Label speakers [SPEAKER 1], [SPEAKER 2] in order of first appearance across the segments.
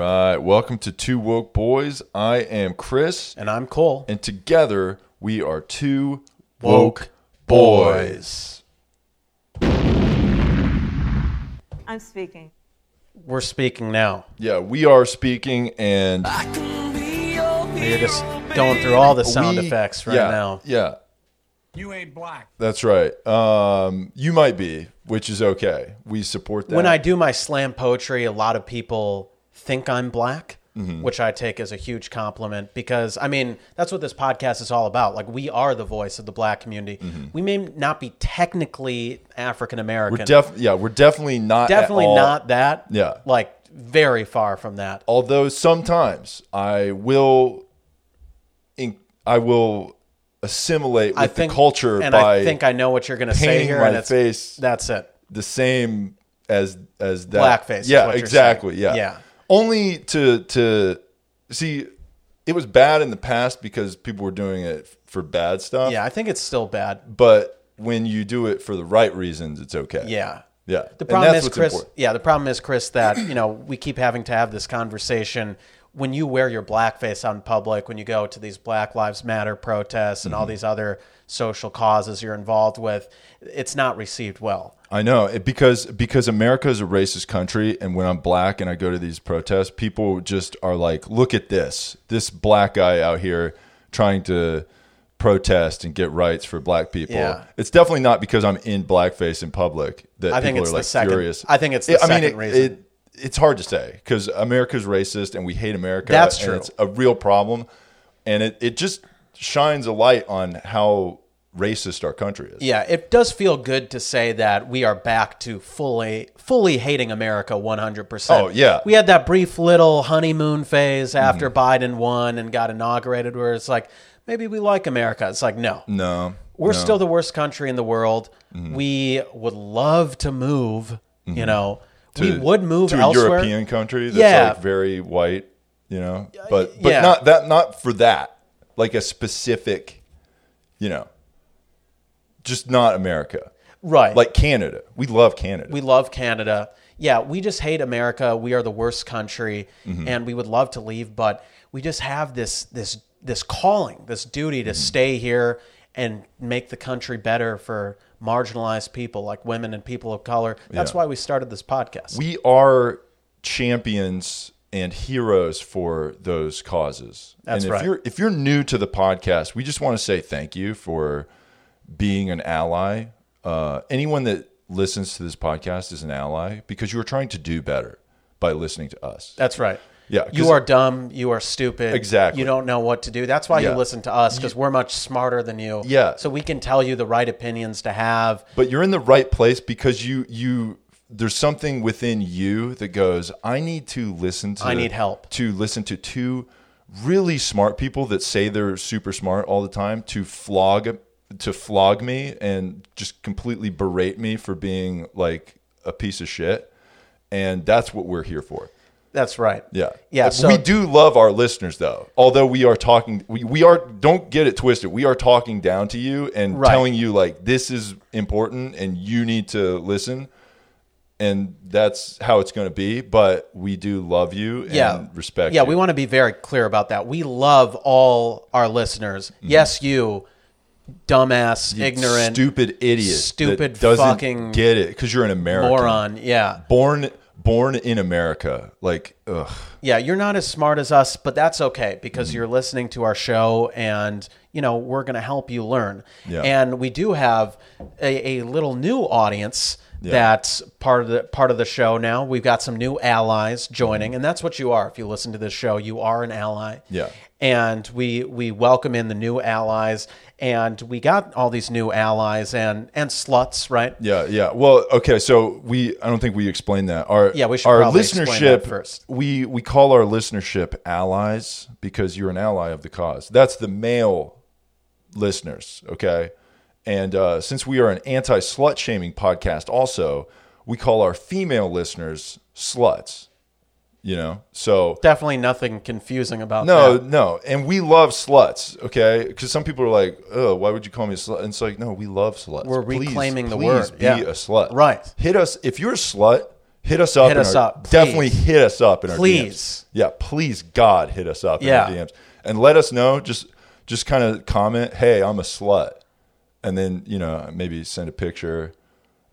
[SPEAKER 1] welcome to Two Woke Boys. I am Chris,
[SPEAKER 2] And I'm Cole.
[SPEAKER 1] and together we are two
[SPEAKER 2] Woke
[SPEAKER 1] woke boys.
[SPEAKER 3] I'm speaking.
[SPEAKER 2] We're speaking now.
[SPEAKER 1] Yeah, we are speaking, and
[SPEAKER 2] Ah, We're just going through all the sound
[SPEAKER 1] we-
[SPEAKER 2] effects right
[SPEAKER 1] yeah,
[SPEAKER 2] now.
[SPEAKER 1] Yeah,
[SPEAKER 4] You ain't black.
[SPEAKER 1] that's right. Um, you might be, which is okay. We support that.
[SPEAKER 2] When I do my slam poetry, a lot of people think I'm black,
[SPEAKER 1] Mm-hmm.
[SPEAKER 2] which I take as a huge compliment because, I mean, that's what this podcast is all about. Like, we are the voice of the black community. We may not be technically African
[SPEAKER 1] Mm-hmm. we're
[SPEAKER 2] American.
[SPEAKER 1] def- yeah, we're definitely not at
[SPEAKER 2] definitely
[SPEAKER 1] all-
[SPEAKER 2] not that.
[SPEAKER 1] Yeah.
[SPEAKER 2] Like, very far from that.
[SPEAKER 1] although sometimes I will, in, I will assimilate with
[SPEAKER 2] I think
[SPEAKER 1] the culture
[SPEAKER 2] and
[SPEAKER 1] by
[SPEAKER 2] I think I know what you're going to say
[SPEAKER 1] painting
[SPEAKER 2] here.
[SPEAKER 1] my
[SPEAKER 2] and it's,
[SPEAKER 1] face.
[SPEAKER 2] That's it.
[SPEAKER 1] the same as as that
[SPEAKER 2] Blackface is
[SPEAKER 1] Yeah,
[SPEAKER 2] what you're
[SPEAKER 1] exactly.
[SPEAKER 2] saying.
[SPEAKER 1] Yeah,
[SPEAKER 2] Yeah.
[SPEAKER 1] Only to to see, it was bad in the past because people were doing it for bad stuff.
[SPEAKER 2] Yeah, I think it's still bad.
[SPEAKER 1] but when you do it for the right reasons, it's okay.
[SPEAKER 2] Yeah.
[SPEAKER 1] yeah.
[SPEAKER 2] The problem is,
[SPEAKER 1] what's
[SPEAKER 2] Chris.
[SPEAKER 1] important.
[SPEAKER 2] Yeah, the problem is, Chris, that you know we keep having to have this conversation when you wear your blackface out in public, when you go to these Black Lives Matter protests
[SPEAKER 1] Mm-hmm.
[SPEAKER 2] and all these other social causes you're involved with. It's not received well.
[SPEAKER 1] I know it, because because America is a racist country, and when I'm black and I go to these protests, people just are like, "Look at this, this black guy out here trying to protest and get rights for black people."
[SPEAKER 2] Yeah.
[SPEAKER 1] It's definitely not because I'm in blackface in public that
[SPEAKER 2] I think
[SPEAKER 1] people
[SPEAKER 2] it's
[SPEAKER 1] are
[SPEAKER 2] the
[SPEAKER 1] like
[SPEAKER 2] second-
[SPEAKER 1] furious.
[SPEAKER 2] I think it's the
[SPEAKER 1] It- I mean,
[SPEAKER 2] second
[SPEAKER 1] it,
[SPEAKER 2] reason.
[SPEAKER 1] It, it's hard to say because America's racist and we hate America.
[SPEAKER 2] That's
[SPEAKER 1] and
[SPEAKER 2] true.
[SPEAKER 1] it's a real problem, and it it just shines a light on how racist our country is.
[SPEAKER 2] Yeah, it does feel good to say that we are back to fully fully hating America 100%.
[SPEAKER 1] Oh, yeah. Mm-hmm.
[SPEAKER 2] We had that brief little honeymoon phase after Biden won and got inaugurated where it's like maybe we like America. It's like no.
[SPEAKER 1] No,
[SPEAKER 2] We're
[SPEAKER 1] no. Mm-hmm.
[SPEAKER 2] still the worst country in the world. We would love to move, you know. we
[SPEAKER 1] to-
[SPEAKER 2] would move
[SPEAKER 1] to
[SPEAKER 2] elsewhere.
[SPEAKER 1] a European country that's
[SPEAKER 2] Yeah. Uh,
[SPEAKER 1] like very white, you know. But but
[SPEAKER 2] yeah.
[SPEAKER 1] not that not for that. Like a specific, you know, just not America.
[SPEAKER 2] Right.
[SPEAKER 1] Like Canada. We love Canada.
[SPEAKER 2] we love Canada. Yeah, we just hate America. We are the worst country
[SPEAKER 1] Mm-hmm.
[SPEAKER 2] and we would love to leave, but we just have this this this calling, this duty to
[SPEAKER 1] Mm-hmm.
[SPEAKER 2] stay here and make the country better for marginalized people like women and people of color. That's
[SPEAKER 1] Yeah.
[SPEAKER 2] why we started this podcast.
[SPEAKER 1] we are champions and heroes for those causes. and
[SPEAKER 2] That's
[SPEAKER 1] if
[SPEAKER 2] right.
[SPEAKER 1] You're, if you're new to the podcast, we just want to say thank you for being an ally. Uh, anyone that listens to this podcast is an ally because you are trying to do better by listening to us.
[SPEAKER 2] That's right.
[SPEAKER 1] Yeah, 'cause-
[SPEAKER 2] You are dumb, you are stupid.
[SPEAKER 1] Exactly.
[SPEAKER 2] You don't know what to do. That's why
[SPEAKER 1] Yeah.
[SPEAKER 2] you listen to us cuz we're much smarter than you.
[SPEAKER 1] Yeah.
[SPEAKER 2] So we can tell you the right opinions to have.
[SPEAKER 1] but you're in the right place because you you there's something within you that goes i need to listen to
[SPEAKER 2] I need help.
[SPEAKER 1] to listen to two really smart people that say they're super smart all the time to flog to flog me and just completely berate me for being like a piece of shit and that's what we're here for
[SPEAKER 2] That's right.
[SPEAKER 1] yeah. Uh,
[SPEAKER 2] Yeah, so-
[SPEAKER 1] we do love our listeners though. Although we are talking we, we are don't get it twisted. We are talking down to you and
[SPEAKER 2] Right.
[SPEAKER 1] telling you like this is important and you need to listen. And that's how it's going to be, but we do love you and respect
[SPEAKER 2] Yeah,
[SPEAKER 1] you.
[SPEAKER 2] we want to be very clear about that. We love all our listeners. Yes, you, dumbass,
[SPEAKER 1] Mm-hmm. You
[SPEAKER 2] ignorant,
[SPEAKER 1] stupid idiot, that
[SPEAKER 2] stupid
[SPEAKER 1] doesn't
[SPEAKER 2] fucking
[SPEAKER 1] get it because you're an American
[SPEAKER 2] moron. Yeah,
[SPEAKER 1] born born in America. Like, ugh,
[SPEAKER 2] yeah. You're not as smart as us, but that's okay because
[SPEAKER 1] Mm-hmm.
[SPEAKER 2] you're listening to our show, and you know we're going to help you learn.
[SPEAKER 1] Yeah.
[SPEAKER 2] And we do have a, a little new audience. That's part of the part of the show now. We've got some new allies joining, and that's what you are. If you listen to this show, you are an ally.
[SPEAKER 1] Mm-hmm. Yeah.
[SPEAKER 2] and we we welcome in the new allies and we got all these new allies and and sluts right
[SPEAKER 1] Yeah, yeah. Well, okay. So we, I don't think we explained that. Our
[SPEAKER 2] Yeah, we should
[SPEAKER 1] our
[SPEAKER 2] probably
[SPEAKER 1] listenership
[SPEAKER 2] explain that first.
[SPEAKER 1] We we call our listenership allies because you're an ally of the cause. That's the male listeners, okay. And uh, since we are an anti slut shaming podcast, also we call our female listeners sluts. You know, so
[SPEAKER 2] definitely nothing confusing about
[SPEAKER 1] no,
[SPEAKER 2] that.
[SPEAKER 1] no, and we love sluts, okay? Because some people are like, "Oh, why would you call me a slut?" And it's like, no, we love sluts.
[SPEAKER 2] We're
[SPEAKER 1] Please-
[SPEAKER 2] reclaiming the
[SPEAKER 1] please
[SPEAKER 2] word.
[SPEAKER 1] Be
[SPEAKER 2] Yeah.
[SPEAKER 1] a slut,
[SPEAKER 2] Right.
[SPEAKER 1] Hit us if you're a slut. Hit us up.
[SPEAKER 2] Hit
[SPEAKER 1] in
[SPEAKER 2] us
[SPEAKER 1] our-
[SPEAKER 2] up, please.
[SPEAKER 1] Definitely hit us up in our
[SPEAKER 2] Please.
[SPEAKER 1] DMs. Yeah, please God hit us up
[SPEAKER 2] Yeah.
[SPEAKER 1] in our DMs and let us know. Just just kind of comment, hey, I'm a slut, and then you know maybe send a picture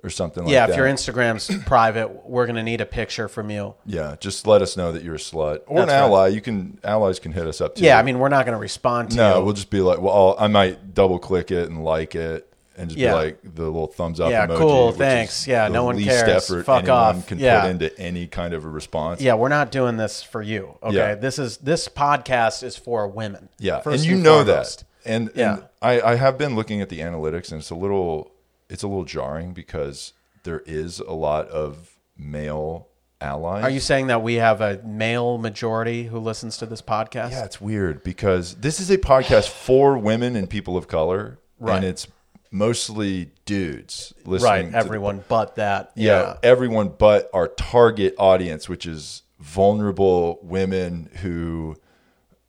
[SPEAKER 1] or something like
[SPEAKER 2] yeah,
[SPEAKER 1] that.
[SPEAKER 2] if your Instagram's private, we're gonna need a picture from you.
[SPEAKER 1] yeah, just let us know that you're a slut or an
[SPEAKER 2] That's right.
[SPEAKER 1] ally. You can allies can hit us up too.
[SPEAKER 2] Yeah, I mean, we're not gonna respond to
[SPEAKER 1] No,
[SPEAKER 2] you.
[SPEAKER 1] we'll just be like, well, I'll, I might double click it and like it, and just
[SPEAKER 2] Yeah.
[SPEAKER 1] be like the little thumbs up.
[SPEAKER 2] Yeah,
[SPEAKER 1] emoji,
[SPEAKER 2] cool,
[SPEAKER 1] which is
[SPEAKER 2] thanks. Yeah,
[SPEAKER 1] the
[SPEAKER 2] no one
[SPEAKER 1] least
[SPEAKER 2] cares.
[SPEAKER 1] Effort
[SPEAKER 2] Fuck
[SPEAKER 1] anyone
[SPEAKER 2] off.
[SPEAKER 1] Can
[SPEAKER 2] Yeah.
[SPEAKER 1] put into any kind of a response.
[SPEAKER 2] yeah, we're not doing this for you. Okay,
[SPEAKER 1] Yeah.
[SPEAKER 2] this is this podcast is for women.
[SPEAKER 1] yeah,
[SPEAKER 2] first
[SPEAKER 1] and you know
[SPEAKER 2] foremost.
[SPEAKER 1] that. And,
[SPEAKER 2] Yeah.
[SPEAKER 1] and I, I have been looking at the analytics, and it's a little, it's a little jarring because there is a lot of male allies.
[SPEAKER 2] Are you saying that we have a male majority who listens to this podcast?
[SPEAKER 1] Yeah, it's weird because this is a podcast for women and people of color,
[SPEAKER 2] Right.
[SPEAKER 1] and it's mostly dudes listening.
[SPEAKER 2] right.
[SPEAKER 1] to the
[SPEAKER 2] Everyone but that.
[SPEAKER 1] yeah, everyone but our target audience, which is vulnerable women who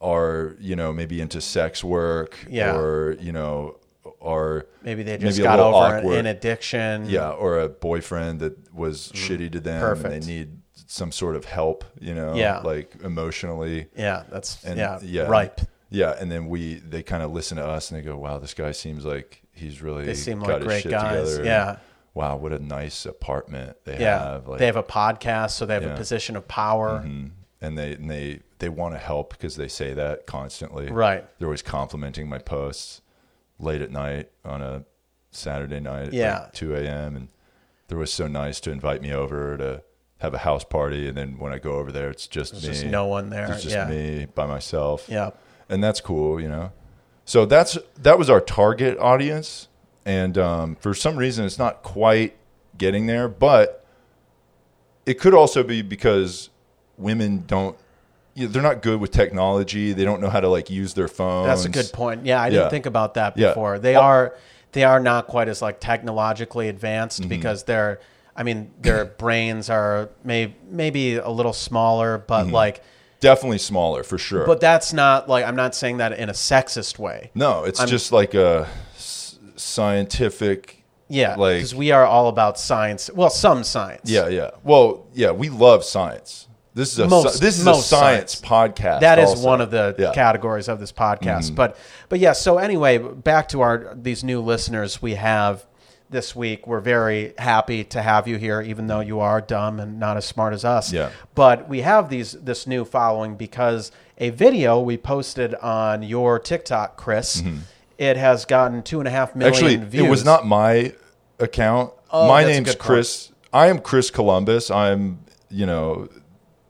[SPEAKER 1] are, you know, maybe into sex work
[SPEAKER 2] Yeah.
[SPEAKER 1] or, you know, are
[SPEAKER 2] Maybe they just
[SPEAKER 1] maybe a
[SPEAKER 2] got
[SPEAKER 1] little
[SPEAKER 2] over
[SPEAKER 1] awkward.
[SPEAKER 2] an addiction.
[SPEAKER 1] yeah, or a boyfriend that was shitty to them and
[SPEAKER 2] Mm-hmm. Perfect.
[SPEAKER 1] they need some sort of help, you know,
[SPEAKER 2] Yeah.
[SPEAKER 1] like emotionally.
[SPEAKER 2] Yeah. That's
[SPEAKER 1] And
[SPEAKER 2] yeah,
[SPEAKER 1] yeah.
[SPEAKER 2] Ripe.
[SPEAKER 1] Yeah, and then we they kind of listen to us and they go, "Wow, this guy seems like he's really
[SPEAKER 2] They seem
[SPEAKER 1] got
[SPEAKER 2] like
[SPEAKER 1] his
[SPEAKER 2] great
[SPEAKER 1] shit
[SPEAKER 2] guys.
[SPEAKER 1] together."
[SPEAKER 2] Yeah.
[SPEAKER 1] Wow, what a nice apartment they
[SPEAKER 2] Yeah.
[SPEAKER 1] have. Like,
[SPEAKER 2] they have a podcast, so they have
[SPEAKER 1] Yeah. Mm-hmm,
[SPEAKER 2] a position of power.
[SPEAKER 1] and they and they they want to help because they say that constantly.
[SPEAKER 2] Right.
[SPEAKER 1] They're always complimenting my posts late at night on a Saturday night at
[SPEAKER 2] Yeah.
[SPEAKER 1] like 2 a.m. and they're always so nice to invite me over to have a house party and then when I go over there it's just me.
[SPEAKER 2] just no one there,
[SPEAKER 1] It's just
[SPEAKER 2] yeah.
[SPEAKER 1] me by myself.
[SPEAKER 2] Yeah.
[SPEAKER 1] And that's cool, you know. So that's that was our target audience and um, for some reason it's not quite getting there, but it could also be because women don't you know, they're not good with technology they don't know how to like use their phones
[SPEAKER 2] That's a good point. Yeah, I
[SPEAKER 1] Yeah.
[SPEAKER 2] didn't think about that
[SPEAKER 1] Yeah.
[SPEAKER 2] before. They
[SPEAKER 1] Well-
[SPEAKER 2] are they are not quite as like technologically
[SPEAKER 1] Mm-hmm.
[SPEAKER 2] advanced because they're I mean their brains are may, maybe a little smaller, but
[SPEAKER 1] Mm-hmm.
[SPEAKER 2] like
[SPEAKER 1] definitely smaller for sure
[SPEAKER 2] but that's not like I'm not saying that in a sexist way.
[SPEAKER 1] no it's just like a s- scientific
[SPEAKER 2] Yeah,
[SPEAKER 1] like
[SPEAKER 2] because we are all about science. Well, some science.
[SPEAKER 1] yeah yeah well yeah we love science this is a
[SPEAKER 2] Most-
[SPEAKER 1] sci- this is a
[SPEAKER 2] most
[SPEAKER 1] science,
[SPEAKER 2] science.
[SPEAKER 1] podcast
[SPEAKER 2] That is
[SPEAKER 1] also.
[SPEAKER 2] one of the
[SPEAKER 1] Yeah. Mm-hmm.
[SPEAKER 2] categories of this podcast. But but yeah, so anyway, back to our these new listeners we have this week. We're very happy to have you here, even though you are dumb and not as smart as us.
[SPEAKER 1] Yeah.
[SPEAKER 2] But we have these this new following because a video we posted on your TikTok, Chris. It has gotten two and a half million
[SPEAKER 1] Mm-hmm. actually
[SPEAKER 2] views.
[SPEAKER 1] it was not my account
[SPEAKER 2] Oh,
[SPEAKER 1] my
[SPEAKER 2] that's a
[SPEAKER 1] name's
[SPEAKER 2] good point.
[SPEAKER 1] chris i am chris columbus i'm you know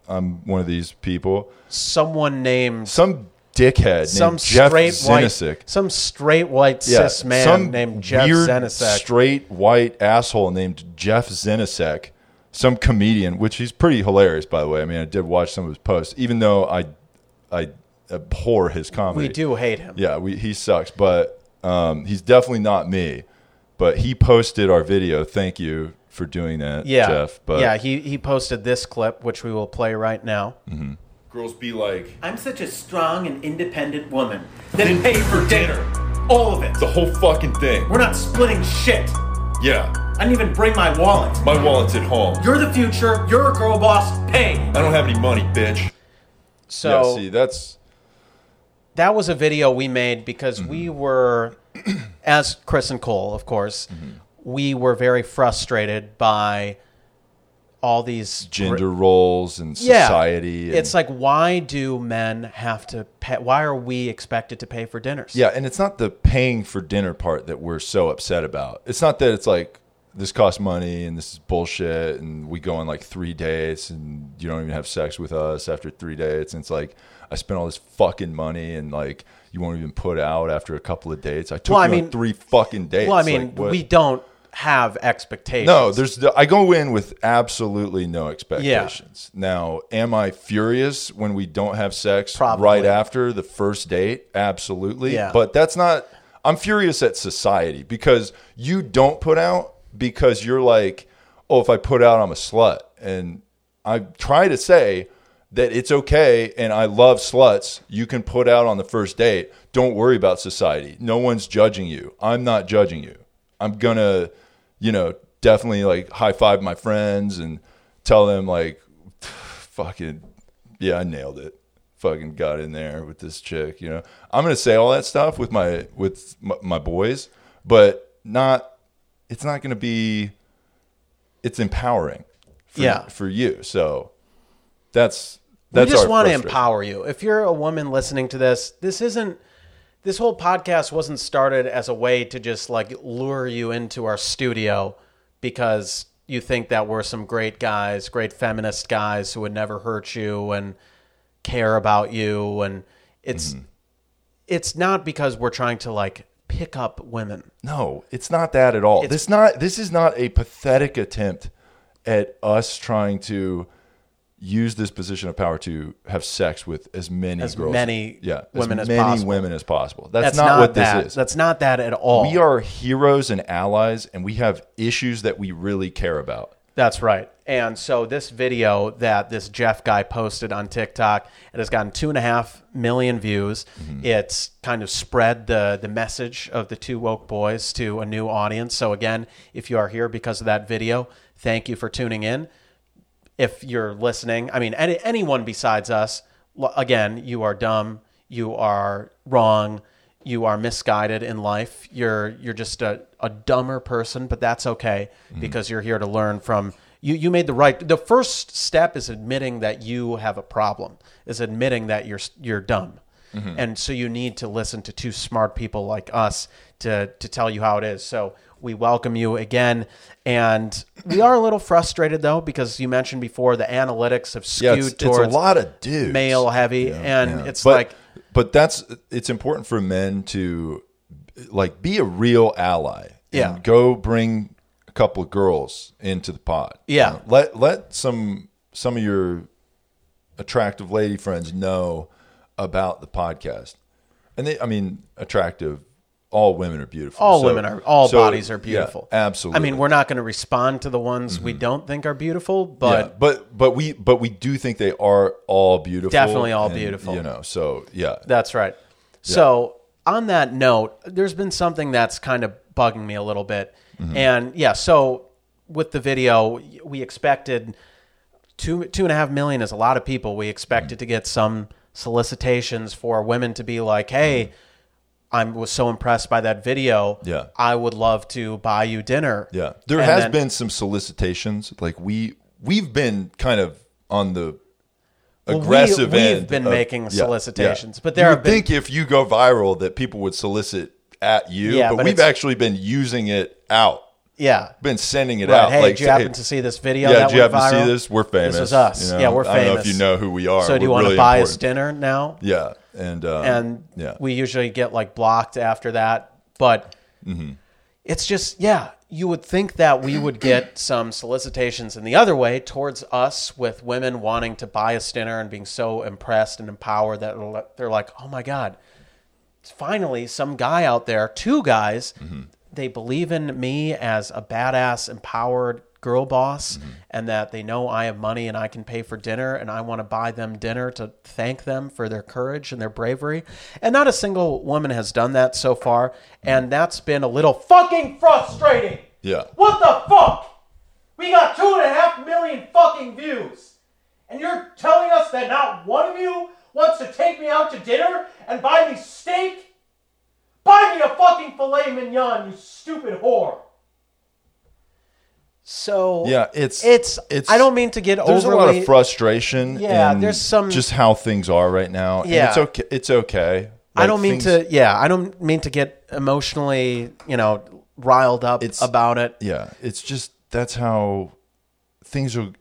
[SPEAKER 1] i'm one of these people
[SPEAKER 2] someone named
[SPEAKER 1] some dickhead
[SPEAKER 2] some
[SPEAKER 1] named Jeff
[SPEAKER 2] straight
[SPEAKER 1] Zinisic.
[SPEAKER 2] white, some straight white
[SPEAKER 1] Yeah,
[SPEAKER 2] cis man
[SPEAKER 1] some
[SPEAKER 2] named Jeff
[SPEAKER 1] weird
[SPEAKER 2] Zenisek.
[SPEAKER 1] straight white asshole named Jeff Zenisek, some comedian, which he's pretty hilarious, by the way. I mean, I did watch some of his posts, even though I, I abhor his comedy.
[SPEAKER 2] we do hate him.
[SPEAKER 1] Yeah, we, he sucks, but um, he's definitely not me. But he posted our video. Thank you for doing that,
[SPEAKER 2] yeah,
[SPEAKER 1] Jeff. But
[SPEAKER 2] yeah, he he posted this clip, which we will play right now.
[SPEAKER 1] Mm. girls be like
[SPEAKER 5] I'm such a strong and independent woman that it paid for dinner. All of it.
[SPEAKER 1] the whole fucking thing.
[SPEAKER 5] We're not splitting shit.
[SPEAKER 1] Yeah,
[SPEAKER 5] I didn't even bring my wallet.
[SPEAKER 1] my wallet's at home.
[SPEAKER 5] You're the future. You're a girl boss. Pay.
[SPEAKER 1] I don't have any money, bitch.
[SPEAKER 2] So
[SPEAKER 1] yeah, see, that's
[SPEAKER 2] that was a video we made because we
[SPEAKER 1] Mm-hmm.
[SPEAKER 2] were, as Chris and Cole, of course,
[SPEAKER 1] Mm-hmm.
[SPEAKER 2] we were very frustrated by all these
[SPEAKER 1] gender roles and
[SPEAKER 2] yeah.
[SPEAKER 1] society. and-
[SPEAKER 2] It's like, why do men have to pay? Why are we expected to pay for dinners?
[SPEAKER 1] yeah, and it's not the paying for dinner part that we're so upset about. It's not that it's like this costs money and this is bullshit, and we go on like three dates and you don't even have sex with us after three dates. And it's like I spent all this fucking money and like you won't even put out after a couple of dates. I took
[SPEAKER 2] Well, I
[SPEAKER 1] you on
[SPEAKER 2] mean-
[SPEAKER 1] three fucking dates.
[SPEAKER 2] Well, I
[SPEAKER 1] Like,
[SPEAKER 2] mean,
[SPEAKER 1] what-
[SPEAKER 2] we don't have expectations.
[SPEAKER 1] No, there's. I go in with absolutely no expectations. Now, am I furious when we don't have sex
[SPEAKER 2] Probably.
[SPEAKER 1] right after the first date? Absolutely.
[SPEAKER 2] Yeah.
[SPEAKER 1] But that's not. I'm furious at society because you don't put out because you're like, oh, if I put out, I'm a slut, and I try to say that it's okay and I love sluts. You can put out on the first date. Don't worry about society. No one's judging you. I'm not judging you. I'm gonna, you know, definitely like high five my friends and tell them like, fucking, yeah, I nailed it. Fucking got in there with this chick. You know, I'm gonna say all that stuff with my with my, my boys, but not. It's not gonna be. It's empowering. For,
[SPEAKER 2] Yeah.
[SPEAKER 1] For you, so that's that's.
[SPEAKER 2] we just
[SPEAKER 1] our
[SPEAKER 2] want to
[SPEAKER 1] frustration.
[SPEAKER 2] empower you. If you're a woman listening to this, this isn't this whole podcast wasn't started as a way to just like lure you into our studio because you think that we're some great guys, great feminist guys who would never hurt you and care about you and it's
[SPEAKER 1] Mm-hmm.
[SPEAKER 2] it's not because we're trying to like pick up women.
[SPEAKER 1] No, it's not that at all. this not this is not a pathetic attempt at us trying to use this position of power to have sex with as many
[SPEAKER 2] As
[SPEAKER 1] girls,
[SPEAKER 2] many
[SPEAKER 1] yeah,
[SPEAKER 2] women
[SPEAKER 1] as
[SPEAKER 2] as
[SPEAKER 1] many
[SPEAKER 2] possible.
[SPEAKER 1] women as possible. That's,
[SPEAKER 2] That's
[SPEAKER 1] not, what
[SPEAKER 2] that.
[SPEAKER 1] this is.
[SPEAKER 2] That's not that at all.
[SPEAKER 1] we are heroes and allies, and we have issues that we really care about.
[SPEAKER 2] That's right. And so this video that this Jeff guy posted on TikTok, it has gotten two and a half million views. It's kind of spread the the message of the two woke boys to a new audience. So again, if you are here because of that video, thank you for tuning in. If you're listening, I mean, any, anyone besides us, l- again, you are dumb, you are wrong, you are misguided in life. You're you're just a, a dumber person, but that's okay because you're here to learn from you you made the right the first step is admitting that you have a problem is admitting that you're you're dumb
[SPEAKER 1] Mm-hmm.
[SPEAKER 2] and so you need to listen to two smart people like us to to tell you how it is so we welcome you again and we are a little frustrated though because you mentioned before the analytics have skewed
[SPEAKER 1] Yeah, it's, it's
[SPEAKER 2] towards
[SPEAKER 1] a lot of dudes.
[SPEAKER 2] male heavy and
[SPEAKER 1] Yeah.
[SPEAKER 2] it's
[SPEAKER 1] but,
[SPEAKER 2] like
[SPEAKER 1] but that's it's important for men to like be a real ally
[SPEAKER 2] Yeah.
[SPEAKER 1] and go bring a couple of girls into the pod
[SPEAKER 2] Yeah.
[SPEAKER 1] let let some some of your attractive lady friends know about the podcast and they i mean attractive all women are beautiful
[SPEAKER 2] all
[SPEAKER 1] So-
[SPEAKER 2] women are all
[SPEAKER 1] so,
[SPEAKER 2] bodies are
[SPEAKER 1] yeah,
[SPEAKER 2] beautiful
[SPEAKER 1] absolutely Mm-hmm.
[SPEAKER 2] i mean we're not going to respond to the ones we don't think are beautiful
[SPEAKER 1] Yeah,
[SPEAKER 2] but
[SPEAKER 1] but but we but we do think they are all beautiful
[SPEAKER 2] Definitely all
[SPEAKER 1] and,
[SPEAKER 2] beautiful.
[SPEAKER 1] you know so yeah
[SPEAKER 2] That's right. So on that note, there's been something that's kind of bugging me a little bit,
[SPEAKER 1] Mm-hmm.
[SPEAKER 2] and yeah. So with the video, we expected two two and a half million is a lot of people. We expected
[SPEAKER 1] Mm.
[SPEAKER 2] to get some solicitations for women to be like, "Hey, I was so impressed by that video.
[SPEAKER 1] Mm-hmm. Yeah.
[SPEAKER 2] I would love to buy you dinner."
[SPEAKER 1] Yeah, there
[SPEAKER 2] And
[SPEAKER 1] has
[SPEAKER 2] then-
[SPEAKER 1] been some solicitations. Like we we've been kind of on the
[SPEAKER 2] we-
[SPEAKER 1] aggressive
[SPEAKER 2] we've
[SPEAKER 1] end.
[SPEAKER 2] been
[SPEAKER 1] of-
[SPEAKER 2] making solicitations, but there
[SPEAKER 1] you
[SPEAKER 2] have
[SPEAKER 1] would
[SPEAKER 2] been-
[SPEAKER 1] think if you go viral that people would solicit at you.
[SPEAKER 2] Yeah,
[SPEAKER 1] but,
[SPEAKER 2] but
[SPEAKER 1] we've
[SPEAKER 2] it's-
[SPEAKER 1] actually been using it out,
[SPEAKER 2] yeah.
[SPEAKER 1] been sending it
[SPEAKER 2] Right.
[SPEAKER 1] out.
[SPEAKER 2] Hey,
[SPEAKER 1] like,
[SPEAKER 2] did you happen
[SPEAKER 1] hey,
[SPEAKER 2] to see this video?
[SPEAKER 1] Yeah,
[SPEAKER 2] that
[SPEAKER 1] did you
[SPEAKER 2] went
[SPEAKER 1] happen to
[SPEAKER 2] viral?
[SPEAKER 1] see this? We're famous.
[SPEAKER 2] This is us.
[SPEAKER 1] you know?
[SPEAKER 2] yeah, we're famous.
[SPEAKER 1] I don't know if you know who we are.
[SPEAKER 2] So do you
[SPEAKER 1] We're
[SPEAKER 2] want
[SPEAKER 1] really
[SPEAKER 2] to buy us
[SPEAKER 1] important.
[SPEAKER 2] dinner now?
[SPEAKER 1] Yeah, and um,
[SPEAKER 2] And
[SPEAKER 1] yeah,
[SPEAKER 2] we usually get like blocked after that. But it's just, yeah, you would think that we would get some solicitations in the other way towards us with women wanting to buy us dinner and being so impressed and empowered that it'll- they're like, oh my God, finally some guy out there, two guys, they believe in me as a badass, empowered girl boss, and that they know I have money and I can pay for dinner, and I want to buy them dinner to thank them for their courage and their bravery. And not a single woman has done that so far, and that's been a little fucking frustrating.
[SPEAKER 1] yeah.
[SPEAKER 2] What the fuck? We got two and a half million fucking views. And you're telling us that not one of you wants to take me out to dinner and buy me steak? Buy me a fucking filet mignon, you stupid whore. So
[SPEAKER 1] Yeah, it's-
[SPEAKER 2] it's
[SPEAKER 1] it's-
[SPEAKER 2] I don't mean to get
[SPEAKER 1] there's
[SPEAKER 2] overly
[SPEAKER 1] a lot of frustration.
[SPEAKER 2] Yeah,
[SPEAKER 1] in
[SPEAKER 2] there's some-
[SPEAKER 1] just how things are right now. and
[SPEAKER 2] Yeah.
[SPEAKER 1] it's okay. It's okay.
[SPEAKER 2] I
[SPEAKER 1] Like,
[SPEAKER 2] don't mean
[SPEAKER 1] things-
[SPEAKER 2] to yeah, I don't mean to get emotionally, you know, riled up
[SPEAKER 1] It's-
[SPEAKER 2] about it.
[SPEAKER 1] Yeah, it's just that's how things will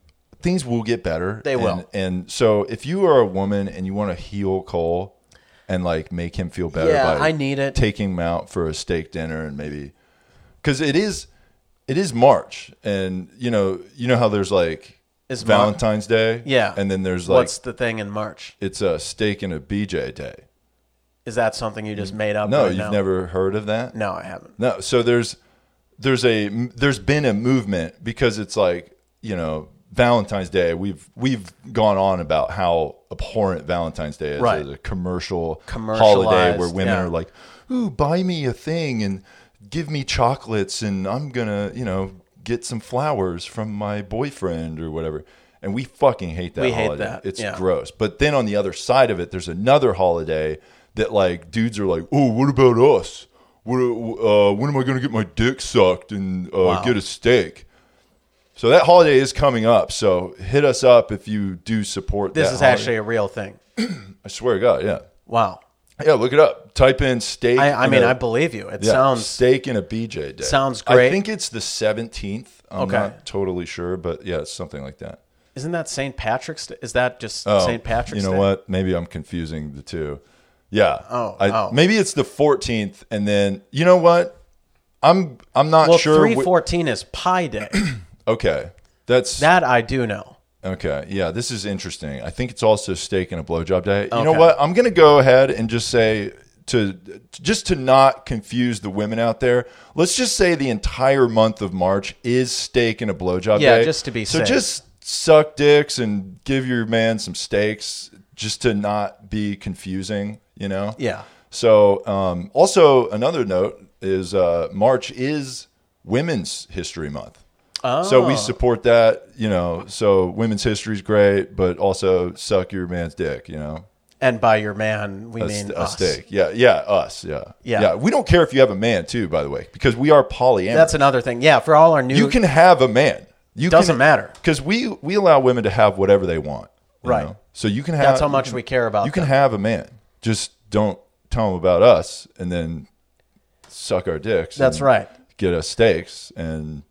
[SPEAKER 1] things will get better.
[SPEAKER 2] They
[SPEAKER 1] And-
[SPEAKER 2] will.
[SPEAKER 1] And so if you are a woman and you want to heal Cole and like make him feel better,
[SPEAKER 2] Yeah,
[SPEAKER 1] by
[SPEAKER 2] I need it.
[SPEAKER 1] Taking him out for a steak dinner and maybe because it is it is March and you know you know how there's like
[SPEAKER 2] Is Mar-
[SPEAKER 1] Valentine's Day
[SPEAKER 2] Yeah.
[SPEAKER 1] and then there's like
[SPEAKER 2] What's the thing in March?
[SPEAKER 1] it's a steak and a BJ day.
[SPEAKER 2] Is that something you just made up?
[SPEAKER 1] No,
[SPEAKER 2] right
[SPEAKER 1] you've
[SPEAKER 2] now?
[SPEAKER 1] never heard of that.
[SPEAKER 2] No, I haven't.
[SPEAKER 1] No, so there's there's a there's been a movement because it's like you know Valentine's Day. We've we've gone on about how abhorrent Valentine's Day is
[SPEAKER 2] Right.
[SPEAKER 1] as a commercial holiday
[SPEAKER 2] Commercialized,
[SPEAKER 1] where women
[SPEAKER 2] yeah.
[SPEAKER 1] are like, "Ooh, buy me a thing and give me chocolates and I'm gonna you know get some flowers from my boyfriend or whatever. And we fucking hate that
[SPEAKER 2] We hate
[SPEAKER 1] holiday.
[SPEAKER 2] that,
[SPEAKER 1] It's
[SPEAKER 2] yeah.
[SPEAKER 1] gross. But then on the other side of it, there's another holiday that like dudes are like, oh, what about us? What, uh, when am I going to get my dick sucked and uh, get a steak? So that holiday is coming up. So hit us up if you do support
[SPEAKER 2] This
[SPEAKER 1] that
[SPEAKER 2] is
[SPEAKER 1] holiday.
[SPEAKER 2] actually a real thing.
[SPEAKER 1] I swear to God, yeah.
[SPEAKER 2] Wow.
[SPEAKER 1] Yeah, look it up. Type in steak.
[SPEAKER 2] I, I
[SPEAKER 1] and
[SPEAKER 2] mean,
[SPEAKER 1] a-
[SPEAKER 2] I believe you. It
[SPEAKER 1] yeah,
[SPEAKER 2] sounds.
[SPEAKER 1] steak and a BJ day.
[SPEAKER 2] sounds
[SPEAKER 1] I
[SPEAKER 2] great.
[SPEAKER 1] think it's the seventeenth. I'm
[SPEAKER 2] Okay.
[SPEAKER 1] not totally sure, but yeah, it's something like that.
[SPEAKER 2] Isn't that St. Patrick's? Day? Is that just
[SPEAKER 1] Oh,
[SPEAKER 2] St. Patrick's?
[SPEAKER 1] You know
[SPEAKER 2] Day?
[SPEAKER 1] what? Maybe I'm confusing the two. Yeah.
[SPEAKER 2] Oh,
[SPEAKER 1] I,
[SPEAKER 2] oh.
[SPEAKER 1] Maybe it's the fourteenth, and then you know what? I'm I'm not
[SPEAKER 2] Well,
[SPEAKER 1] sure.
[SPEAKER 2] three
[SPEAKER 1] whi-
[SPEAKER 2] fourteen is Pi Day.
[SPEAKER 1] okay. That's
[SPEAKER 2] that I do know.
[SPEAKER 1] okay. Yeah, this is interesting. I think it's also steak and a blowjob day. You know
[SPEAKER 2] Okay.
[SPEAKER 1] what? I'm gonna go ahead and just say to just to not confuse the women out there, let's just say the entire month of March is steak and a blowjob
[SPEAKER 2] Yeah,
[SPEAKER 1] day.
[SPEAKER 2] just to be
[SPEAKER 1] so
[SPEAKER 2] safe.
[SPEAKER 1] just suck dicks and give your man some steaks, just to not be confusing. You know?
[SPEAKER 2] Yeah.
[SPEAKER 1] So, um, also another note is uh, March is Women's History Month. So
[SPEAKER 2] Oh.
[SPEAKER 1] we support that, you know. So women's history is great, but also suck your man's dick, you know.
[SPEAKER 2] And by your man, we
[SPEAKER 1] A,
[SPEAKER 2] mean
[SPEAKER 1] st- a
[SPEAKER 2] us.
[SPEAKER 1] steak, yeah, yeah, us, yeah.
[SPEAKER 2] Yeah.
[SPEAKER 1] We don't care if you have a man too, by the way, because we are polyamorous.
[SPEAKER 2] That's another thing. Yeah, for all our new.
[SPEAKER 1] you can have a man. You
[SPEAKER 2] Doesn't
[SPEAKER 1] can-
[SPEAKER 2] matter.
[SPEAKER 1] because we we allow women to have whatever they want, you
[SPEAKER 2] Right.
[SPEAKER 1] know? So you can have
[SPEAKER 2] That's how
[SPEAKER 1] you
[SPEAKER 2] much
[SPEAKER 1] can-
[SPEAKER 2] we care about
[SPEAKER 1] You can
[SPEAKER 2] them.
[SPEAKER 1] have a man, just don't tell him about us, and then suck our dicks.
[SPEAKER 2] That's
[SPEAKER 1] and
[SPEAKER 2] right.
[SPEAKER 1] Get us steaks, and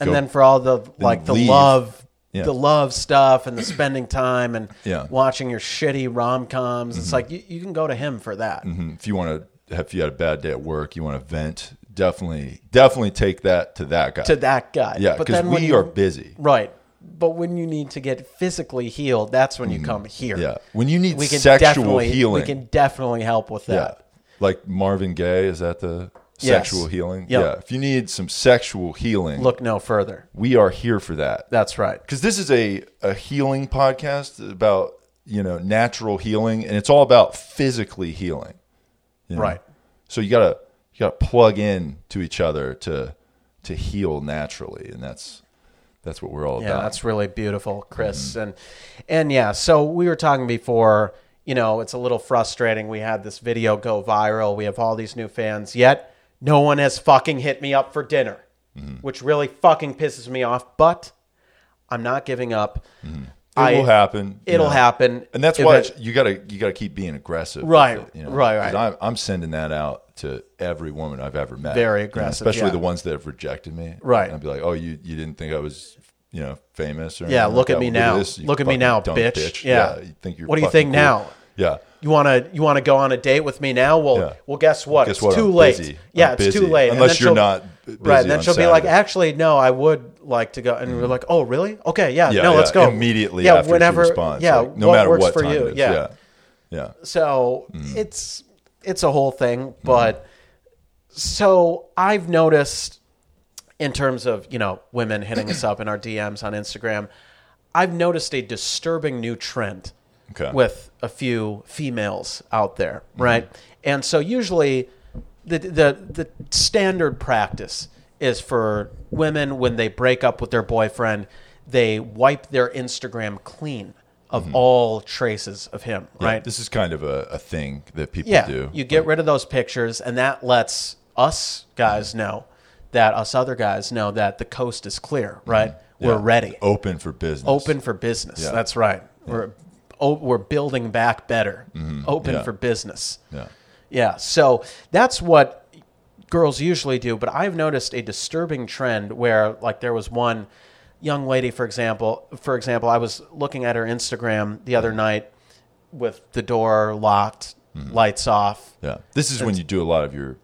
[SPEAKER 2] and
[SPEAKER 1] go-
[SPEAKER 2] then for all the like the
[SPEAKER 1] leave.
[SPEAKER 2] love
[SPEAKER 1] Yeah.
[SPEAKER 2] the love stuff and the spending time and
[SPEAKER 1] Yeah. Mm-hmm.
[SPEAKER 2] watching your shitty rom-coms it's like you, you can go to him for that
[SPEAKER 1] hmm, if you want to, if you had a bad day at work, you want to vent. Definitely, definitely take that to that guy.
[SPEAKER 2] to that guy
[SPEAKER 1] yeah, because
[SPEAKER 2] then when
[SPEAKER 1] we
[SPEAKER 2] you-
[SPEAKER 1] are busy.
[SPEAKER 2] right but when you need to get physically healed that's when you come here
[SPEAKER 1] Mm-hmm. Yeah, when you need
[SPEAKER 2] we can
[SPEAKER 1] sexual
[SPEAKER 2] definitely
[SPEAKER 1] healing,
[SPEAKER 2] we can definitely help with
[SPEAKER 1] yeah,
[SPEAKER 2] that
[SPEAKER 1] like Marvin Gaye is that the
[SPEAKER 2] Yes.
[SPEAKER 1] sexual healing?
[SPEAKER 2] Yep.
[SPEAKER 1] Yeah, if you need some sexual healing,
[SPEAKER 2] look no further
[SPEAKER 1] we are here for that.
[SPEAKER 2] that's right
[SPEAKER 1] because this is a, a healing podcast about you know natural healing and it's all about physically healing you know?
[SPEAKER 2] Right.
[SPEAKER 1] so you gotta you gotta plug in to each other to to heal naturally and that's that's what we're all
[SPEAKER 2] Yeah,
[SPEAKER 1] about
[SPEAKER 2] that's really beautiful, Chris.
[SPEAKER 1] Mm-hmm.
[SPEAKER 2] And and yeah, so we were talking before, you know, it's a little frustrating. We had this video go viral. We have all these new fans, yet no one has fucking hit me up for dinner,
[SPEAKER 1] Mm-hmm.
[SPEAKER 2] which really fucking pisses me off, but I'm not giving up. I-
[SPEAKER 1] Mm-hmm. it will happen you
[SPEAKER 2] It'll
[SPEAKER 1] know.
[SPEAKER 2] happen.
[SPEAKER 1] and that's
[SPEAKER 2] If
[SPEAKER 1] why
[SPEAKER 2] it-
[SPEAKER 1] you gotta you gotta keep being aggressive with
[SPEAKER 2] Right,
[SPEAKER 1] it, you know?
[SPEAKER 2] right,
[SPEAKER 1] 'Cause
[SPEAKER 2] right.
[SPEAKER 1] I'm, I'm sending that out to every woman i've ever met
[SPEAKER 2] Very
[SPEAKER 1] you know,
[SPEAKER 2] aggressive,
[SPEAKER 1] especially
[SPEAKER 2] yeah.
[SPEAKER 1] the ones that have rejected me
[SPEAKER 2] Right.
[SPEAKER 1] And i'd be like oh you you didn't think i was you know famous or
[SPEAKER 2] Yeah,
[SPEAKER 1] anything
[SPEAKER 2] look
[SPEAKER 1] like
[SPEAKER 2] at me
[SPEAKER 1] that? Well,
[SPEAKER 2] now.
[SPEAKER 1] this, you
[SPEAKER 2] Look at me
[SPEAKER 1] fucking
[SPEAKER 2] now,
[SPEAKER 1] dumb
[SPEAKER 2] bitch. Yeah.
[SPEAKER 1] you think you're
[SPEAKER 2] What do you
[SPEAKER 1] fucking
[SPEAKER 2] think
[SPEAKER 1] cool.
[SPEAKER 2] now?
[SPEAKER 1] yeah
[SPEAKER 2] you want to you want to go on a date with me now? Well,
[SPEAKER 1] Yeah.
[SPEAKER 2] well, guess what?
[SPEAKER 1] Guess
[SPEAKER 2] it's
[SPEAKER 1] what?
[SPEAKER 2] too
[SPEAKER 1] I'm
[SPEAKER 2] late.
[SPEAKER 1] busy.
[SPEAKER 2] Yeah,
[SPEAKER 1] I'm
[SPEAKER 2] it's
[SPEAKER 1] busy.
[SPEAKER 2] too late. And
[SPEAKER 1] Unless
[SPEAKER 2] then
[SPEAKER 1] you're
[SPEAKER 2] she'll-
[SPEAKER 1] not b-
[SPEAKER 2] right,
[SPEAKER 1] busy
[SPEAKER 2] and then
[SPEAKER 1] on
[SPEAKER 2] she'll be like,
[SPEAKER 1] Saturday. Mm-hmm.
[SPEAKER 2] "Actually, no, I would like to go." And we're like, "Oh, really? Okay, yeah,
[SPEAKER 1] yeah
[SPEAKER 2] no,
[SPEAKER 1] yeah.
[SPEAKER 2] let's go
[SPEAKER 1] immediately
[SPEAKER 2] Yeah,
[SPEAKER 1] after
[SPEAKER 2] whenever.
[SPEAKER 1] she responds
[SPEAKER 2] yeah,
[SPEAKER 1] like, no
[SPEAKER 2] what
[SPEAKER 1] matter
[SPEAKER 2] works
[SPEAKER 1] what
[SPEAKER 2] for
[SPEAKER 1] time
[SPEAKER 2] you.
[SPEAKER 1] it is.
[SPEAKER 2] Yeah.
[SPEAKER 1] yeah yeah
[SPEAKER 2] So
[SPEAKER 1] Mm.
[SPEAKER 2] it's it's a whole thing, but
[SPEAKER 1] Mm-hmm.
[SPEAKER 2] so I've noticed in terms of you know women hitting us up in our DMs on Instagram, I've noticed a disturbing new trend
[SPEAKER 1] Okay. Mm-hmm.
[SPEAKER 2] with a few females out there, right? And so usually the the the standard practice is for women when they break up with their boyfriend, they wipe their Instagram clean of all traces of him,
[SPEAKER 1] Mm-hmm. Yeah,
[SPEAKER 2] right?
[SPEAKER 1] this is kind of a, a thing that people
[SPEAKER 2] yeah,
[SPEAKER 1] do
[SPEAKER 2] you get rid of those pictures, and that lets us guys
[SPEAKER 1] Mm-hmm.
[SPEAKER 2] know that us other guys know that the coast is clear, right?
[SPEAKER 1] Mm-hmm. Yeah.
[SPEAKER 2] We're ready,
[SPEAKER 1] open for business
[SPEAKER 2] open for business.
[SPEAKER 1] Yeah. Mm-hmm.
[SPEAKER 2] That's right. We're oh, we're building back better, open
[SPEAKER 1] Yeah.
[SPEAKER 2] for business.
[SPEAKER 1] yeah
[SPEAKER 2] Yeah, so that's what girls usually do, but I've noticed a disturbing trend where like there was one young lady for example, for example, I was looking at her Instagram the other night with the door locked,
[SPEAKER 1] Mm-hmm.
[SPEAKER 2] lights off.
[SPEAKER 1] yeah this is when you do a lot of your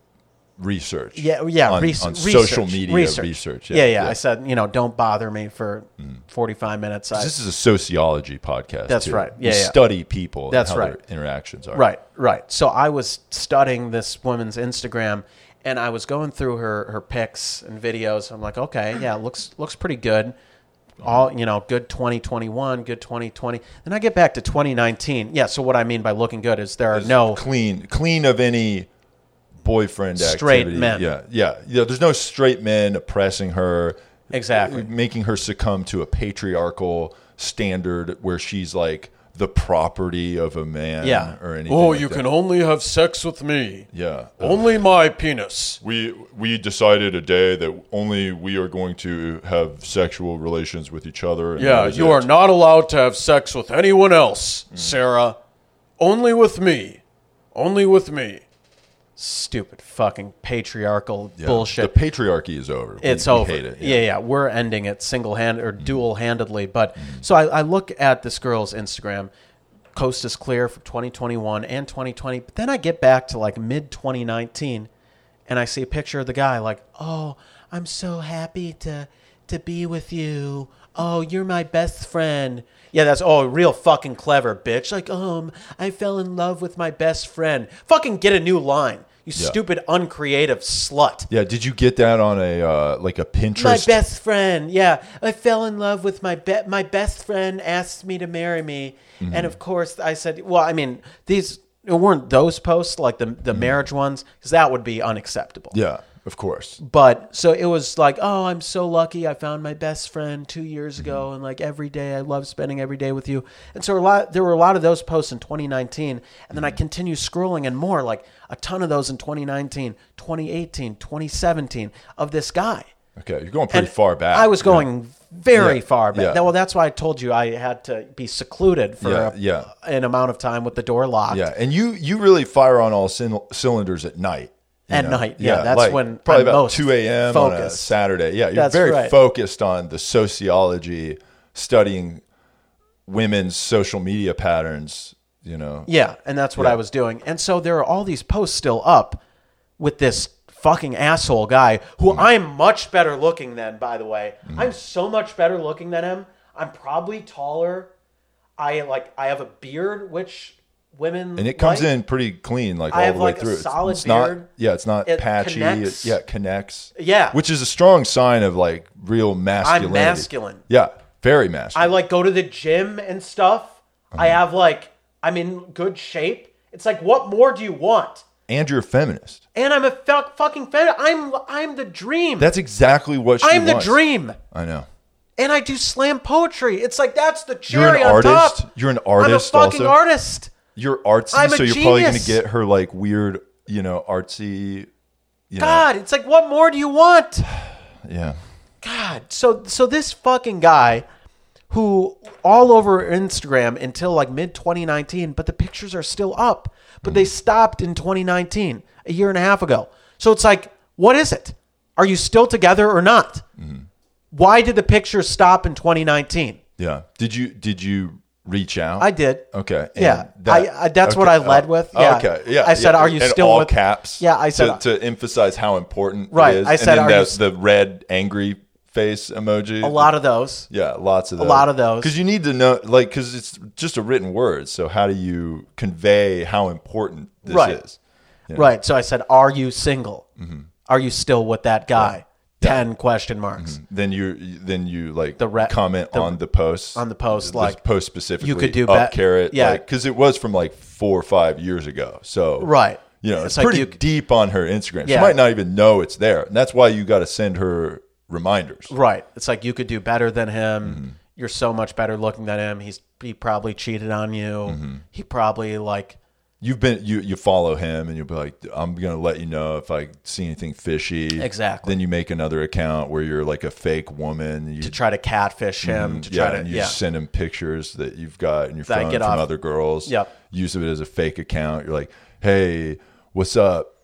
[SPEAKER 1] research
[SPEAKER 2] Yeah, yeah,
[SPEAKER 1] on,
[SPEAKER 2] res-
[SPEAKER 1] on
[SPEAKER 2] research,
[SPEAKER 1] social media research,
[SPEAKER 2] Yeah. Yeah, I said, you know, don't bother me for 45 minutes. I,
[SPEAKER 1] this is a sociology podcast.
[SPEAKER 2] That's
[SPEAKER 1] too.
[SPEAKER 2] right.
[SPEAKER 1] We
[SPEAKER 2] Yeah, yeah.
[SPEAKER 1] study people.
[SPEAKER 2] That's
[SPEAKER 1] and how
[SPEAKER 2] right.
[SPEAKER 1] Their interactions are
[SPEAKER 2] Right, right. So I was studying this woman's Instagram and I was going through her her pics and videos. I'm like, okay, yeah, looks looks pretty good. All you know, good 2021, good 2020. Then I get back to 2019. Yeah. So what I mean by looking good is there are no
[SPEAKER 1] clean clean of any boyfriend
[SPEAKER 2] Straight
[SPEAKER 1] activity.
[SPEAKER 2] men.
[SPEAKER 1] Yeah, yeah, yeah. There's no straight men oppressing her,
[SPEAKER 2] Exactly.
[SPEAKER 1] making her succumb to a patriarchal standard where she's like the property of a man.
[SPEAKER 2] Yeah.
[SPEAKER 1] or anything.
[SPEAKER 6] Oh,
[SPEAKER 1] like
[SPEAKER 6] you
[SPEAKER 1] that.
[SPEAKER 6] can only have sex with me.
[SPEAKER 1] Yeah.
[SPEAKER 6] Only my penis.
[SPEAKER 1] we we decided a day that only we are going to have sexual relations with each other. and
[SPEAKER 6] Yeah,
[SPEAKER 1] that is
[SPEAKER 6] you are
[SPEAKER 1] it.
[SPEAKER 6] not allowed to have sex with anyone else, Sarah. Only with me. Only with me.
[SPEAKER 2] Stupid fucking patriarchal
[SPEAKER 1] Yeah.
[SPEAKER 2] bullshit.
[SPEAKER 1] The patriarchy is over. We-
[SPEAKER 2] it's
[SPEAKER 1] we
[SPEAKER 2] over.
[SPEAKER 1] hate it.
[SPEAKER 2] Yeah. yeah, We're ending it single hand or dual handedly. But so I, I look at this girl's Instagram. Coast is clear for 2021 and 2020. But then I get back to like mid 2019 and I see a picture of the guy like, oh, I'm so happy to to be with you. Oh, you're my best friend. Yeah, that's oh, real fucking clever, bitch. Like, um, I fell in love with my best friend. Fucking get a new line. You stupid uncreative slut.
[SPEAKER 1] Yeah, did you get that on a uh, like a Pinterest?
[SPEAKER 2] My best friend, yeah, I fell in love with my be- my best friend asked me to marry me, and of course I said, well, I mean these it weren't those posts like the the marriage ones because that would be unacceptable.
[SPEAKER 1] yeah, of course.
[SPEAKER 2] But so it was like, oh, I'm so lucky I found my best friend two years ago, and like every day I love spending every day with you. And so a lot there were a lot of those posts in 2019, and then I continue scrolling and more like a ton of those in 2019, 2018, 2017 of this guy.
[SPEAKER 1] Okay, you're going pretty far back.
[SPEAKER 2] I was
[SPEAKER 1] Yeah.
[SPEAKER 2] going very
[SPEAKER 1] Yeah.
[SPEAKER 2] far back.
[SPEAKER 1] Yeah.
[SPEAKER 2] Well, that's why I told you I had to be secluded for
[SPEAKER 1] Yeah,
[SPEAKER 2] a-
[SPEAKER 1] yeah.
[SPEAKER 2] an amount of time with the door locked.
[SPEAKER 1] Yeah, and you you really fire on all cyn- cylinders at night. you
[SPEAKER 2] At
[SPEAKER 1] know?
[SPEAKER 2] night, yeah, that's when
[SPEAKER 1] probably
[SPEAKER 2] I'm
[SPEAKER 1] about
[SPEAKER 2] most
[SPEAKER 1] two a.m. on a
[SPEAKER 2] focused.
[SPEAKER 1] Saturday. Yeah, you're
[SPEAKER 2] That's
[SPEAKER 1] very
[SPEAKER 2] right.
[SPEAKER 1] focused on the sociology, studying women's social media patterns. You know,
[SPEAKER 2] Yeah, and that's what I was doing. And so there are all these posts still up with this fucking asshole guy
[SPEAKER 1] Mm.
[SPEAKER 2] who I'm much better looking than, by the way. I'm so much better looking than him. I'm probably taller. I like I have a beard, which women
[SPEAKER 1] and it comes
[SPEAKER 2] like.
[SPEAKER 1] in pretty clean, like
[SPEAKER 2] I
[SPEAKER 1] all
[SPEAKER 2] have,
[SPEAKER 1] the way
[SPEAKER 2] like, a
[SPEAKER 1] through. It's-
[SPEAKER 2] solid
[SPEAKER 1] it's not,
[SPEAKER 2] beard.
[SPEAKER 1] yeah, it's not
[SPEAKER 2] It
[SPEAKER 1] patchy.
[SPEAKER 2] connects.
[SPEAKER 1] It, yeah, it connects.
[SPEAKER 2] Yeah.
[SPEAKER 1] which is a strong sign of like real masculinity.
[SPEAKER 2] masculine.
[SPEAKER 1] Yeah, very
[SPEAKER 2] I
[SPEAKER 1] masculine.
[SPEAKER 2] like go to the gym and stuff. I
[SPEAKER 1] Uh-huh.
[SPEAKER 2] have like I'm in good shape. It's like what more do you want?
[SPEAKER 1] and you're a feminist.
[SPEAKER 2] And I'm a fe- fucking fan. I'm I'm the dream.
[SPEAKER 1] That's exactly what she
[SPEAKER 2] I'm the
[SPEAKER 1] wants.
[SPEAKER 2] dream.
[SPEAKER 1] I know.
[SPEAKER 2] And I do slam poetry. It's like that's the
[SPEAKER 1] You're
[SPEAKER 2] cherry
[SPEAKER 1] an
[SPEAKER 2] on
[SPEAKER 1] artist.
[SPEAKER 2] top.
[SPEAKER 1] You're an
[SPEAKER 2] I'm a
[SPEAKER 1] artist. also,
[SPEAKER 2] fucking artist.
[SPEAKER 1] you're artsy,
[SPEAKER 2] I'm a
[SPEAKER 1] so you're probably going to
[SPEAKER 2] genius.
[SPEAKER 1] get her like weird, you know, artsy. You
[SPEAKER 2] God, it's like what more do you want?
[SPEAKER 1] know, yeah,
[SPEAKER 2] God. So so this fucking guy who all over Instagram until like mid 2019, but the pictures are still up, but they stopped in 2019, a year and a half ago. So it's like, what is it? Are you still together or not? Why did the pictures stop in 2019?
[SPEAKER 1] yeah. Did you did you reach out?
[SPEAKER 2] I did.
[SPEAKER 1] Okay. and
[SPEAKER 2] Yeah, I- I- that's what I led with,
[SPEAKER 1] oh,
[SPEAKER 2] yeah.
[SPEAKER 1] Okay. Yeah.
[SPEAKER 2] I said,
[SPEAKER 1] yeah,
[SPEAKER 2] "Are you
[SPEAKER 1] in
[SPEAKER 2] still
[SPEAKER 1] all
[SPEAKER 2] with-"
[SPEAKER 1] caps?
[SPEAKER 2] Yeah, I said-
[SPEAKER 1] to, to emphasize how important.
[SPEAKER 2] Right,
[SPEAKER 1] It is.
[SPEAKER 2] I said,
[SPEAKER 1] and
[SPEAKER 2] "Are
[SPEAKER 1] then
[SPEAKER 2] you
[SPEAKER 1] the,
[SPEAKER 2] s-
[SPEAKER 1] the red angry face emoji?
[SPEAKER 2] A lot of those.
[SPEAKER 1] Yeah, lots of those.
[SPEAKER 2] lot of those.
[SPEAKER 1] Because you need to know, like, because it's just a written word. So how do you convey how important this
[SPEAKER 2] Right.
[SPEAKER 1] is?
[SPEAKER 2] Right. So I said, "Are you single? Are you still with that guy?" Ten question marks
[SPEAKER 1] Then you, then you like the
[SPEAKER 2] re-
[SPEAKER 1] comment on the post
[SPEAKER 2] on the post, like
[SPEAKER 1] post specifically.
[SPEAKER 2] you could do
[SPEAKER 1] up
[SPEAKER 2] bet-
[SPEAKER 1] carrot,
[SPEAKER 2] yeah.
[SPEAKER 1] yeah, because it was from like four or five years ago. So
[SPEAKER 2] Right.
[SPEAKER 1] you know,
[SPEAKER 2] It's
[SPEAKER 1] it's,
[SPEAKER 2] like
[SPEAKER 1] pretty
[SPEAKER 2] you-
[SPEAKER 1] deep on her Instagram. She
[SPEAKER 2] Yeah.
[SPEAKER 1] might not even know it's there, and that's why you got to send her reminders.
[SPEAKER 2] Right. It's like you could do better than him.
[SPEAKER 1] Mm-hmm.
[SPEAKER 2] You're so much better looking than him. He's he probably cheated on you.
[SPEAKER 1] Mm-hmm.
[SPEAKER 2] He probably like
[SPEAKER 1] You've been you you follow him, and you'll be like, I'm gonna let you know if I see anything fishy.
[SPEAKER 2] Exactly.
[SPEAKER 1] Then you make another account where you're like a fake woman. and You
[SPEAKER 2] to try to catfish him to
[SPEAKER 1] Mm-hmm. yeah,
[SPEAKER 2] try
[SPEAKER 1] and
[SPEAKER 2] to
[SPEAKER 1] you
[SPEAKER 2] yeah.
[SPEAKER 1] send him pictures that you've got in your
[SPEAKER 2] That I
[SPEAKER 1] phone
[SPEAKER 2] get
[SPEAKER 1] from
[SPEAKER 2] off.
[SPEAKER 1] other girls.
[SPEAKER 2] Yep.
[SPEAKER 1] Use of it as a fake account. You're like, hey, what's up,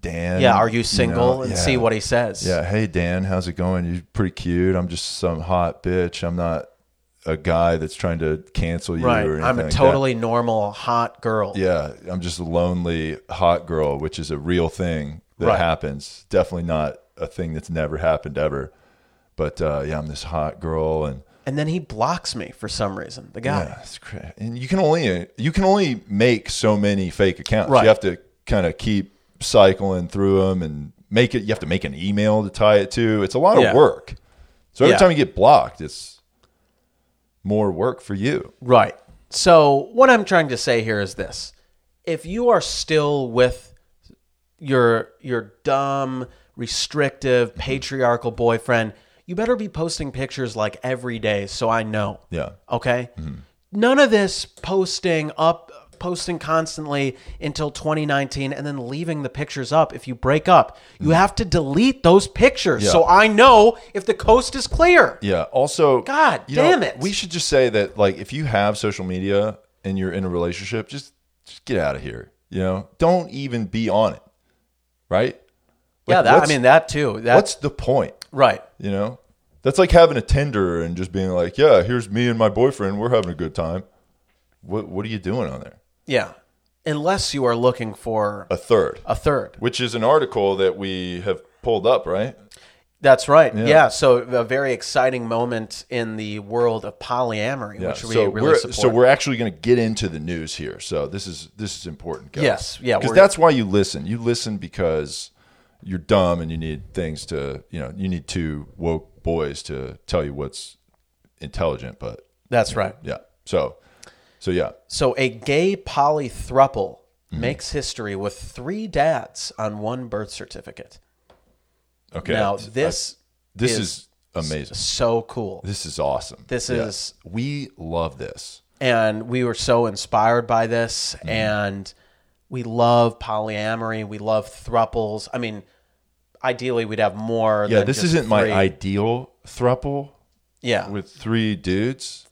[SPEAKER 1] Dan?
[SPEAKER 2] yeah, are you single
[SPEAKER 1] know,
[SPEAKER 2] and
[SPEAKER 1] yeah.
[SPEAKER 2] see what he says.
[SPEAKER 1] Yeah, hey Dan, how's it going? You're pretty cute. I'm just some hot bitch. I'm not a guy that's trying to cancel you
[SPEAKER 2] Right.
[SPEAKER 1] or anything.
[SPEAKER 2] I'm a
[SPEAKER 1] like
[SPEAKER 2] totally normal hot girl.
[SPEAKER 1] that. yeah. I'm just a lonely hot girl, which is a real thing that
[SPEAKER 2] Right.
[SPEAKER 1] happens. Definitely not a thing that's never happened ever. But uh, yeah, I'm this hot girl, and
[SPEAKER 2] And then he blocks me for some reason. The guy.
[SPEAKER 1] yeah, it's cra And you can only you can only make so many fake accounts.
[SPEAKER 2] Right.
[SPEAKER 1] You have to kind of keep cycling through them and make it. You have to make an email to tie it to. It's a lot
[SPEAKER 2] Yeah.
[SPEAKER 1] of work. So every
[SPEAKER 2] Yeah.
[SPEAKER 1] time you get blocked, it's more work for you.
[SPEAKER 2] Right. So, what I'm trying to say here is this if you are still with your your dumb, restrictive,
[SPEAKER 1] Mm-hmm.
[SPEAKER 2] patriarchal boyfriend, you better be posting pictures like every day so I know.
[SPEAKER 1] Yeah. Mm-hmm.
[SPEAKER 2] Okay? None of this posting up posting constantly until 2019 and then leaving the pictures up if you break up. You have to delete those pictures
[SPEAKER 1] Mm-hmm. Yeah.
[SPEAKER 2] so I know if the coast is clear.
[SPEAKER 1] Yeah. Also,
[SPEAKER 2] God
[SPEAKER 1] you know,
[SPEAKER 2] damn it.
[SPEAKER 1] We should just say that, like, if you have social media and you're in a relationship, just just get out of here. You know, don't even be on it. Right.
[SPEAKER 2] yeah,
[SPEAKER 1] Like,
[SPEAKER 2] that, I
[SPEAKER 1] what's-
[SPEAKER 2] mean that too. That's
[SPEAKER 1] what's the point?
[SPEAKER 2] right.
[SPEAKER 1] You know, that's like having a Tinder and just being like, "Yeah, here's me and my boyfriend. We're having a good time." What What are you doing on there?
[SPEAKER 2] Yeah. Unless you are looking for
[SPEAKER 1] A third,
[SPEAKER 2] a third.
[SPEAKER 1] which is an article that we have pulled up, right?
[SPEAKER 2] That's right. Yeah. So a very exciting moment in the world of polyamory, which we really
[SPEAKER 1] are
[SPEAKER 2] support.
[SPEAKER 1] so we're actually going to get into the news here. So this is this is important, guys.
[SPEAKER 2] Yes, yeah,
[SPEAKER 1] because
[SPEAKER 2] we're-
[SPEAKER 1] that's why you listen. You listen because you're dumb and you need things to you know you need two woke boys to tell you what's intelligent. But
[SPEAKER 2] That's right.
[SPEAKER 1] yeah, so so yeah,
[SPEAKER 2] So a gay poly thruple
[SPEAKER 1] Mm-hmm.
[SPEAKER 2] makes history with three dads on one birth certificate.
[SPEAKER 1] okay.
[SPEAKER 2] Now this
[SPEAKER 1] this
[SPEAKER 2] is
[SPEAKER 1] is, amazing.
[SPEAKER 2] so cool.
[SPEAKER 1] This is awesome.
[SPEAKER 2] This
[SPEAKER 1] Yeah.
[SPEAKER 2] is-
[SPEAKER 1] we love this.
[SPEAKER 2] and we were so inspired by this
[SPEAKER 1] Mm-hmm.
[SPEAKER 2] and we love polyamory we love thruples i mean ideally we'd have more
[SPEAKER 1] Yeah,
[SPEAKER 2] than
[SPEAKER 1] this
[SPEAKER 2] just
[SPEAKER 1] isn't my
[SPEAKER 2] three.
[SPEAKER 1] ideal thruple
[SPEAKER 2] yeah
[SPEAKER 1] with three dudes.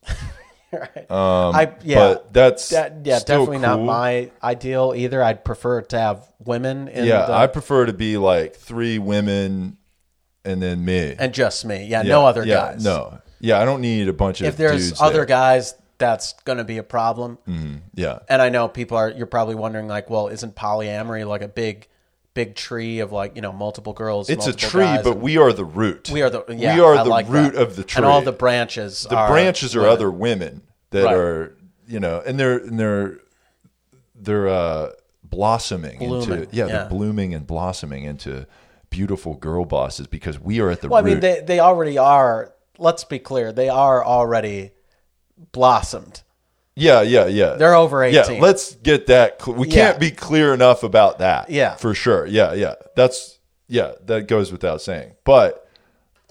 [SPEAKER 2] I, yeah
[SPEAKER 1] but that's
[SPEAKER 2] that, yeah
[SPEAKER 1] still
[SPEAKER 2] definitely not
[SPEAKER 1] cool.
[SPEAKER 2] my ideal either i'd prefer to have women in
[SPEAKER 1] Yeah,
[SPEAKER 2] the,
[SPEAKER 1] I prefer to be like three women and then me.
[SPEAKER 2] and just me yeah,
[SPEAKER 1] Yeah,
[SPEAKER 2] no other
[SPEAKER 1] yeah,
[SPEAKER 2] guys
[SPEAKER 1] No. Yeah, I don't need a bunch of
[SPEAKER 2] if there's
[SPEAKER 1] dudes
[SPEAKER 2] other
[SPEAKER 1] there. Mm.
[SPEAKER 2] guys that's going to be a problem
[SPEAKER 1] Yeah.
[SPEAKER 2] and I know people are you're probably wondering like, well, isn't polyamory like a big big tree of like, you know, multiple girls?
[SPEAKER 1] It's a
[SPEAKER 2] multiple
[SPEAKER 1] tree,
[SPEAKER 2] guys?
[SPEAKER 1] but we are the root.
[SPEAKER 2] we are the yeah,
[SPEAKER 1] we are
[SPEAKER 2] I
[SPEAKER 1] the
[SPEAKER 2] like
[SPEAKER 1] root
[SPEAKER 2] that.
[SPEAKER 1] of the tree.
[SPEAKER 2] And all the branches
[SPEAKER 1] the branches are other women that
[SPEAKER 2] Right.
[SPEAKER 1] are you know and they're and they're they're uh blossoming
[SPEAKER 2] Blooming,
[SPEAKER 1] into yeah,
[SPEAKER 2] yeah.
[SPEAKER 1] they're blooming and blossoming into beautiful girl bosses because we are at the
[SPEAKER 2] Well, I
[SPEAKER 1] root
[SPEAKER 2] mean they they already are let's be clear, they are already blossomed.
[SPEAKER 1] yeah yeah yeah
[SPEAKER 2] They're over
[SPEAKER 1] yeah
[SPEAKER 2] 18.
[SPEAKER 1] let's get that cl- we
[SPEAKER 2] Yeah.
[SPEAKER 1] can't be clear enough about that
[SPEAKER 2] Yeah.
[SPEAKER 1] for sure yeah yeah that's yeah that goes without saying but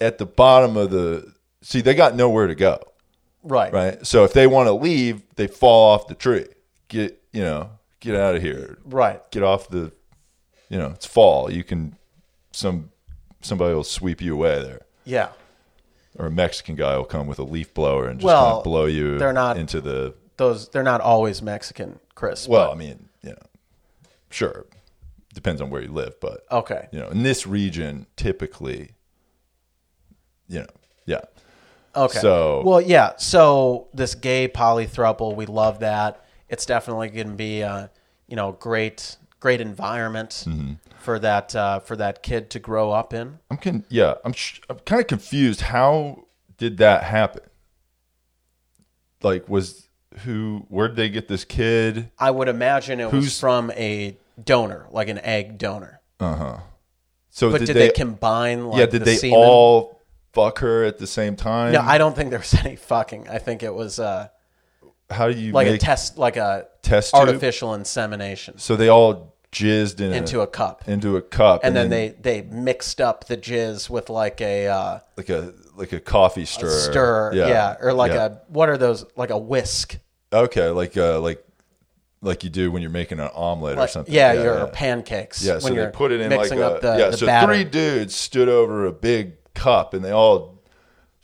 [SPEAKER 1] at the bottom of the see they got nowhere to go
[SPEAKER 2] Right.
[SPEAKER 1] right so if they want to leave they fall off the tree get you know get out of here
[SPEAKER 2] Right.
[SPEAKER 1] get off the you know it's fall you can some somebody will sweep you away there
[SPEAKER 2] Yeah.
[SPEAKER 1] or a mexican guy will come with a leaf blower and just
[SPEAKER 2] Well,
[SPEAKER 1] kind of blow you
[SPEAKER 2] they're not-
[SPEAKER 1] into the
[SPEAKER 2] Those they're not always Mexican, Chris.
[SPEAKER 1] well i mean you know sure depends on where you live but
[SPEAKER 2] but- okay.
[SPEAKER 1] you know in this region typically you know yeah
[SPEAKER 2] Okay.
[SPEAKER 1] So-
[SPEAKER 2] well, yeah. So this gay polythrouple, we love that. It's definitely going to be, a, you know, great, great environment
[SPEAKER 1] Mm-hmm.
[SPEAKER 2] for that uh, for that kid to grow up in.
[SPEAKER 1] i'm con- yeah i'm sh- i'm kind of confused how did that happen like was who where'd they get this kid
[SPEAKER 2] I would imagine it was
[SPEAKER 1] Who's-
[SPEAKER 2] from a donor, like an egg donor.
[SPEAKER 1] so
[SPEAKER 2] But
[SPEAKER 1] Oh, did,
[SPEAKER 2] did, they,
[SPEAKER 1] they
[SPEAKER 2] combine? Like,
[SPEAKER 1] yeah, did
[SPEAKER 2] the
[SPEAKER 1] they
[SPEAKER 2] semen?
[SPEAKER 1] all fuck her at the same time?
[SPEAKER 2] No, I don't think there was any fucking. I think it was uh,
[SPEAKER 1] How do you
[SPEAKER 2] like a
[SPEAKER 1] make-
[SPEAKER 2] test, like a
[SPEAKER 1] test tube?
[SPEAKER 2] artificial insemination
[SPEAKER 1] So they all jizzed in
[SPEAKER 2] into a cup,
[SPEAKER 1] into a cup,
[SPEAKER 2] and then
[SPEAKER 1] Mm-hmm.
[SPEAKER 2] they they mixed up the jizz with like a. Uh,
[SPEAKER 1] like a like a coffee stir,
[SPEAKER 2] stir, yeah, or like
[SPEAKER 1] yeah.
[SPEAKER 2] a what are those like a whisk,
[SPEAKER 1] okay, like uh like like you do when you're making an omelet or
[SPEAKER 2] like,
[SPEAKER 1] something.
[SPEAKER 2] yeah, your
[SPEAKER 1] yeah.
[SPEAKER 2] pancakes.
[SPEAKER 1] Yeah,
[SPEAKER 2] when
[SPEAKER 1] so
[SPEAKER 2] you're
[SPEAKER 1] they put it in like
[SPEAKER 2] mixing
[SPEAKER 1] a
[SPEAKER 2] up the,
[SPEAKER 1] yeah.
[SPEAKER 2] the
[SPEAKER 1] so
[SPEAKER 2] batter.
[SPEAKER 1] three dudes stood over a big cup, and they all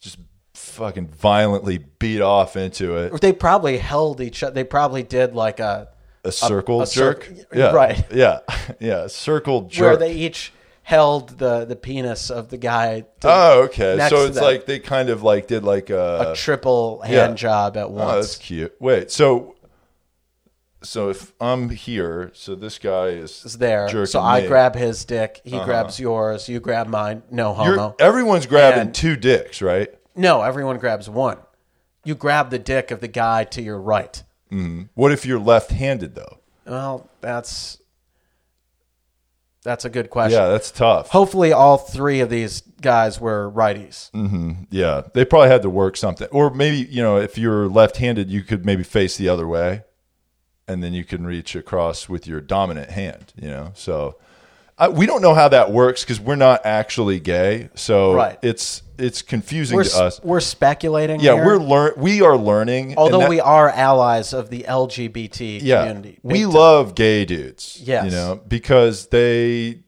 [SPEAKER 1] just fucking violently beat off into it.
[SPEAKER 2] They probably held each other. They probably did like a
[SPEAKER 1] A circle
[SPEAKER 2] a
[SPEAKER 1] jerk,
[SPEAKER 2] circ-
[SPEAKER 1] yeah,
[SPEAKER 2] right.
[SPEAKER 1] yeah, yeah, circle jerk.
[SPEAKER 2] where they each held the the penis of the guy. To
[SPEAKER 1] Oh, okay.
[SPEAKER 2] next
[SPEAKER 1] so
[SPEAKER 2] to
[SPEAKER 1] it's
[SPEAKER 2] them.
[SPEAKER 1] like they kind of like did like
[SPEAKER 2] a
[SPEAKER 1] a.
[SPEAKER 2] triple hand
[SPEAKER 1] yeah.
[SPEAKER 2] job at
[SPEAKER 1] oh, that's
[SPEAKER 2] once.
[SPEAKER 1] cute. Wait, so so if I'm here, so this guy is
[SPEAKER 2] It's there,
[SPEAKER 1] jerking
[SPEAKER 2] so I
[SPEAKER 1] me. Uh-huh.
[SPEAKER 2] grab his dick. He grabs yours. You grab mine. No
[SPEAKER 1] You're-
[SPEAKER 2] homo.
[SPEAKER 1] everyone's grabbing
[SPEAKER 2] And-
[SPEAKER 1] two dicks, right?
[SPEAKER 2] no, everyone grabs one. You grab the dick of the guy to your right.
[SPEAKER 1] What if you're left-handed though?
[SPEAKER 2] Well, that's that's a good question.
[SPEAKER 1] Yeah, that's tough.
[SPEAKER 2] Hopefully, all three of these guys were righties.
[SPEAKER 1] Yeah, they probably had to work something, or maybe you know, if you're left-handed, you could maybe face the other way, and then you can reach across with your dominant hand. You know, so I, we don't know how that works because we're not actually gay, so
[SPEAKER 2] Right.
[SPEAKER 1] it's it's confusing
[SPEAKER 2] We're,
[SPEAKER 1] to
[SPEAKER 2] s-
[SPEAKER 1] us.
[SPEAKER 2] we're speculating.
[SPEAKER 1] Yeah,
[SPEAKER 2] here,
[SPEAKER 1] we're learn we are learning. and
[SPEAKER 2] although
[SPEAKER 1] that-
[SPEAKER 2] we are allies of the LGBT
[SPEAKER 1] yeah,
[SPEAKER 2] community. big
[SPEAKER 1] we
[SPEAKER 2] time.
[SPEAKER 1] love gay dudes. you
[SPEAKER 2] Yes.
[SPEAKER 1] know because they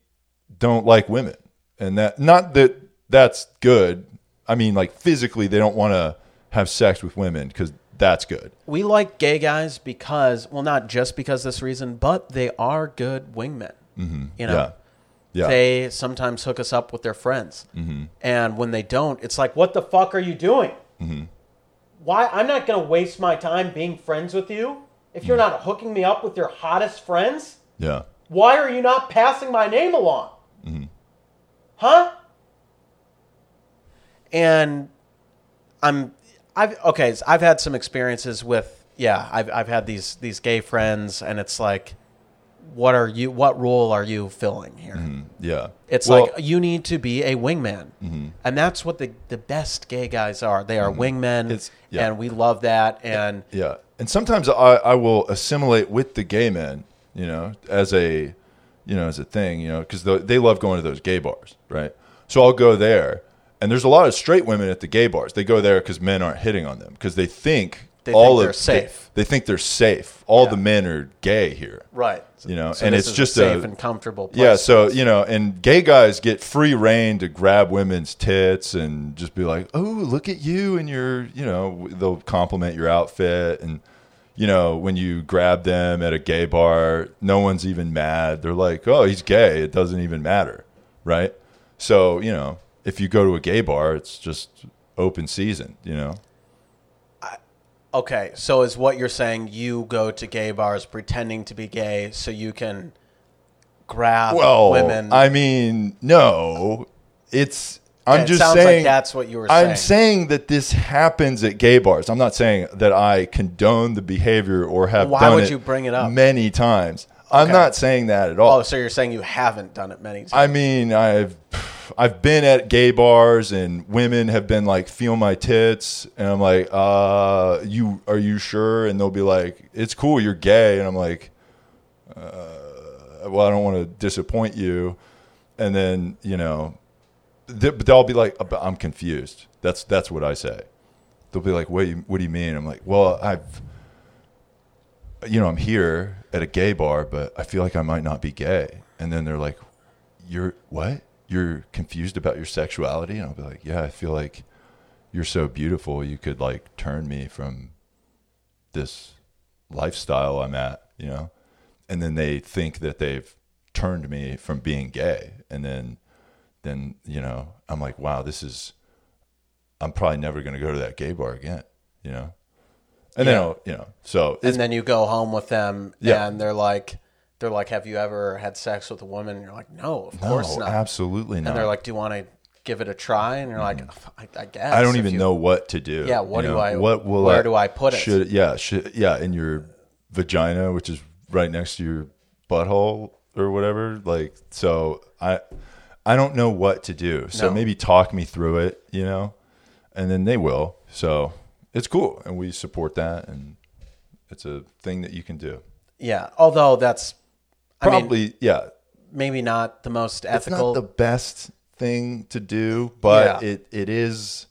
[SPEAKER 1] don't like women, and that not that that's good. I mean, like physically, they don't want to have sex with women because that's good.
[SPEAKER 2] we like gay guys because well, not just because this reason, but they are good wingmen. Mm-hmm. You know.
[SPEAKER 1] Yeah, yeah.
[SPEAKER 2] They sometimes hook us up with their friends, and when they don't, it's like, "What the fuck are you doing? Why? I'm not going to waste my time being friends with you if you're not hooking me up with your hottest friends.
[SPEAKER 1] yeah.
[SPEAKER 2] Why are you not passing my name along? Huh? And I'm I've okay, so I've had some experiences with yeah, I've I've had these these gay friends and it's like what are you what role are you filling here?
[SPEAKER 1] Yeah.
[SPEAKER 2] It's
[SPEAKER 1] Well, Mm-hmm.
[SPEAKER 2] like you need to be a wingman. And that's what the the best gay guys are. They are wingmen
[SPEAKER 1] It's- yeah.
[SPEAKER 2] and we love that and
[SPEAKER 1] yeah. And sometimes I, I will assimilate with the gay men, you know, as a, you know, as a thing, you know, because they love going to those gay bars, right? So I'll go there, and there's a lot of straight women at the gay bars. They go there because men aren't hitting on them because they think
[SPEAKER 2] They
[SPEAKER 1] all
[SPEAKER 2] think
[SPEAKER 1] of
[SPEAKER 2] they're safe.
[SPEAKER 1] They, they think they're safe. All the men are gay here,
[SPEAKER 2] right.
[SPEAKER 1] You know,
[SPEAKER 2] So
[SPEAKER 1] and
[SPEAKER 2] this
[SPEAKER 1] it's
[SPEAKER 2] is
[SPEAKER 1] just
[SPEAKER 2] a safe
[SPEAKER 1] a-
[SPEAKER 2] and comfortable place.
[SPEAKER 1] Yeah, so you know, and gay guys get free reign to grab women's tits and just be like, "Oh, look at you!" And your, you know, they'll compliment your outfit, and you know, when you grab them at a gay bar, no one's even mad. They're like, "Oh, he's gay. It doesn't even matter," right? So you know, if you go to a gay bar, it's just open season. You know,
[SPEAKER 2] Okay, so is what you're saying you go to gay bars pretending to be gay so you can grab
[SPEAKER 1] well,
[SPEAKER 2] women?
[SPEAKER 1] I mean, no, it's. I'm
[SPEAKER 2] Okay, it
[SPEAKER 1] just
[SPEAKER 2] sounds like
[SPEAKER 1] saying
[SPEAKER 2] that's what you were
[SPEAKER 1] I'm
[SPEAKER 2] saying.
[SPEAKER 1] saying that this happens at gay bars. I'm not saying that I condone the behavior or have.
[SPEAKER 2] Why
[SPEAKER 1] done
[SPEAKER 2] would you bring it up?
[SPEAKER 1] many times? I'm not saying that at all.
[SPEAKER 2] Oh, so you're saying you haven't done it many times.
[SPEAKER 1] I mean, I've I've been at gay bars and women have been like, "Feel my tits," and I'm like, "Uh, you are you sure?" And they'll be like, "It's cool, you're gay," and I'm like, uh, "Well, I don't want to disappoint you," and then you know, they, but they'll be like, "But "I'm confused." That's that's what I say. They'll be like, "What? do you- What do you mean?" I'm like, "Well, I've." You know, I'm here at a gay bar, but I feel like I might not be gay. And then they're like, you're what? You're confused about your sexuality? And I'll be like, yeah, I feel like you're so beautiful. You could like turn me from this lifestyle I'm at, you know? And then they think that they've turned me from being gay. And then, then, you know, I'm like, wow, this is, I'm probably never going to go to that gay bar again, you know? And then, I'll- you know, so it's,
[SPEAKER 2] and then you go home with them
[SPEAKER 1] Yeah.
[SPEAKER 2] and they're like they're like, Have you ever had sex with a woman? And you're like, No, of course
[SPEAKER 1] no,
[SPEAKER 2] not.
[SPEAKER 1] absolutely not.
[SPEAKER 2] And they're like, Do you want to give it a try? And you're like, I, I guess.
[SPEAKER 1] Mm-hmm. I don't
[SPEAKER 2] if
[SPEAKER 1] even
[SPEAKER 2] you-
[SPEAKER 1] know what to do.
[SPEAKER 2] Yeah, what
[SPEAKER 1] you
[SPEAKER 2] do
[SPEAKER 1] know?
[SPEAKER 2] I-
[SPEAKER 1] What will
[SPEAKER 2] where do I put it?
[SPEAKER 1] Should yeah, should, yeah, in your vagina, which is right next to your butthole or whatever. Like, so I, I don't know what to do. So
[SPEAKER 2] No.
[SPEAKER 1] maybe talk me through it, you know, and then they will. So it's cool, and we support that, and it's a thing that you can do.
[SPEAKER 2] Yeah. Although that's I mean,
[SPEAKER 1] Probably, yeah,
[SPEAKER 2] maybe not the most
[SPEAKER 1] it's
[SPEAKER 2] ethical.
[SPEAKER 1] not the best thing to do, but
[SPEAKER 2] Yeah.
[SPEAKER 1] it it is.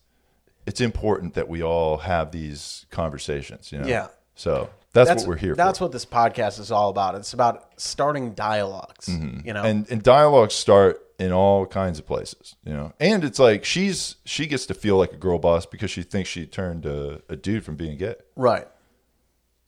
[SPEAKER 1] It's important that we all have these conversations. You know.
[SPEAKER 2] Yeah.
[SPEAKER 1] So that's, what we're here
[SPEAKER 2] That's
[SPEAKER 1] for.
[SPEAKER 2] what this podcast is all about. It's about starting dialogues. You know,
[SPEAKER 1] Mm-hmm. and and dialogues start in all kinds of places. You know. And it's like she's she gets to feel like a girl boss because she thinks she turned a, a dude from being gay,
[SPEAKER 2] right,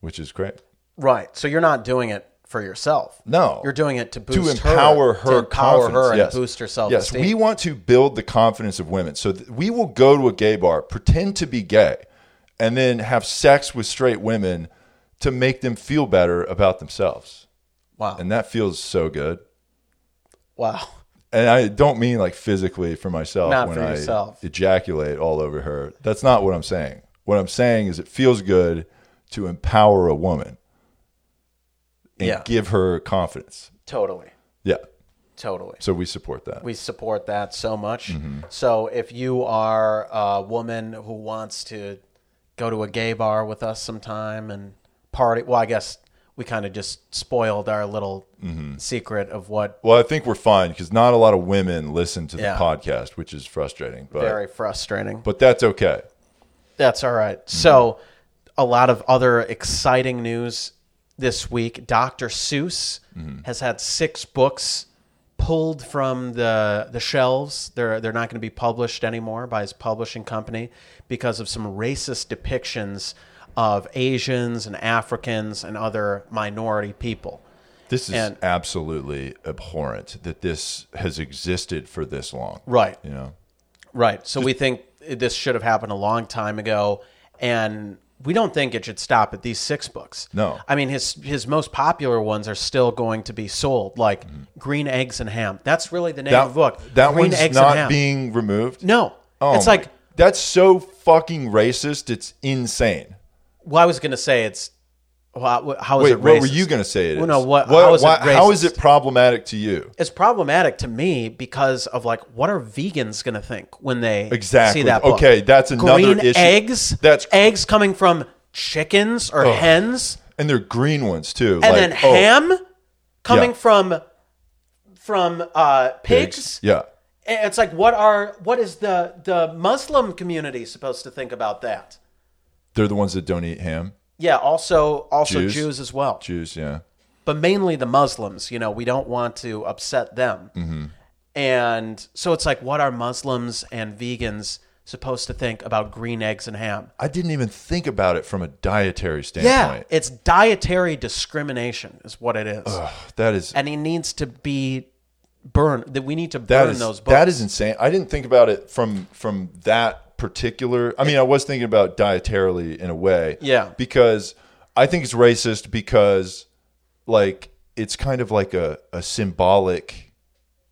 [SPEAKER 1] which is great.
[SPEAKER 2] right. So you're not doing it for yourself.
[SPEAKER 1] No.
[SPEAKER 2] you're doing it to boost
[SPEAKER 1] to empower her,
[SPEAKER 2] to empower
[SPEAKER 1] confidence.
[SPEAKER 2] her, and
[SPEAKER 1] yes.
[SPEAKER 2] boost her self
[SPEAKER 1] Yes,
[SPEAKER 2] esteem.
[SPEAKER 1] we want to build the confidence of women. So th- we will go to a gay bar, pretend to be gay, and then have sex with straight women to make them feel better about themselves.
[SPEAKER 2] wow,
[SPEAKER 1] And that feels so good.
[SPEAKER 2] wow.
[SPEAKER 1] And I don't mean like physically for myself
[SPEAKER 2] Not
[SPEAKER 1] when
[SPEAKER 2] for
[SPEAKER 1] I
[SPEAKER 2] yourself.
[SPEAKER 1] ejaculate all over her. That's not what I'm saying. What I'm saying is it feels good to empower a woman and
[SPEAKER 2] Yeah.
[SPEAKER 1] give her confidence.
[SPEAKER 2] Totally,
[SPEAKER 1] Yeah.
[SPEAKER 2] totally.
[SPEAKER 1] So we support that.
[SPEAKER 2] We support that so much. So if you are a woman who wants to go to a gay bar with us sometime and party, well, I guess we kind of just spoiled our little secret of what
[SPEAKER 1] Well, I think we're fine because not a lot of women listen to the
[SPEAKER 2] Yeah.
[SPEAKER 1] podcast, which is frustrating. But
[SPEAKER 2] very frustrating.
[SPEAKER 1] but that's okay.
[SPEAKER 2] That's all right. So, a lot of other exciting news this week. Dr. Seuss has had six books pulled from the the shelves. They're they're not going to be published anymore by his publishing company because of some racist depictions of Asians and Africans and other minority people.
[SPEAKER 1] This is
[SPEAKER 2] And-
[SPEAKER 1] absolutely abhorrent that this has existed for this long.
[SPEAKER 2] Right.
[SPEAKER 1] You know.
[SPEAKER 2] Right. So we think this should have happened a long time ago, and we don't think it should stop at these six books.
[SPEAKER 1] No.
[SPEAKER 2] I mean his his most popular ones are still going to be sold, like Green Eggs and Ham. That's really the name
[SPEAKER 1] Mm-hmm. That
[SPEAKER 2] of the book.
[SPEAKER 1] that
[SPEAKER 2] Green
[SPEAKER 1] one's not being removed.
[SPEAKER 2] no.
[SPEAKER 1] Oh
[SPEAKER 2] it's
[SPEAKER 1] my-
[SPEAKER 2] like
[SPEAKER 1] that's so fucking racist. It's insane.
[SPEAKER 2] well, I was gonna say it's. Well, how is
[SPEAKER 1] Wait,
[SPEAKER 2] it?
[SPEAKER 1] what were
[SPEAKER 2] racist?
[SPEAKER 1] you going to say? It is?
[SPEAKER 2] Well, no, what- how is it
[SPEAKER 1] how is
[SPEAKER 2] racist?
[SPEAKER 1] it problematic to you?
[SPEAKER 2] It's problematic to me because of like, what are vegans gonna think when they
[SPEAKER 1] Exactly.
[SPEAKER 2] see that? Book?
[SPEAKER 1] Okay, that's another
[SPEAKER 2] Green
[SPEAKER 1] issue.
[SPEAKER 2] Eggs.
[SPEAKER 1] That's-
[SPEAKER 2] eggs coming from chickens or hens.
[SPEAKER 1] And they're green ones too.
[SPEAKER 2] and
[SPEAKER 1] like,
[SPEAKER 2] then
[SPEAKER 1] oh,
[SPEAKER 2] ham coming
[SPEAKER 1] Yeah.
[SPEAKER 2] from from uh, pigs.
[SPEAKER 1] Yeah.
[SPEAKER 2] And It's like what are what is the the Muslim community supposed to think about that?
[SPEAKER 1] They're the ones that don't eat ham.
[SPEAKER 2] Yeah, also also
[SPEAKER 1] Jews.
[SPEAKER 2] Jews, as well,
[SPEAKER 1] Jews, yeah.
[SPEAKER 2] but mainly the Muslims. You know, we don't want to upset them,
[SPEAKER 1] Mm-hmm.
[SPEAKER 2] and so it's like what are Muslims and vegans supposed to think about green eggs and ham?
[SPEAKER 1] I didn't even think about it from a dietary
[SPEAKER 2] Yeah,
[SPEAKER 1] standpoint.
[SPEAKER 2] it's dietary discrimination, is what it is,
[SPEAKER 1] that is
[SPEAKER 2] and he needs to be burned. That we need to
[SPEAKER 1] that
[SPEAKER 2] burn
[SPEAKER 1] is
[SPEAKER 2] those books.
[SPEAKER 1] that is insane. I didn't think about it from from that particular. I mean, I was thinking about dietarily in a way.
[SPEAKER 2] Yeah.
[SPEAKER 1] Because I think it's racist because like it's kind of like a a symbolic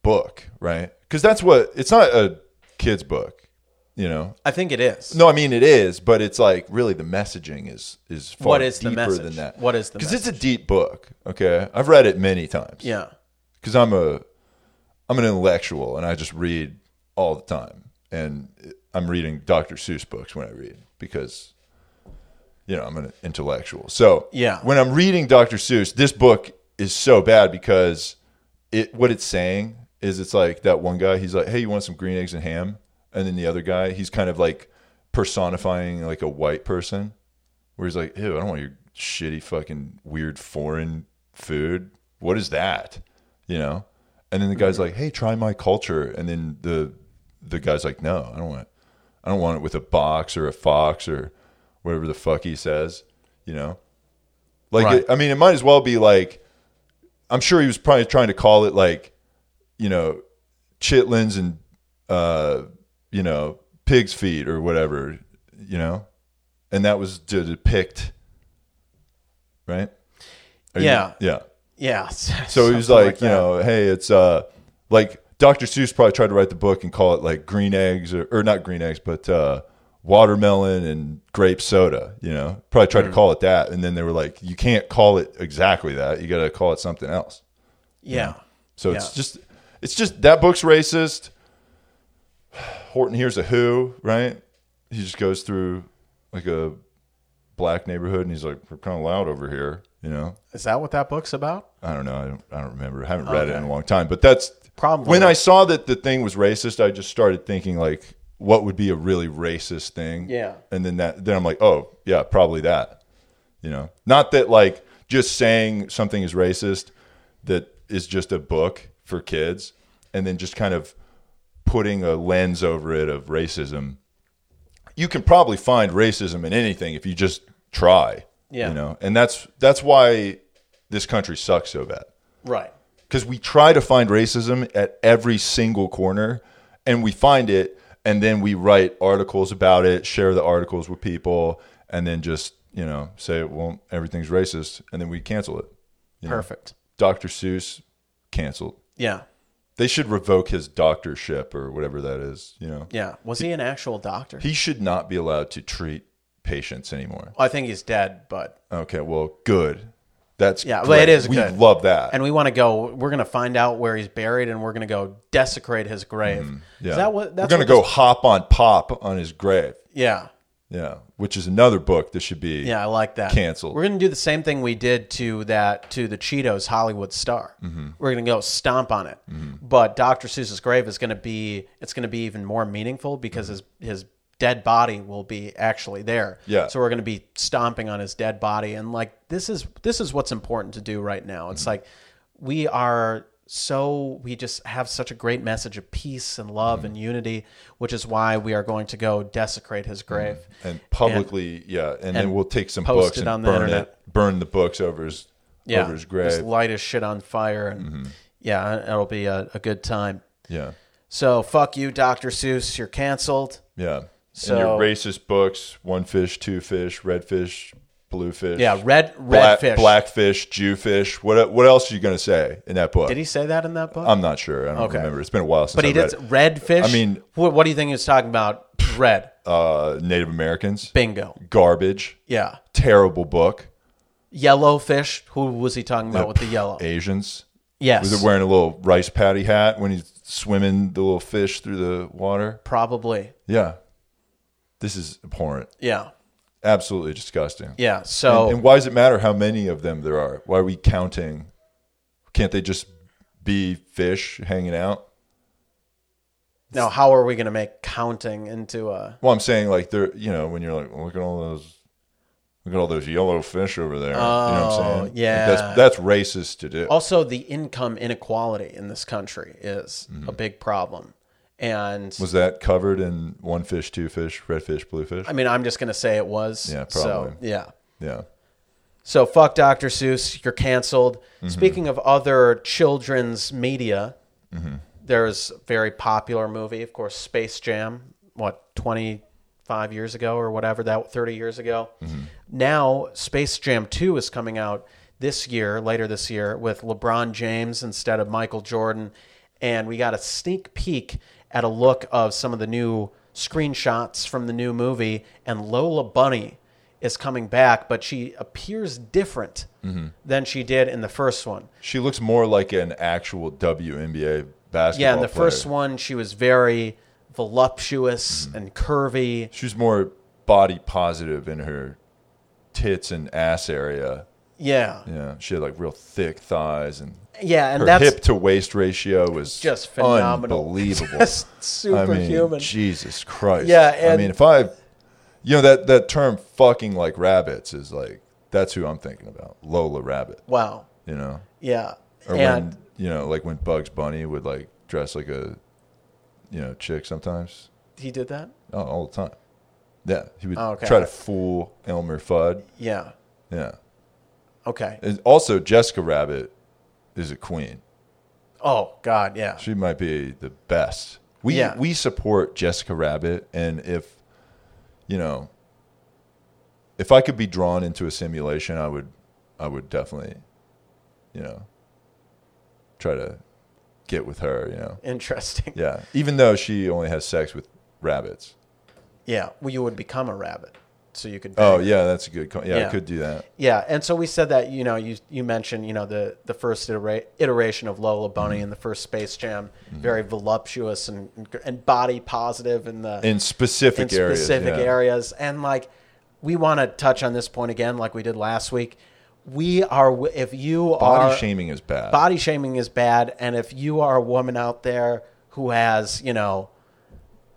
[SPEAKER 1] book, right? Cuz that's what it's not a kids book, you know.
[SPEAKER 2] I think it is.
[SPEAKER 1] No, I mean it is, but it's like really the messaging is is far
[SPEAKER 2] What is the
[SPEAKER 1] deeper
[SPEAKER 2] message?
[SPEAKER 1] than that.
[SPEAKER 2] What is the
[SPEAKER 1] Cuz it's a deep book, okay? I've read it many times
[SPEAKER 2] Yeah.
[SPEAKER 1] because I'm a I'm an intellectual and I just read all the time, and I'm reading Dr. Seuss books when I read because you know I'm an intellectual. So
[SPEAKER 2] Yeah.
[SPEAKER 1] when I'm reading Dr. Seuss, this book is so bad because it what it's saying is it's like that one guy he's like, hey, you want some green eggs and ham, and then the other guy he's kind of like personifying like a white person where he's like, "Ew, I don't want your shitty fucking weird foreign food. What is that?" You know. And then the guy's like, "Hey, try my culture." And then the the guy's like, "No, I don't want. It. I don't want it with a box or a fox or whatever the fuck he says." You know. Like,
[SPEAKER 2] Right.
[SPEAKER 1] it, I mean, it might as well be like, I'm sure he was probably trying to call it like, you know, chitlins and uh, you know, pig's feet or whatever. You know, and that was to depict, right? Are you-
[SPEAKER 2] Yeah.
[SPEAKER 1] yeah.
[SPEAKER 2] Yeah.
[SPEAKER 1] So he was like, you know, hey, it's uh, like Dr. Seuss probably tried to write the book and call it like green eggs or, or not green eggs, but uh, watermelon and grape soda. You know, probably tried to call it that, and then they were like, you can't call it exactly that. You got to call it something else.
[SPEAKER 2] Yeah.
[SPEAKER 1] So it's
[SPEAKER 2] Yeah.
[SPEAKER 1] just, it's just that book's racist. Horton hears a who, right? He just goes through like a black neighborhood, and he's like, "We're kind of loud over here," you know.
[SPEAKER 2] Is that what that book's about?
[SPEAKER 1] I don't know. I don't, I don't remember. I haven't read it in a long time. But that's
[SPEAKER 2] Probably.
[SPEAKER 1] when I saw that the thing was racist. I just started thinking like, what would be a really racist thing?
[SPEAKER 2] Yeah.
[SPEAKER 1] And then that, then I'm like, oh yeah, probably that. You know, not that like just saying something is racist that is just a book for kids, and then just kind of putting a lens over it of racism. You can probably find racism in anything if you just try.
[SPEAKER 2] Yeah.
[SPEAKER 1] You know, and that's that's why this country sucks so bad
[SPEAKER 2] Right.
[SPEAKER 1] because we try to find racism at every single corner and we find it and then we write articles about it share the articles with people and then just you know say well everything's racist and then we cancel it
[SPEAKER 2] Perfect.
[SPEAKER 1] dr seuss canceled
[SPEAKER 2] Yeah.
[SPEAKER 1] they should revoke his doctorship or whatever that is you know
[SPEAKER 2] Yeah. Was he an actual doctor?
[SPEAKER 1] he should not be allowed to treat patients anymore
[SPEAKER 2] I think he's dead, but
[SPEAKER 1] okay well good that's
[SPEAKER 2] Yeah,
[SPEAKER 1] great.
[SPEAKER 2] well, it is
[SPEAKER 1] we
[SPEAKER 2] good.
[SPEAKER 1] love that
[SPEAKER 2] and we want to go. We're gonna find out where he's buried, and we're gonna go desecrate his grave. Is that what? That's
[SPEAKER 1] Mm-hmm. we're gonna
[SPEAKER 2] what
[SPEAKER 1] go hop on pop on his grave
[SPEAKER 2] this- yeah.
[SPEAKER 1] Yeah, which is another book that should be.
[SPEAKER 2] Yeah, I like that.
[SPEAKER 1] Canceled.
[SPEAKER 2] We're gonna do the same thing we did to that to the Cheetos Hollywood Star.
[SPEAKER 1] Mm-hmm.
[SPEAKER 2] We're gonna go stomp on it. But Dr. Seuss's grave is gonna be it's gonna be even more meaningful because his his dead body will be actually there.
[SPEAKER 1] Mm-hmm. Yeah.
[SPEAKER 2] So we're gonna be stomping on his dead body and like this is this is what's important to do right now.
[SPEAKER 1] Mm-hmm.
[SPEAKER 2] It's like we are so we just have such a great message of peace and love
[SPEAKER 1] Mm-hmm.
[SPEAKER 2] and unity, which is why we are going to go desecrate his grave.
[SPEAKER 1] and publicly, yeah, and, then
[SPEAKER 2] and
[SPEAKER 1] we'll take some
[SPEAKER 2] post
[SPEAKER 1] books
[SPEAKER 2] it
[SPEAKER 1] and
[SPEAKER 2] on the
[SPEAKER 1] burn
[SPEAKER 2] internet.
[SPEAKER 1] it, burn the books over his
[SPEAKER 2] yeah,
[SPEAKER 1] over his
[SPEAKER 2] Just
[SPEAKER 1] grave. Mm-hmm.
[SPEAKER 2] light his shit on fire, and yeah, it'll be a, a good time.
[SPEAKER 1] yeah,
[SPEAKER 2] So fuck you, Dr. Seuss. You're canceled.
[SPEAKER 1] yeah.
[SPEAKER 2] So-
[SPEAKER 1] and your racist books: one fish, two fish, red fish, blue fish.
[SPEAKER 2] Yeah, red red
[SPEAKER 1] black,
[SPEAKER 2] fish.
[SPEAKER 1] black fish, Jew fish. What what else are you gonna say in that book?
[SPEAKER 2] Did he say that in that book?
[SPEAKER 1] I'm not sure. I don't
[SPEAKER 2] Okay.
[SPEAKER 1] remember. It's been a while since.
[SPEAKER 2] but
[SPEAKER 1] I
[SPEAKER 2] he
[SPEAKER 1] read
[SPEAKER 2] did
[SPEAKER 1] it.
[SPEAKER 2] red fish.
[SPEAKER 1] I mean-
[SPEAKER 2] what, what do you think he was talking about? Red
[SPEAKER 1] Uh, Native Americans.
[SPEAKER 2] bingo.
[SPEAKER 1] Garbage.
[SPEAKER 2] Yeah,
[SPEAKER 1] Terrible book.
[SPEAKER 2] yellow fish. Who was he talking about with the yellow?
[SPEAKER 1] Asians.
[SPEAKER 2] Yes,
[SPEAKER 1] Was it wearing a little rice patty hat when he's swimming the little fish through the water?
[SPEAKER 2] probably.
[SPEAKER 1] Yeah. This is abhorrent.
[SPEAKER 2] Yeah,
[SPEAKER 1] Absolutely disgusting.
[SPEAKER 2] yeah. So
[SPEAKER 1] And why does it matter how many of them there are? Why are we counting? Can't they just be fish hanging out?
[SPEAKER 2] now, how are we going to make counting into a?
[SPEAKER 1] Well, I'm saying like they're you know when you're like look at all those look at all those yellow fish over there. you know what I'm saying?
[SPEAKER 2] Oh, yeah.
[SPEAKER 1] Like, that's that's racist to do.
[SPEAKER 2] Also, the income inequality in this country is
[SPEAKER 1] Mm-hmm.
[SPEAKER 2] a big problem, and
[SPEAKER 1] Was that covered in one fish, two fish, red fish, blue fish?
[SPEAKER 2] I mean, I'm just gonna say it was.
[SPEAKER 1] Yeah,
[SPEAKER 2] So,
[SPEAKER 1] probably.
[SPEAKER 2] yeah.
[SPEAKER 1] yeah.
[SPEAKER 2] So fuck Dr. Seuss. You're canceled.
[SPEAKER 1] Mm-hmm.
[SPEAKER 2] Speaking of other children's media, there's a very popular movie, of course, Space Jam. What 25 years ago or whatever that 30 years ago. Now Space Jam 2 is coming out this year, later this year, with LeBron James instead of Michael Jordan, and we got a sneak peek at a look of some of the new screenshots from the new movie, and Lola Bunny is coming back, but she appears different than she did in the first one.
[SPEAKER 1] She looks more like an actual WNBA basketball
[SPEAKER 2] Yeah, in the
[SPEAKER 1] player.
[SPEAKER 2] first one, she was very voluptuous
[SPEAKER 1] Mm-hmm.
[SPEAKER 2] and curvy.
[SPEAKER 1] She's more body positive in her tits and ass area.
[SPEAKER 2] Yeah. Yeah,
[SPEAKER 1] Yeah, she had like real thick thighs and
[SPEAKER 2] and
[SPEAKER 1] her
[SPEAKER 2] that's
[SPEAKER 1] hip to waist ratio was
[SPEAKER 2] just phenomenal.
[SPEAKER 1] unbelievable.
[SPEAKER 2] Just
[SPEAKER 1] I
[SPEAKER 2] superhuman.
[SPEAKER 1] mean, Jesus Christ.
[SPEAKER 2] Yeah, and-
[SPEAKER 1] I mean, if I, you know, that that term "fucking like rabbits" is like that's who I'm thinking about, Lola Rabbit.
[SPEAKER 2] wow.
[SPEAKER 1] You know,
[SPEAKER 2] Yeah.
[SPEAKER 1] or
[SPEAKER 2] and
[SPEAKER 1] when you know, like when Bugs Bunny would like dress like a, you know, chick sometimes.
[SPEAKER 2] he did that?
[SPEAKER 1] Oh, all the time. Yeah, he would
[SPEAKER 2] Oh, okay.
[SPEAKER 1] try to fool Elmer Fudd.
[SPEAKER 2] Yeah.
[SPEAKER 1] Yeah.
[SPEAKER 2] Okay.
[SPEAKER 1] And also, Jessica Rabbit is a queen.
[SPEAKER 2] Oh, God. Yeah.
[SPEAKER 1] She might be the best. We
[SPEAKER 2] Yeah.
[SPEAKER 1] we support Jessica Rabbit, and if you know, if I could be drawn into a simulation, I would, I would definitely, you know, try to get with her. You know,
[SPEAKER 2] Interesting. Yeah.
[SPEAKER 1] yeah. Even though she only has sex with rabbits.
[SPEAKER 2] Well, you would become a rabbit. So you could.
[SPEAKER 1] Oh yeah, that's a good. Co- yeah,
[SPEAKER 2] Yeah.
[SPEAKER 1] I could do that.
[SPEAKER 2] Yeah, and so we said that you know you you mentioned you know the the first itera- iteration of Lola Bunny
[SPEAKER 1] Mm-hmm.
[SPEAKER 2] and the first Space Jam, very voluptuous and and body positive in the
[SPEAKER 1] In specific
[SPEAKER 2] in
[SPEAKER 1] areas.
[SPEAKER 2] specific
[SPEAKER 1] yeah.
[SPEAKER 2] areas. And like, we want to touch on this point again, like we did last week. We are, w- if you
[SPEAKER 1] Body
[SPEAKER 2] are,
[SPEAKER 1] shaming is bad.
[SPEAKER 2] body shaming is bad. And if you are a woman out there who has, you know,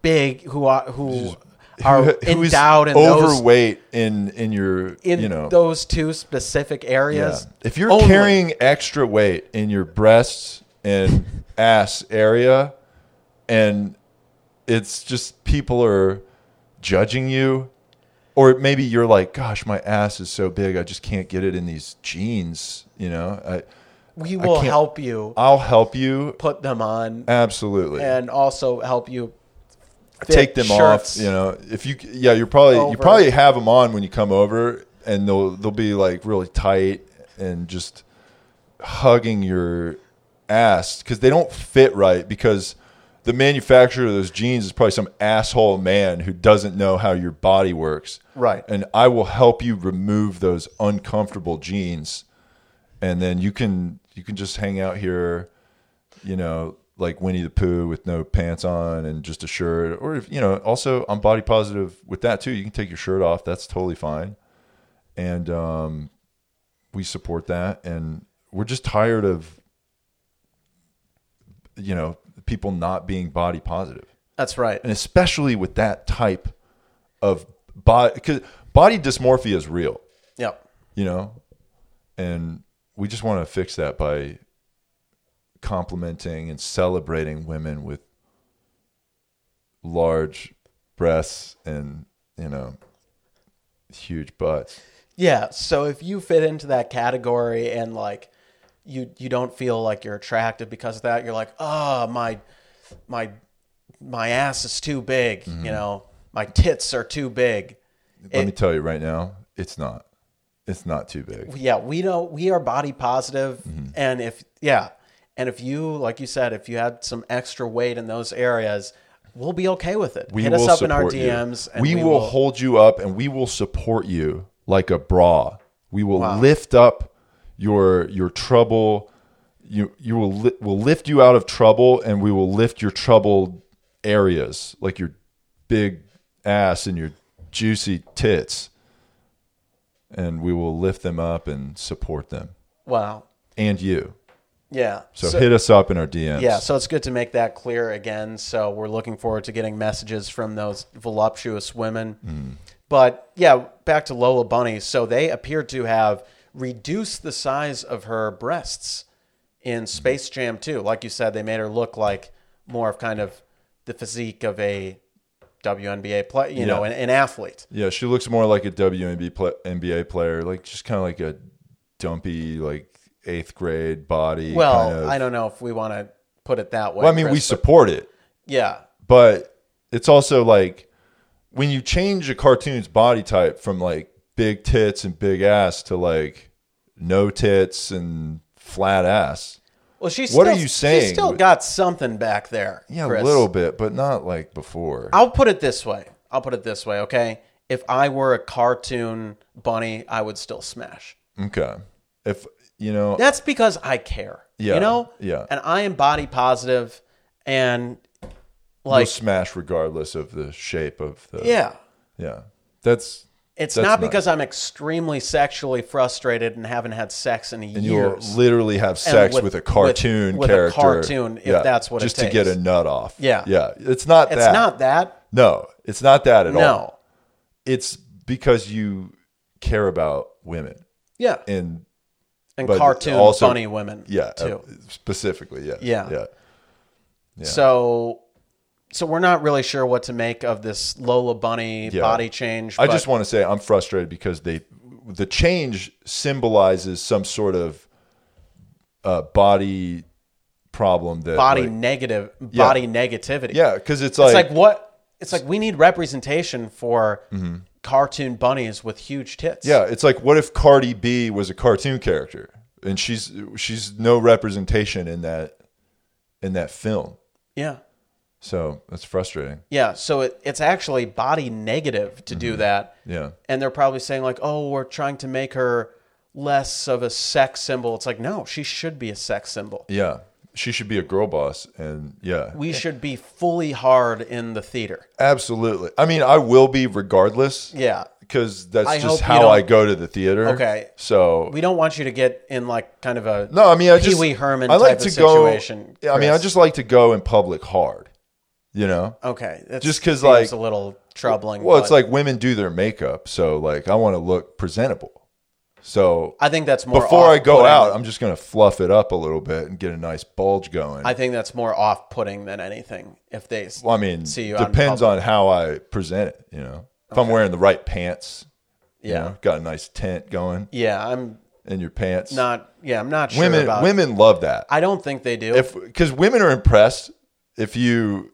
[SPEAKER 2] big, who are, who are
[SPEAKER 1] Who is
[SPEAKER 2] endowed in those,
[SPEAKER 1] overweight in in your
[SPEAKER 2] in
[SPEAKER 1] you know
[SPEAKER 2] those two specific
[SPEAKER 1] Yeah.
[SPEAKER 2] areas.
[SPEAKER 1] If you're
[SPEAKER 2] only-
[SPEAKER 1] carrying extra weight in your breasts and ass area, and it's just people are judging you, or maybe you're like, "Gosh, my ass is so big, I just can't get it in these jeans." You know, I,
[SPEAKER 2] we
[SPEAKER 1] I
[SPEAKER 2] will
[SPEAKER 1] can't-
[SPEAKER 2] help you
[SPEAKER 1] I'll help you
[SPEAKER 2] put them on
[SPEAKER 1] absolutely.
[SPEAKER 2] and also help you fit
[SPEAKER 1] Take them
[SPEAKER 2] shirts.
[SPEAKER 1] off. You know, if you yeah, you're probably
[SPEAKER 2] Over.
[SPEAKER 1] you probably have them on when you come over, and they'll they'll be like really tight and just hugging your ass because they don't fit right because the manufacturer of those jeans is probably some asshole man who doesn't know how your body works.
[SPEAKER 2] Right.
[SPEAKER 1] And I will help you remove those uncomfortable jeans and then you can you can just hang out here, you know, like Winnie the Pooh with no pants on and just a shirt, or if you know, also I'm body positive with that too. You can take your shirt off; that's totally fine. And um, we support that, and we're just tired of you know people not being body positive
[SPEAKER 2] That's right.
[SPEAKER 1] and especially with that type of body because body dysmorphia is real
[SPEAKER 2] Yep.
[SPEAKER 1] you know and we just want to fix that by complimenting and celebrating women with large breasts and you know huge butts
[SPEAKER 2] Yeah. So if you fit into that category and like you you don't feel like you're attractive because of that, you're like, oh my my my ass is too big,
[SPEAKER 1] Mm-hmm.
[SPEAKER 2] you know, my tits are too big.
[SPEAKER 1] let me tell you right now it's not it's not too big
[SPEAKER 2] Yeah, we know we are body positive
[SPEAKER 1] Mm-hmm.
[SPEAKER 2] and if yeah. And if you like you said, if you had some extra weight in those areas, we'll be okay with it.
[SPEAKER 1] we
[SPEAKER 2] Hit
[SPEAKER 1] will
[SPEAKER 2] us up in our
[SPEAKER 1] support you.
[SPEAKER 2] DMs and
[SPEAKER 1] we, will, hold you up and we will support you like a bra. We will lift up your your trouble. You you will li- will lift you out of trouble and we will lift your troubled areas like your big ass and your juicy tits. And we will lift them up and support them
[SPEAKER 2] Wow.
[SPEAKER 1] and you.
[SPEAKER 2] Yeah.
[SPEAKER 1] So, hit us up in our DMs.
[SPEAKER 2] Yeah, so it's good to make that clear again. So we're looking forward to getting messages from those voluptuous women.
[SPEAKER 1] Mm.
[SPEAKER 2] But yeah, back to Lola Bunny. So they appear to have reduced the size of her breasts
[SPEAKER 1] Mm-hmm.
[SPEAKER 2] in Space Jam 2. Like you said, they made her look like more of kind of the physique of a WNBA player, you know,
[SPEAKER 1] Yeah.
[SPEAKER 2] an, an athlete.
[SPEAKER 1] Yeah, she looks more like a WNBA pla NBA player, like just kind of like a dumpy, like eighth grade body.
[SPEAKER 2] Well,
[SPEAKER 1] kind of-
[SPEAKER 2] I don't know if we want to put it that way.
[SPEAKER 1] Well, I mean, we
[SPEAKER 2] Chris, but-
[SPEAKER 1] support it,
[SPEAKER 2] yeah,
[SPEAKER 1] but it's also like when you change a cartoon's body type from like big tits and big ass to like no tits and flat ass.
[SPEAKER 2] Well, she's
[SPEAKER 1] What are
[SPEAKER 2] still,
[SPEAKER 1] you saying?
[SPEAKER 2] She still got something back there.
[SPEAKER 1] Yeah,
[SPEAKER 2] Chris.
[SPEAKER 1] a little bit, but not like before.
[SPEAKER 2] I'll put it this way. I'll put it this way. Okay, if I were a cartoon bunny, I would still smash.
[SPEAKER 1] okay. If, you know,
[SPEAKER 2] That's because I care.
[SPEAKER 1] Yeah,
[SPEAKER 2] You know.
[SPEAKER 1] yeah.
[SPEAKER 2] And I am body positive, and
[SPEAKER 1] you'll
[SPEAKER 2] like
[SPEAKER 1] smash regardless of the shape of the.
[SPEAKER 2] yeah,
[SPEAKER 1] Yeah. That's.
[SPEAKER 2] it's
[SPEAKER 1] That's
[SPEAKER 2] not
[SPEAKER 1] nice.
[SPEAKER 2] because I'm extremely sexually frustrated and haven't had sex in
[SPEAKER 1] and
[SPEAKER 2] years.
[SPEAKER 1] you'll literally have sex
[SPEAKER 2] with-
[SPEAKER 1] with, a cartoon
[SPEAKER 2] with- with a
[SPEAKER 1] character.
[SPEAKER 2] cartoon, if that's what it
[SPEAKER 1] just
[SPEAKER 2] takes.
[SPEAKER 1] to get a nut off.
[SPEAKER 2] Yeah.
[SPEAKER 1] yeah. It's not
[SPEAKER 2] it's
[SPEAKER 1] that.
[SPEAKER 2] not that.
[SPEAKER 1] No, it's not that at all.
[SPEAKER 2] No.
[SPEAKER 1] It's because you care about women
[SPEAKER 2] Yeah.
[SPEAKER 1] and
[SPEAKER 2] And
[SPEAKER 1] but
[SPEAKER 2] cartoon
[SPEAKER 1] also-
[SPEAKER 2] bunny women.
[SPEAKER 1] yeah,
[SPEAKER 2] Too.
[SPEAKER 1] uh, specifically. Yeah,
[SPEAKER 2] Yeah.
[SPEAKER 1] yeah.
[SPEAKER 2] So, so we're not really sure what to make of this Lola Bunny
[SPEAKER 1] Yeah.
[SPEAKER 2] body change.
[SPEAKER 1] I
[SPEAKER 2] but-
[SPEAKER 1] just want to say I'm frustrated because they the change symbolizes some sort of uh, body problem that
[SPEAKER 2] body
[SPEAKER 1] like-
[SPEAKER 2] negative,
[SPEAKER 1] Yeah.
[SPEAKER 2] body negativity.
[SPEAKER 1] yeah, because it's
[SPEAKER 2] it's
[SPEAKER 1] like, Mm-hmm.
[SPEAKER 2] like what? It's like we need representation for cartoon bunnies with huge tits.
[SPEAKER 1] Yeah, it's like what if Cardi B was a cartoon character and she's she's no representation in that in that film.
[SPEAKER 2] yeah,
[SPEAKER 1] So that's frustrating.
[SPEAKER 2] yeah. So it, it's actually body negative to do that.
[SPEAKER 1] Mm-hmm. Yeah.
[SPEAKER 2] and they're probably saying like, oh, we're trying to make her less of a sex symbol. It's like no, she should be a sex symbol.
[SPEAKER 1] Yeah. She should be a girl boss and yeah.
[SPEAKER 2] We should be fully hard in the theater.
[SPEAKER 1] absolutely. I mean, I will be regardless.
[SPEAKER 2] Yeah.
[SPEAKER 1] Cuz that's
[SPEAKER 2] I hope
[SPEAKER 1] just
[SPEAKER 2] you
[SPEAKER 1] how
[SPEAKER 2] don't-
[SPEAKER 1] I go to the theater.
[SPEAKER 2] Okay.
[SPEAKER 1] So
[SPEAKER 2] We don't want you to get in like kind of a
[SPEAKER 1] No, I mean, I just
[SPEAKER 2] Pee-wee Herman
[SPEAKER 1] I like
[SPEAKER 2] type of
[SPEAKER 1] to go-
[SPEAKER 2] situation,
[SPEAKER 1] I mean, I
[SPEAKER 2] Chris.
[SPEAKER 1] just like to go in public hard. You know?
[SPEAKER 2] okay. That's,
[SPEAKER 1] Just 'cause,
[SPEAKER 2] seems
[SPEAKER 1] like-
[SPEAKER 2] a little troubling.
[SPEAKER 1] Well, it's
[SPEAKER 2] but
[SPEAKER 1] like women do their makeup, so like I want to look presentable. So
[SPEAKER 2] I think that's more
[SPEAKER 1] before I go
[SPEAKER 2] off-putting.
[SPEAKER 1] out, I'm just gonna fluff it up a little bit and get a nice bulge going.
[SPEAKER 2] I think that's more off-putting than anything. If they, s-
[SPEAKER 1] well, I mean,
[SPEAKER 2] see you out in
[SPEAKER 1] depends
[SPEAKER 2] public.
[SPEAKER 1] on how I present it. You know, if I'm wearing the right pants, you
[SPEAKER 2] Yeah.
[SPEAKER 1] know, got a nice tint going
[SPEAKER 2] yeah, I'm
[SPEAKER 1] in your pants.
[SPEAKER 2] not. Yeah, I'm not sure
[SPEAKER 1] women,
[SPEAKER 2] about
[SPEAKER 1] women love that.
[SPEAKER 2] I don't think they do.
[SPEAKER 1] if because women are impressed if you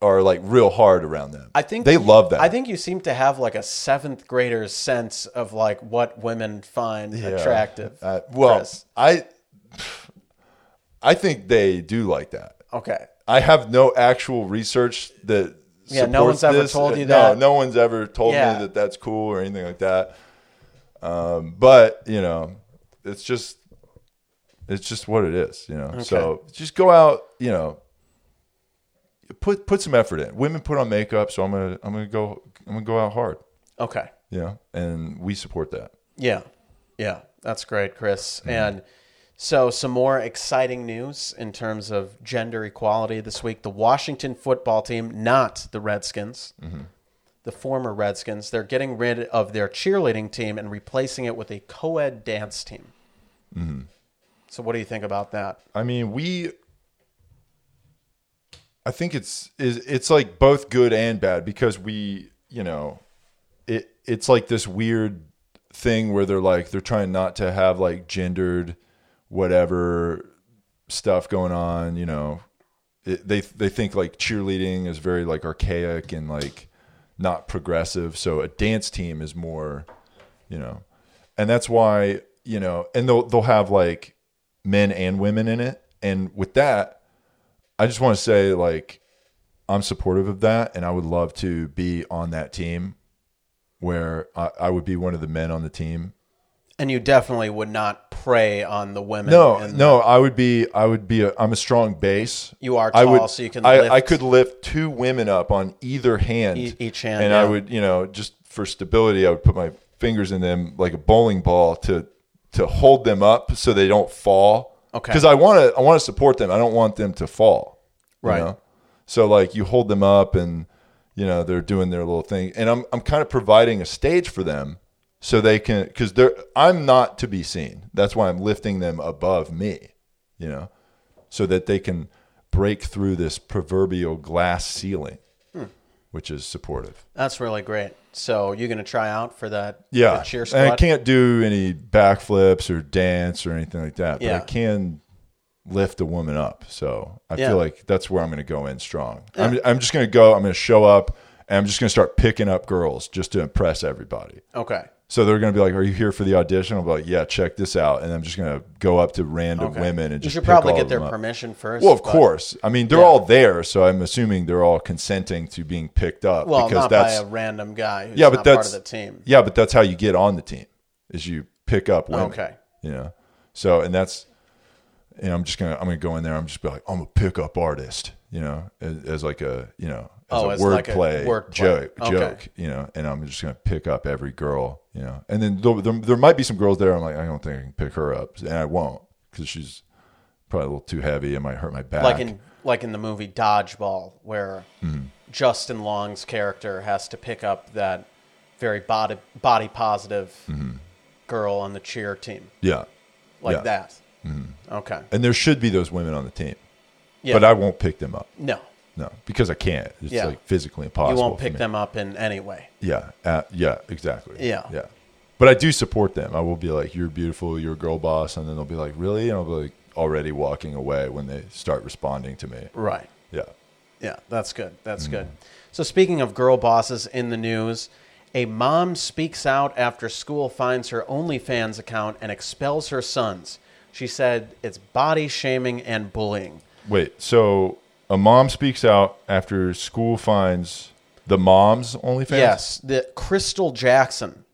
[SPEAKER 1] are like real hard around them.
[SPEAKER 2] I think
[SPEAKER 1] they
[SPEAKER 2] you-
[SPEAKER 1] love that.
[SPEAKER 2] I think you seem to have like a seventh grader's sense of like what women find
[SPEAKER 1] Yeah.
[SPEAKER 2] attractive.
[SPEAKER 1] Uh, well,
[SPEAKER 2] Chris.
[SPEAKER 1] I, I think they do like that.
[SPEAKER 2] okay,
[SPEAKER 1] I have no actual research that.
[SPEAKER 2] Yeah, no
[SPEAKER 1] supports
[SPEAKER 2] one's ever
[SPEAKER 1] this.
[SPEAKER 2] told you
[SPEAKER 1] no,
[SPEAKER 2] that.
[SPEAKER 1] No one's ever told
[SPEAKER 2] Yeah.
[SPEAKER 1] me that that's cool or anything like that. Um, but you know, it's just, it's just what it is. You know, so just go out. You know, put put some effort in. Women put on makeup, so I'm gonna I'm gonna go I'm gonna go out hard.
[SPEAKER 2] Okay.
[SPEAKER 1] Yeah, and we support that.
[SPEAKER 2] Yeah. Yeah. That's great, Chris. And so, some more exciting news in terms of gender equality this week. The Washington football team, not the Redskins,
[SPEAKER 1] Mm-hmm.
[SPEAKER 2] the former Redskins, they're getting rid of their cheerleading team and replacing it with a co ed dance team.
[SPEAKER 1] Mm-hmm.
[SPEAKER 2] So, what do you think about that?
[SPEAKER 1] I mean, we. I think it's is it's like both good and bad because we, you know, it it's like this weird thing where they're like they're trying not to have like gendered whatever stuff going on, you know. It, they they think like cheerleading is very like archaic and like not progressive, so a dance team is more, you know. And that's why, you know, and they'll they'll have like men and women in it. And with that, I just want to say like I'm supportive of that, and I would love to be on that team where I, I would be one of the men on the team.
[SPEAKER 2] And you definitely would not prey on the women.
[SPEAKER 1] No,
[SPEAKER 2] and-
[SPEAKER 1] no, I would be, I would be, a, I'm a strong base.
[SPEAKER 2] You are
[SPEAKER 1] I
[SPEAKER 2] tall,
[SPEAKER 1] would,
[SPEAKER 2] so you can
[SPEAKER 1] I,
[SPEAKER 2] lift-
[SPEAKER 1] I could lift two women up on either hand,
[SPEAKER 2] E- each hand,
[SPEAKER 1] and I
[SPEAKER 2] yeah.
[SPEAKER 1] would, you know, just for stability, I would put my fingers in them like a bowling ball to to hold them up so they don't fall.
[SPEAKER 2] Okay.
[SPEAKER 1] because I want to, I want to support them. I don't want them to fall. you
[SPEAKER 2] Right.
[SPEAKER 1] know? So like you hold them up and you know they're doing their little thing and I'm I'm kind of providing a stage for them so they can cuz they're I'm not to be seen. That's why I'm lifting them above me, you know, so that they can break through this proverbial glass ceiling, which is supportive.
[SPEAKER 2] That's really great. So you're gonna try out for that?
[SPEAKER 1] Yeah.
[SPEAKER 2] the cheer
[SPEAKER 1] and I
[SPEAKER 2] squad.
[SPEAKER 1] can't do any backflips or dance or anything like that, but
[SPEAKER 2] Yeah.
[SPEAKER 1] I can lift a woman up. So I
[SPEAKER 2] Yeah.
[SPEAKER 1] feel like that's where I'm going to go in strong. I'm, I'm just going to go, I'm going to show up, and I'm just going to start picking up girls just to impress everybody.
[SPEAKER 2] Okay.
[SPEAKER 1] So they're going to be like, Are you here for the audition? I'll be like, Yeah, check this out. And I'm just going to go up to random women and
[SPEAKER 2] You
[SPEAKER 1] just
[SPEAKER 2] should
[SPEAKER 1] pick
[SPEAKER 2] probably
[SPEAKER 1] all
[SPEAKER 2] get
[SPEAKER 1] of
[SPEAKER 2] their
[SPEAKER 1] them up.
[SPEAKER 2] permission first.
[SPEAKER 1] Well, of
[SPEAKER 2] but-
[SPEAKER 1] course. I mean, they're all there, so I'm assuming they're all consenting to being picked up
[SPEAKER 2] Well,
[SPEAKER 1] because
[SPEAKER 2] not
[SPEAKER 1] that's
[SPEAKER 2] by a random guy who's
[SPEAKER 1] yeah, but
[SPEAKER 2] not
[SPEAKER 1] that's
[SPEAKER 2] part of the team.
[SPEAKER 1] Yeah, but that's how you get on the team is you pick up women.
[SPEAKER 2] Okay.
[SPEAKER 1] You know, so and that's you know I'm just gonna I'm gonna go in there. I'm just be like I'm a pickup artist. You know, as, as like a you know as
[SPEAKER 2] Oh,
[SPEAKER 1] a
[SPEAKER 2] as like a
[SPEAKER 1] wordplay
[SPEAKER 2] wordplay.
[SPEAKER 1] joke
[SPEAKER 2] Okay.
[SPEAKER 1] joke. You know, and I'm just gonna pick up every girl. You know, and then there, there, there might be some girls there. I'm like I don't think I can pick her up, and I won't because she's probably a little too heavy. It might hurt my back.
[SPEAKER 2] Like in like in the movie Dodgeball, where
[SPEAKER 1] Hmm.
[SPEAKER 2] Justin Long's character has to pick up that very body body positive girl on the cheer team,
[SPEAKER 1] yeah,
[SPEAKER 2] like
[SPEAKER 1] Hmm. Yeah. Hmm.
[SPEAKER 2] that. Okay.
[SPEAKER 1] and there should be those women on the team,
[SPEAKER 2] Yeah.
[SPEAKER 1] but I won't pick them up.
[SPEAKER 2] no,
[SPEAKER 1] No, because I can't. It's
[SPEAKER 2] Yeah.
[SPEAKER 1] like physically impossible.
[SPEAKER 2] you won't
[SPEAKER 1] for
[SPEAKER 2] pick
[SPEAKER 1] me.
[SPEAKER 2] them up in any way.
[SPEAKER 1] Yeah, uh, yeah, exactly.
[SPEAKER 2] Yeah.
[SPEAKER 1] yeah. But I do support them. I will be like, "You're beautiful. You're a girl boss," and then they'll be like, "Really?" And I'll be like, already walking away when they start responding to me.
[SPEAKER 2] Right.
[SPEAKER 1] Yeah.
[SPEAKER 2] Yeah, that's good.
[SPEAKER 1] Mm.
[SPEAKER 2] That's good. So, speaking of girl bosses in the news, a mom speaks out after school finds her OnlyFans account and expels her sons. She said it's body shaming and bullying.
[SPEAKER 1] Wait. So a mom speaks out after school finds the mom's OnlyFans.
[SPEAKER 2] Yes, the Crystal Jackson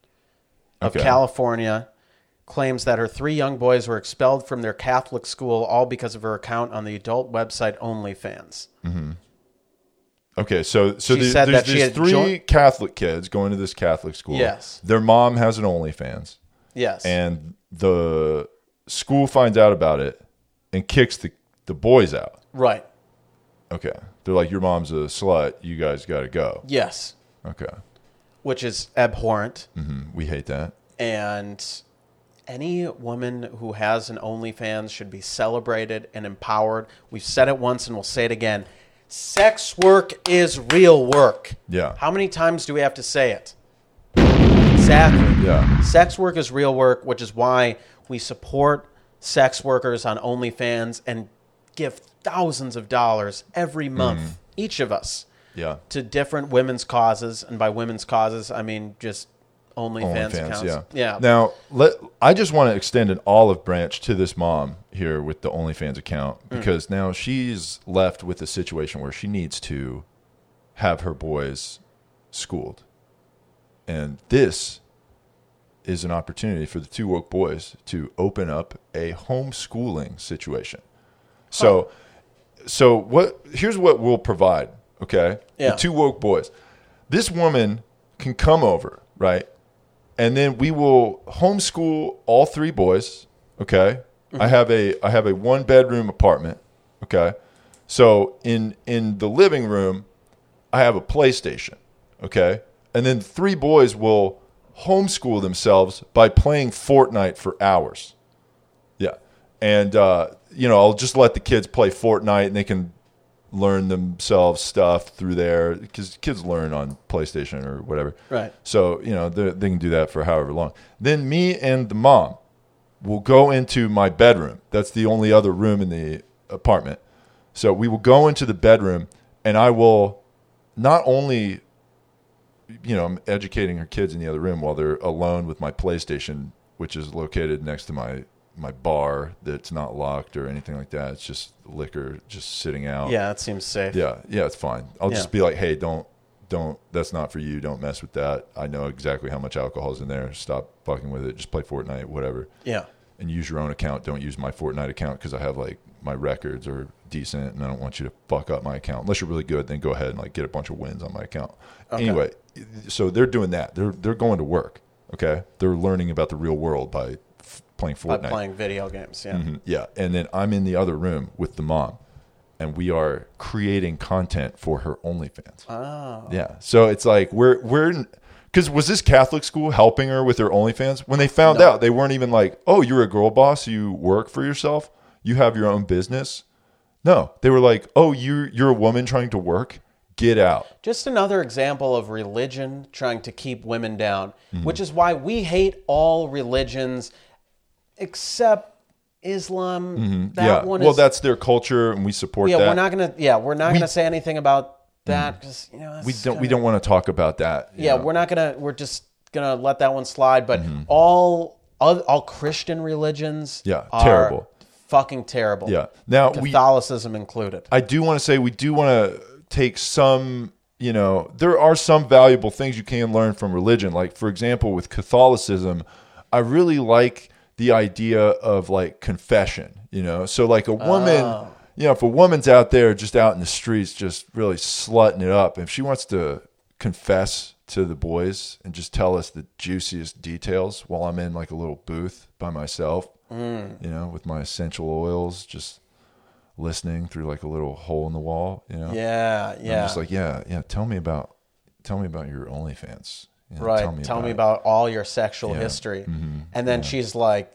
[SPEAKER 2] of
[SPEAKER 1] Okay.
[SPEAKER 2] California claims that her three young boys were expelled from their Catholic school all because of her account on the adult website OnlyFans.
[SPEAKER 1] Okay. So so
[SPEAKER 2] She
[SPEAKER 1] the-
[SPEAKER 2] said
[SPEAKER 1] there's
[SPEAKER 2] that she
[SPEAKER 1] these
[SPEAKER 2] had
[SPEAKER 1] three
[SPEAKER 2] joined-
[SPEAKER 1] Catholic kids going to this Catholic school.
[SPEAKER 2] Yes.
[SPEAKER 1] Their mom has an OnlyFans.
[SPEAKER 2] Yes.
[SPEAKER 1] and the school finds out about it and kicks the, the boys out.
[SPEAKER 2] right.
[SPEAKER 1] Okay. They're like, your mom's a slut. You guys got to go.
[SPEAKER 2] Yes,
[SPEAKER 1] Okay. Mm-hmm.
[SPEAKER 2] which is abhorrent.
[SPEAKER 1] We hate that.
[SPEAKER 2] and any woman who has an OnlyFans should be celebrated and empowered. We've said it once and we'll say it again. Sex work is real work.
[SPEAKER 1] Yeah.
[SPEAKER 2] How many times do we have to say it? Exactly.
[SPEAKER 1] Yeah.
[SPEAKER 2] Sex work is real work, which is why we support sex workers on OnlyFans and give thousands of dollars every month,
[SPEAKER 1] Mm-hmm.
[SPEAKER 2] each of us
[SPEAKER 1] Yeah.
[SPEAKER 2] to different women's causes, and by women's causes, I mean just OnlyFans, accounts.
[SPEAKER 1] yeah.
[SPEAKER 2] yeah.
[SPEAKER 1] Now, let I just want to extend an olive branch to this mom here with the OnlyFans account
[SPEAKER 2] Mm.
[SPEAKER 1] because now she's left with a situation where she needs to have her boys schooled. And this is an opportunity for the two woke boys to open up a homeschooling situation. So so what here's what we'll provide okay
[SPEAKER 2] Yeah.
[SPEAKER 1] the two woke boys this woman can come over right and then we will homeschool all three boys okay i have a i have a one bedroom apartment okay so in in the living room i have a playstation okay and then three boys will homeschool themselves by playing fortnite for hours yeah. And, uh, you know, I'll just let the kids play Fortnite and they can learn themselves stuff through there because kids learn on PlayStation or whatever.
[SPEAKER 2] Right.
[SPEAKER 1] So, you know, they they can do that for however long. Then me and the mom will go into my bedroom. That's the only other room in the apartment. So we will go into the bedroom and I will not only you know, I'm educating her kids in the other room while they're alone with my PlayStation, which is located next to my my bar that's not locked or anything like that. It's just liquor just sitting out.
[SPEAKER 2] Yeah, that seems safe.
[SPEAKER 1] Yeah, yeah, it's fine. I'll
[SPEAKER 2] Yeah.
[SPEAKER 1] just be like, "Hey, don't don't that's not for you. Don't mess with that. I know exactly how much alcohol's in there. Stop fucking with it. Just play Fortnite, whatever."
[SPEAKER 2] Yeah.
[SPEAKER 1] And use your own account. Don't use my Fortnite account because I have like my records are decent, and I don't want you to fuck up my account. Unless you're really good, then go ahead and like get a bunch of wins on my account. Anyway, so they're doing that. They're they're going to work. Okay, they're learning about the real world by f- playing
[SPEAKER 2] By
[SPEAKER 1] Fortnite.
[SPEAKER 2] playing video games. Yeah.
[SPEAKER 1] Mhm, Yeah. And then I'm in the other room with the mom, and we are creating content for her OnlyFans.
[SPEAKER 2] Ah.
[SPEAKER 1] Oh. Yeah. So it's like we're we're because was this Catholic school helping her with her OnlyFans? When they found out, they weren't even like, "Oh, you're a girl boss. You work for yourself. You have your own business." No, they were like, "Oh, you you're a woman trying to work. Get out."
[SPEAKER 2] Just another example of religion trying to keep women down,
[SPEAKER 1] Mm-hmm.
[SPEAKER 2] which is why we hate all religions except Islam. That
[SPEAKER 1] Mm-hmm. yeah.
[SPEAKER 2] one
[SPEAKER 1] well,
[SPEAKER 2] is
[SPEAKER 1] that's their culture, and we support
[SPEAKER 2] yeah,
[SPEAKER 1] that. Mm.
[SPEAKER 2] we're not gonna yeah, we're not gonna say anything about that because you know
[SPEAKER 1] we
[SPEAKER 2] that's
[SPEAKER 1] don't we
[SPEAKER 2] kinda-
[SPEAKER 1] don't want to talk about that. you
[SPEAKER 2] yeah,
[SPEAKER 1] know.
[SPEAKER 2] we're not gonna we're just gonna let that one slide. But
[SPEAKER 1] Mm-hmm.
[SPEAKER 2] all, all all Christian religions
[SPEAKER 1] Yeah,
[SPEAKER 2] are
[SPEAKER 1] terrible.
[SPEAKER 2] fucking terrible.
[SPEAKER 1] Yeah. Now we
[SPEAKER 2] Catholicism included.
[SPEAKER 1] I do want to say we do want to take some, you know, there are some valuable things you can learn from religion. Like, for example, with Catholicism, I really like the idea of like confession, you know? So, like, a woman, you know, if a woman's out there just out in the streets, just really slutting it up, if she wants to confess to the boys and just tell us the juiciest details while I'm in like a little booth by myself, you know, with my essential oils, just listening through like a little hole in the wall, you know?
[SPEAKER 2] yeah,
[SPEAKER 1] I'm
[SPEAKER 2] yeah.
[SPEAKER 1] just like, yeah, yeah, tell me about tell me about your OnlyFans. You know,
[SPEAKER 2] right. Tell me,
[SPEAKER 1] it. Mm-hmm.
[SPEAKER 2] about, all your sexual history. And then she's like,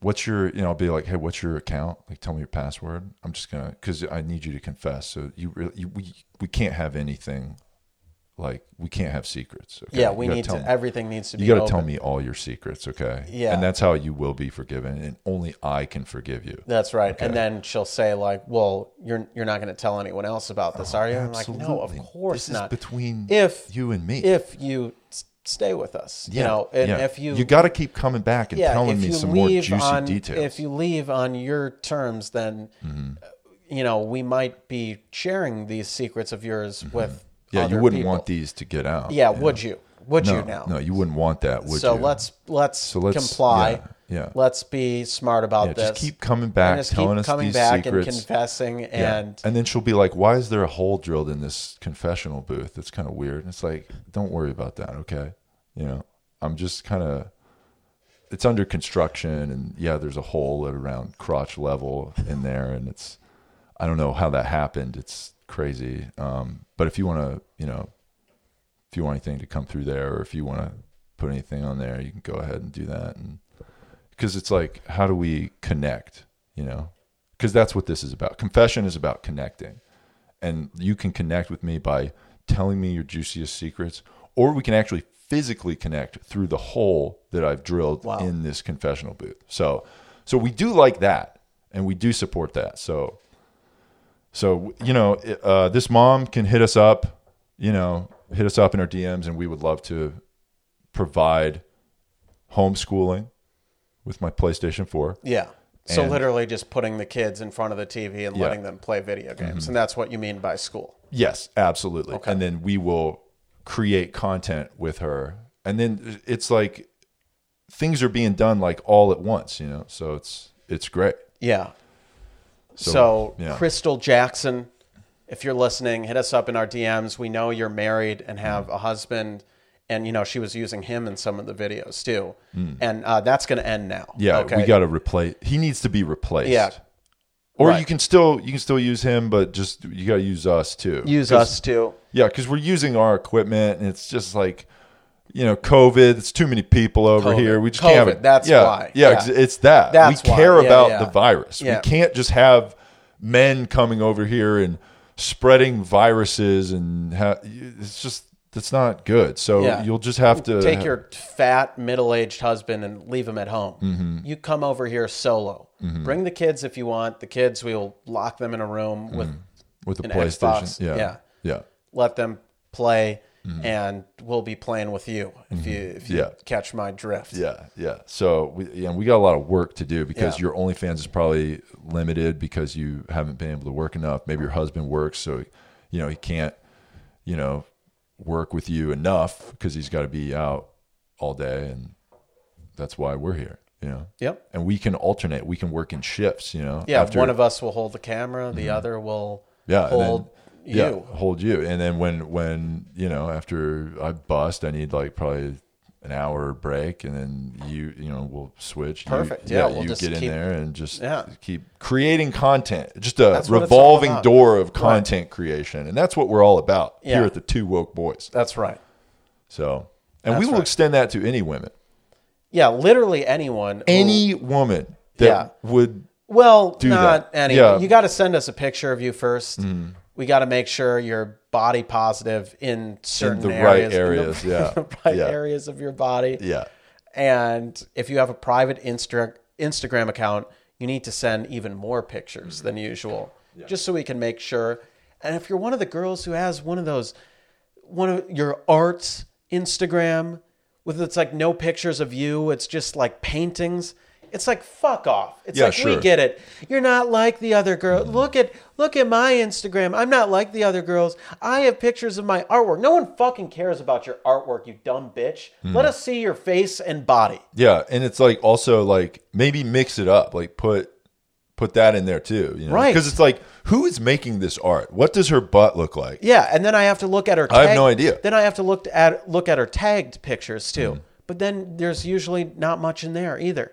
[SPEAKER 1] what's your you know, I'll be like, "Hey, what's your account? Like tell me your password." I'm just going to cuz I need you to confess. So you really you, we we can't have anything like we can't have secrets. okay?
[SPEAKER 2] Yeah,
[SPEAKER 1] You
[SPEAKER 2] we
[SPEAKER 1] gotta
[SPEAKER 2] need to
[SPEAKER 1] tell me-
[SPEAKER 2] everything needs to be
[SPEAKER 1] You got to
[SPEAKER 2] open.
[SPEAKER 1] tell me all your secrets, okay?
[SPEAKER 2] Yeah.
[SPEAKER 1] And that's how you will be forgiven and only I can forgive you.
[SPEAKER 2] That's right. And then she'll say like, "Well, you're you're not going to tell anyone else about this, are you?" I'm like, "No, of
[SPEAKER 1] Absolutely.
[SPEAKER 2] course
[SPEAKER 1] This is
[SPEAKER 2] not."
[SPEAKER 1] between
[SPEAKER 2] if
[SPEAKER 1] you and me.
[SPEAKER 2] if you s- stay with us, you know, and
[SPEAKER 1] yeah.
[SPEAKER 2] if you
[SPEAKER 1] you got to keep coming back and
[SPEAKER 2] yeah,
[SPEAKER 1] telling
[SPEAKER 2] if
[SPEAKER 1] me
[SPEAKER 2] you
[SPEAKER 1] some more
[SPEAKER 2] leave
[SPEAKER 1] juicy
[SPEAKER 2] on,
[SPEAKER 1] details.
[SPEAKER 2] If you leave on your terms, then uh, you know we might be sharing these secrets of yours with.
[SPEAKER 1] Mm-hmm. yeah, you
[SPEAKER 2] other
[SPEAKER 1] wouldn't
[SPEAKER 2] people.
[SPEAKER 1] want these to get out.
[SPEAKER 2] Yeah, would you? Would
[SPEAKER 1] no,
[SPEAKER 2] you now?
[SPEAKER 1] No, you wouldn't want that, would
[SPEAKER 2] so
[SPEAKER 1] you?
[SPEAKER 2] let's let's
[SPEAKER 1] let's-
[SPEAKER 2] comply.
[SPEAKER 1] yeah, yeah.
[SPEAKER 2] Let's be smart about
[SPEAKER 1] Yeah,
[SPEAKER 2] this.
[SPEAKER 1] just keep coming back,
[SPEAKER 2] and just
[SPEAKER 1] telling
[SPEAKER 2] keep
[SPEAKER 1] us
[SPEAKER 2] coming
[SPEAKER 1] these
[SPEAKER 2] back
[SPEAKER 1] secrets.
[SPEAKER 2] and confessing
[SPEAKER 1] Yeah.
[SPEAKER 2] and
[SPEAKER 1] then she'll be like, "Why is there a hole drilled in this confessional booth? That's kind of weird." And it's like, "Don't worry about that, okay? You know, I'm just kind of." It's under construction, and yeah, there's a hole at around crotch level in there, and it's, I don't know how that happened. It's crazy. Um, but if you want to, you know, if you want anything to come through there, or if you want to put anything on there, you can go ahead and do that. And because it's like how do we connect you know because that's what this is about confession is about connecting and you can connect with me by telling me your juiciest secrets or we can actually physically connect through the hole that i've drilled in this confessional booth so so we do like that and we do support that so so you know it- uh, this mom can hit us up you know hit us up in our dms and we would love to provide homeschooling with my PlayStation 4.
[SPEAKER 2] yeah. So
[SPEAKER 1] And-
[SPEAKER 2] literally just putting the kids in front of the TV and letting them play video
[SPEAKER 1] Mm-hmm.
[SPEAKER 2] games, and that's what you mean by school.
[SPEAKER 1] Yes, absolutely. And then we will create content with her. And then it's like things are being done like all at once, you know. So it's it's great.
[SPEAKER 2] Yeah.
[SPEAKER 1] So,
[SPEAKER 2] So,
[SPEAKER 1] yeah.
[SPEAKER 2] Crystal Jackson, if you're listening, hit us up in our DMs. We know you're married and have
[SPEAKER 1] Mm.
[SPEAKER 2] a husband. And, you know, she was using him in some of the videos too. And uh, that's going to end now.
[SPEAKER 1] Mm. Yeah, we got to replace. He needs to be replaced.
[SPEAKER 2] Yeah.
[SPEAKER 1] Or
[SPEAKER 2] Right.
[SPEAKER 1] you can still you can still use him, but just you got to use us too.
[SPEAKER 2] Use
[SPEAKER 1] 'Cause-
[SPEAKER 2] us too.
[SPEAKER 1] Yeah, because we're using our equipment, and it's just like, you know, COVID. It's too many people over
[SPEAKER 2] COVID.
[SPEAKER 1] here. We just can't have
[SPEAKER 2] COVID,
[SPEAKER 1] it.
[SPEAKER 2] that's
[SPEAKER 1] yeah,
[SPEAKER 2] why.
[SPEAKER 1] Yeah,
[SPEAKER 2] Yeah.
[SPEAKER 1] ex- it's that.
[SPEAKER 2] That's
[SPEAKER 1] we
[SPEAKER 2] why.
[SPEAKER 1] care
[SPEAKER 2] Yeah,
[SPEAKER 1] about
[SPEAKER 2] yeah.
[SPEAKER 1] the virus.
[SPEAKER 2] Yeah.
[SPEAKER 1] We can't just have men coming over here and spreading viruses, and ha- it's just that's not good. So
[SPEAKER 2] Yeah.
[SPEAKER 1] you'll just have to
[SPEAKER 2] Take your fat middle aged husband and leave him at home.
[SPEAKER 1] Mm-hmm.
[SPEAKER 2] You come over here solo. Bring the kids if you want. The kids, we will lock them in a room
[SPEAKER 1] Mm.
[SPEAKER 2] with,
[SPEAKER 1] with the
[SPEAKER 2] an
[SPEAKER 1] PlayStation.
[SPEAKER 2] Xbox.
[SPEAKER 1] Yeah,
[SPEAKER 2] Yeah.
[SPEAKER 1] yeah.
[SPEAKER 2] let them play, and we'll be playing with you if you, if you
[SPEAKER 1] Mm-hmm. Yeah.
[SPEAKER 2] catch my drift.
[SPEAKER 1] Yeah, yeah. So we yeah, we got a lot of work to do because
[SPEAKER 2] Yeah.
[SPEAKER 1] your OnlyFans is probably limited because you haven't been able to work enough. Maybe your husband works, so you know he can't, you know, work with you enough because he's got to be out all day, and that's why we're here. You know.
[SPEAKER 2] Yep.
[SPEAKER 1] And we can alternate. We can work in shifts. You know.
[SPEAKER 2] Yeah,
[SPEAKER 1] after- Mm-hmm.
[SPEAKER 2] one of us will hold the camera, the other will
[SPEAKER 1] yeah, and then-
[SPEAKER 2] hold
[SPEAKER 1] yeah,
[SPEAKER 2] you.
[SPEAKER 1] hold you. And then when when you know after I bust, I need like probably an hour break, and then you you know we'll switch. You-
[SPEAKER 2] Perfect. Yeah, we'll
[SPEAKER 1] you
[SPEAKER 2] just
[SPEAKER 1] get in
[SPEAKER 2] keep-
[SPEAKER 1] there and just
[SPEAKER 2] Yeah.
[SPEAKER 1] keep creating content. Just a
[SPEAKER 2] That's what it's all
[SPEAKER 1] revolving
[SPEAKER 2] about.
[SPEAKER 1] door of content creation, and that's what we're all about here
[SPEAKER 2] Yeah.
[SPEAKER 1] at the Two Woke Boys.
[SPEAKER 2] That's right.
[SPEAKER 1] So, and
[SPEAKER 2] That's
[SPEAKER 1] we will
[SPEAKER 2] right.
[SPEAKER 1] extend that to any women,
[SPEAKER 2] Yeah, literally anyone. who-
[SPEAKER 1] any woman that would.
[SPEAKER 2] well,
[SPEAKER 1] do
[SPEAKER 2] not
[SPEAKER 1] that.
[SPEAKER 2] any.
[SPEAKER 1] Yeah. Mm-hmm.
[SPEAKER 2] You got to send us a picture of you first. We got to make sure you're body positive in certain
[SPEAKER 1] the right
[SPEAKER 2] areas, in the-
[SPEAKER 1] areas, yeah.
[SPEAKER 2] the right
[SPEAKER 1] Yeah.
[SPEAKER 2] areas of your body.
[SPEAKER 1] Yeah,
[SPEAKER 2] And if you have a private Insta- Instagram account, you need to send even more
[SPEAKER 1] Mm-hmm.
[SPEAKER 2] pictures than usual, just so we can make sure. And if you're one of the girls who has one of those, one of your arts Instagram, with it's like no pictures of you, it's just like paintings. It's like fuck off. It's
[SPEAKER 1] Yeah,
[SPEAKER 2] like
[SPEAKER 1] sure. Mm-hmm.
[SPEAKER 2] we get it. You're not like the other girl. Look at look at my Instagram. I'm not like the other girls. I have pictures of my artwork. No one fucking cares about your artwork, you dumb bitch. Let
[SPEAKER 1] Mm.
[SPEAKER 2] us see your face and body.
[SPEAKER 1] yeah, and it's like also like maybe mix it up, like put put that in there too, you know?
[SPEAKER 2] Right.
[SPEAKER 1] Because it's like who is making this art? What does her butt look like?
[SPEAKER 2] Yeah, and then I have to look at her. Tag-
[SPEAKER 1] I have no idea. Mm-hmm.
[SPEAKER 2] Then I have to look at look at her tagged pictures too. But then there's usually not much in there either.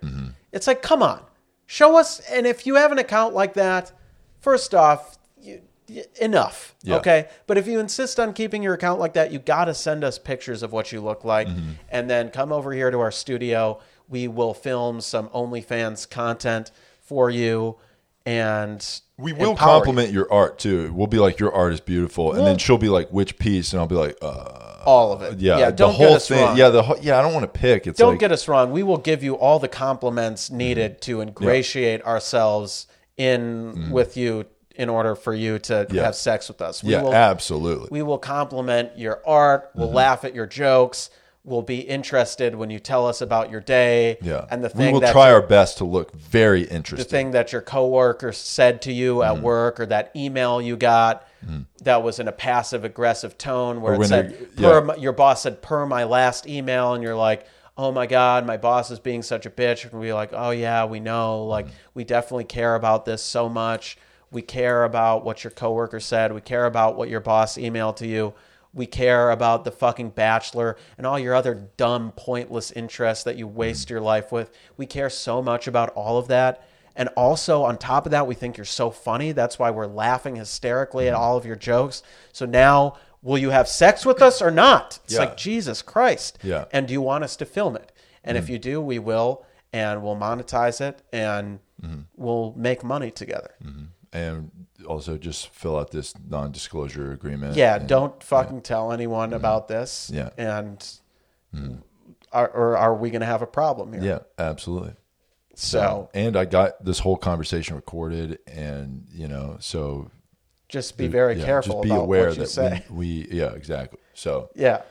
[SPEAKER 2] It's like, come on, show us. And if you have an account like that, first off, you, y- enough.
[SPEAKER 1] Yeah.
[SPEAKER 2] Okay. But if you insist on keeping your account like that, you gotta send us pictures of what you look like,
[SPEAKER 1] Mm-hmm.
[SPEAKER 2] and then come over here to our studio. We will film some OnlyFans content for you, and
[SPEAKER 1] We will
[SPEAKER 2] empower you.
[SPEAKER 1] compliment your art too. We'll be like, your art is beautiful, and then she'll be like, which piece? And I'll be like, uh,
[SPEAKER 2] all of it.
[SPEAKER 1] yeah,
[SPEAKER 2] yeah
[SPEAKER 1] the
[SPEAKER 2] don't
[SPEAKER 1] whole
[SPEAKER 2] get us
[SPEAKER 1] thing.
[SPEAKER 2] Wrong.
[SPEAKER 1] Yeah, the whole, yeah. I don't want to pick. It's
[SPEAKER 2] Don't
[SPEAKER 1] like, Mm-hmm.
[SPEAKER 2] get us wrong. We will give you all the compliments needed to ingratiate ourselves in with you in order for you to
[SPEAKER 1] Mm-hmm. Yeah.
[SPEAKER 2] have sex with us. We
[SPEAKER 1] yeah, Mm-hmm.
[SPEAKER 2] will
[SPEAKER 1] absolutely.
[SPEAKER 2] we will compliment your art, we'll laugh at your jokes, we'll be interested when you tell us about your day
[SPEAKER 1] yeah,
[SPEAKER 2] and the
[SPEAKER 1] we
[SPEAKER 2] thing
[SPEAKER 1] will
[SPEAKER 2] that
[SPEAKER 1] try
[SPEAKER 2] your,
[SPEAKER 1] our best to look very interesting. Mm-hmm.
[SPEAKER 2] the thing that your coworker said to you at work or that email you got that was in a passive aggressive tone where it
[SPEAKER 1] when
[SPEAKER 2] said
[SPEAKER 1] you- yeah.
[SPEAKER 2] per my, your boss said per my last email and you're like oh my god my boss is being such a bitch and we're like oh yeah we know like
[SPEAKER 1] Mm-hmm.
[SPEAKER 2] we definitely care about this so much we care about what your coworker said we care about what your boss emailed to you we care about the fucking bachelor and all your other dumb pointless interests that you
[SPEAKER 1] Mm-hmm.
[SPEAKER 2] waste your life with we care so much about all of that and also, on top of that, we think you're so funny. That's why we're laughing hysterically at
[SPEAKER 1] Mm-hmm.
[SPEAKER 2] all of your jokes. So now, will you have sex with us or not? It's
[SPEAKER 1] Yeah.
[SPEAKER 2] like, Jesus Christ.
[SPEAKER 1] Yeah. Mm-hmm.
[SPEAKER 2] And do you want us to film it? And if you do, we will, and we'll monetize it and
[SPEAKER 1] Mm-hmm.
[SPEAKER 2] we'll make money together.
[SPEAKER 1] and also just fill out this non-disclosure agreement.
[SPEAKER 2] Yeah,
[SPEAKER 1] and-
[SPEAKER 2] don't fucking tell anyone about this.
[SPEAKER 1] Mm-hmm. Yeah. Mm-hmm.
[SPEAKER 2] And. Are, or are we going to have a problem here?
[SPEAKER 1] Yeah, absolutely.
[SPEAKER 2] So
[SPEAKER 1] And I got this whole conversation recorded, and you know, so
[SPEAKER 2] just be very
[SPEAKER 1] yeah,
[SPEAKER 2] careful
[SPEAKER 1] Just be
[SPEAKER 2] about
[SPEAKER 1] aware
[SPEAKER 2] what you
[SPEAKER 1] that
[SPEAKER 2] say.
[SPEAKER 1] We, we, yeah, exactly. So
[SPEAKER 2] yeah.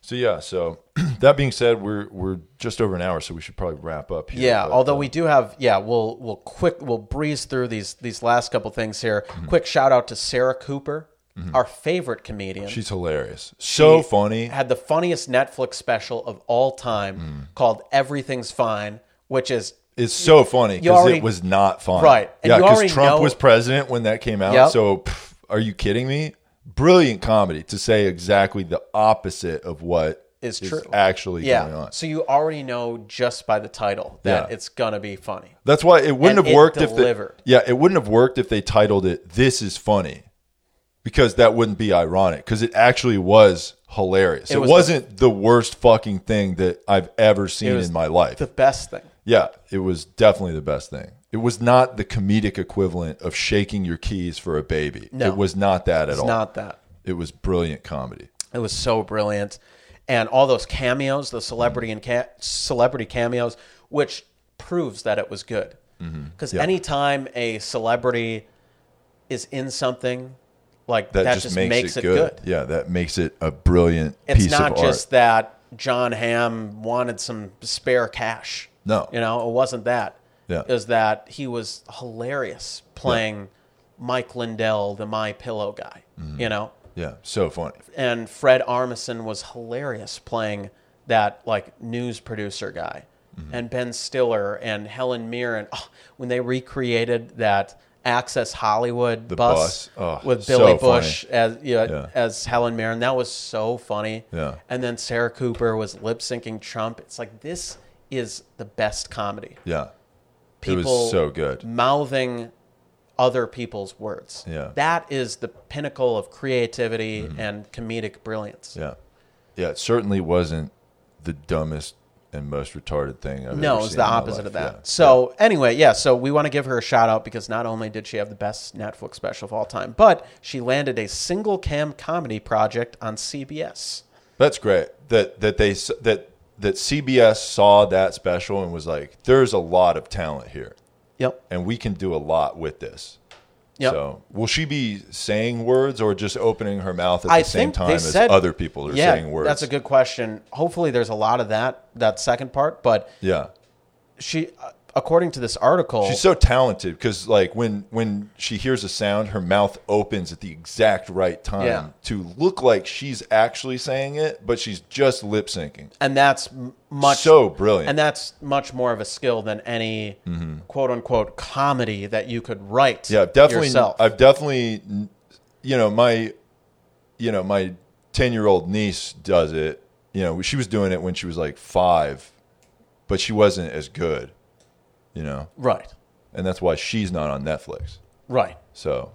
[SPEAKER 1] So yeah, so that being said, we're we're just over an hour, so we should probably wrap up here.
[SPEAKER 2] Yeah,
[SPEAKER 1] but,
[SPEAKER 2] although
[SPEAKER 1] uh,
[SPEAKER 2] we do have yeah, we'll we'll quick we'll breeze through these these last couple things here.
[SPEAKER 1] Mm-hmm.
[SPEAKER 2] Quick shout out to Sarah Cooper, our favorite comedian.
[SPEAKER 1] she's hilarious, so
[SPEAKER 2] She
[SPEAKER 1] funny.
[SPEAKER 2] Had
[SPEAKER 1] Mm.
[SPEAKER 2] the funniest Netflix special of all time called Everything's Fine, which is
[SPEAKER 1] It's so funny
[SPEAKER 2] you
[SPEAKER 1] because
[SPEAKER 2] already-
[SPEAKER 1] it was not fun.
[SPEAKER 2] Right. And
[SPEAKER 1] yeah,
[SPEAKER 2] you
[SPEAKER 1] because
[SPEAKER 2] already
[SPEAKER 1] Trump
[SPEAKER 2] know-
[SPEAKER 1] was president when that came out.
[SPEAKER 2] Yep.
[SPEAKER 1] So pff, are you kidding me? Brilliant comedy to say exactly the opposite of what
[SPEAKER 2] Is true.
[SPEAKER 1] actually
[SPEAKER 2] Yeah.
[SPEAKER 1] going on.
[SPEAKER 2] So you already know just by the title that
[SPEAKER 1] Yeah.
[SPEAKER 2] it's gonna be funny.
[SPEAKER 1] That's why it wouldn't
[SPEAKER 2] And
[SPEAKER 1] have
[SPEAKER 2] it
[SPEAKER 1] worked
[SPEAKER 2] delivered.
[SPEAKER 1] if they, yeah, it wouldn't have worked if they titled it "This is Funny," because that wouldn't be ironic. Because it actually was hilarious. It,
[SPEAKER 2] was the-
[SPEAKER 1] was not the, worst fucking thing that I've ever seen
[SPEAKER 2] was
[SPEAKER 1] in my life.
[SPEAKER 2] The best thing.
[SPEAKER 1] yeah, it was definitely the best thing. It was not the comedic equivalent of shaking your keys for a baby.
[SPEAKER 2] No.
[SPEAKER 1] It was not that at
[SPEAKER 2] It's
[SPEAKER 1] all.
[SPEAKER 2] not that.
[SPEAKER 1] It was brilliant comedy.
[SPEAKER 2] It was so brilliant, and all those cameos, the celebrity and ca- celebrity cameos, which proves that it was good.
[SPEAKER 1] Mm-hmm.
[SPEAKER 2] Because anytime a celebrity is in something, like that,
[SPEAKER 1] That,
[SPEAKER 2] just, makes, it, good.
[SPEAKER 1] Yeah, that makes it a brilliant
[SPEAKER 2] It's
[SPEAKER 1] piece
[SPEAKER 2] not
[SPEAKER 1] of
[SPEAKER 2] just
[SPEAKER 1] art.
[SPEAKER 2] that John Hamm wanted some spare cash.
[SPEAKER 1] No.
[SPEAKER 2] you know, it wasn't that.
[SPEAKER 1] Yeah.
[SPEAKER 2] It was that he was hilarious playing Mike Lindell, the My Pillow guy.
[SPEAKER 1] Mm-hmm.
[SPEAKER 2] You know,
[SPEAKER 1] yeah, so funny.
[SPEAKER 2] and Fred Armisen was hilarious playing that like news producer guy,
[SPEAKER 1] Mm-hmm.
[SPEAKER 2] and Ben Stiller and Helen Mirren oh, when they recreated that Access Hollywood bus,
[SPEAKER 1] bus. Oh,
[SPEAKER 2] with
[SPEAKER 1] so
[SPEAKER 2] Billy Bush as you know,
[SPEAKER 1] Yeah.
[SPEAKER 2] as Helen Mirren. That was so funny.
[SPEAKER 1] Yeah.
[SPEAKER 2] And then Sarah Cooper was lip syncing Trump. It's like this is the best comedy.
[SPEAKER 1] Yeah.
[SPEAKER 2] People
[SPEAKER 1] was so good.
[SPEAKER 2] mouthing other people's words.
[SPEAKER 1] Yeah. Mm-hmm.
[SPEAKER 2] That is the pinnacle of creativity and comedic brilliance.
[SPEAKER 1] Yeah. Yeah, it certainly wasn't the dumbest and most retarded thing I've
[SPEAKER 2] No,
[SPEAKER 1] ever
[SPEAKER 2] it's
[SPEAKER 1] seen
[SPEAKER 2] the
[SPEAKER 1] in my
[SPEAKER 2] opposite
[SPEAKER 1] life.
[SPEAKER 2] of that.
[SPEAKER 1] Yeah.
[SPEAKER 2] So anyway, yeah. So we want to give her a shout out because not only did she have the best Netflix special of all time, but she landed a single cam comedy project on CBS.
[SPEAKER 1] That's great. That that they s- that that CBS saw that special and was like, there's a lot of talent here
[SPEAKER 2] Yep.
[SPEAKER 1] and we can do a lot with this.
[SPEAKER 2] Yep.
[SPEAKER 1] So, will she be saying words or just opening her mouth at the same time as other people are
[SPEAKER 2] yeah,
[SPEAKER 1] saying words?
[SPEAKER 2] That's a good question. Hopefully, there's a lot of that that second part, but
[SPEAKER 1] Yeah.
[SPEAKER 2] she, uh, according to this article,
[SPEAKER 1] She's so talented because, like, when when she hears a sound, her mouth opens at the exact right time
[SPEAKER 2] Yeah.
[SPEAKER 1] to look like she's actually saying it, but she's just lip syncing.
[SPEAKER 2] and that's m- much
[SPEAKER 1] So brilliant.
[SPEAKER 2] and that's much more of a skill than any quote unquote comedy that you could write.
[SPEAKER 1] Mm-hmm. Yeah, I've definitely.
[SPEAKER 2] Yourself.
[SPEAKER 1] I've definitely. You know my, you know my ten-year-old niece does it. You know she was doing it when she was like five, but she wasn't as good. You know,
[SPEAKER 2] right,
[SPEAKER 1] and that's why she's not on Netflix.
[SPEAKER 2] right.
[SPEAKER 1] So,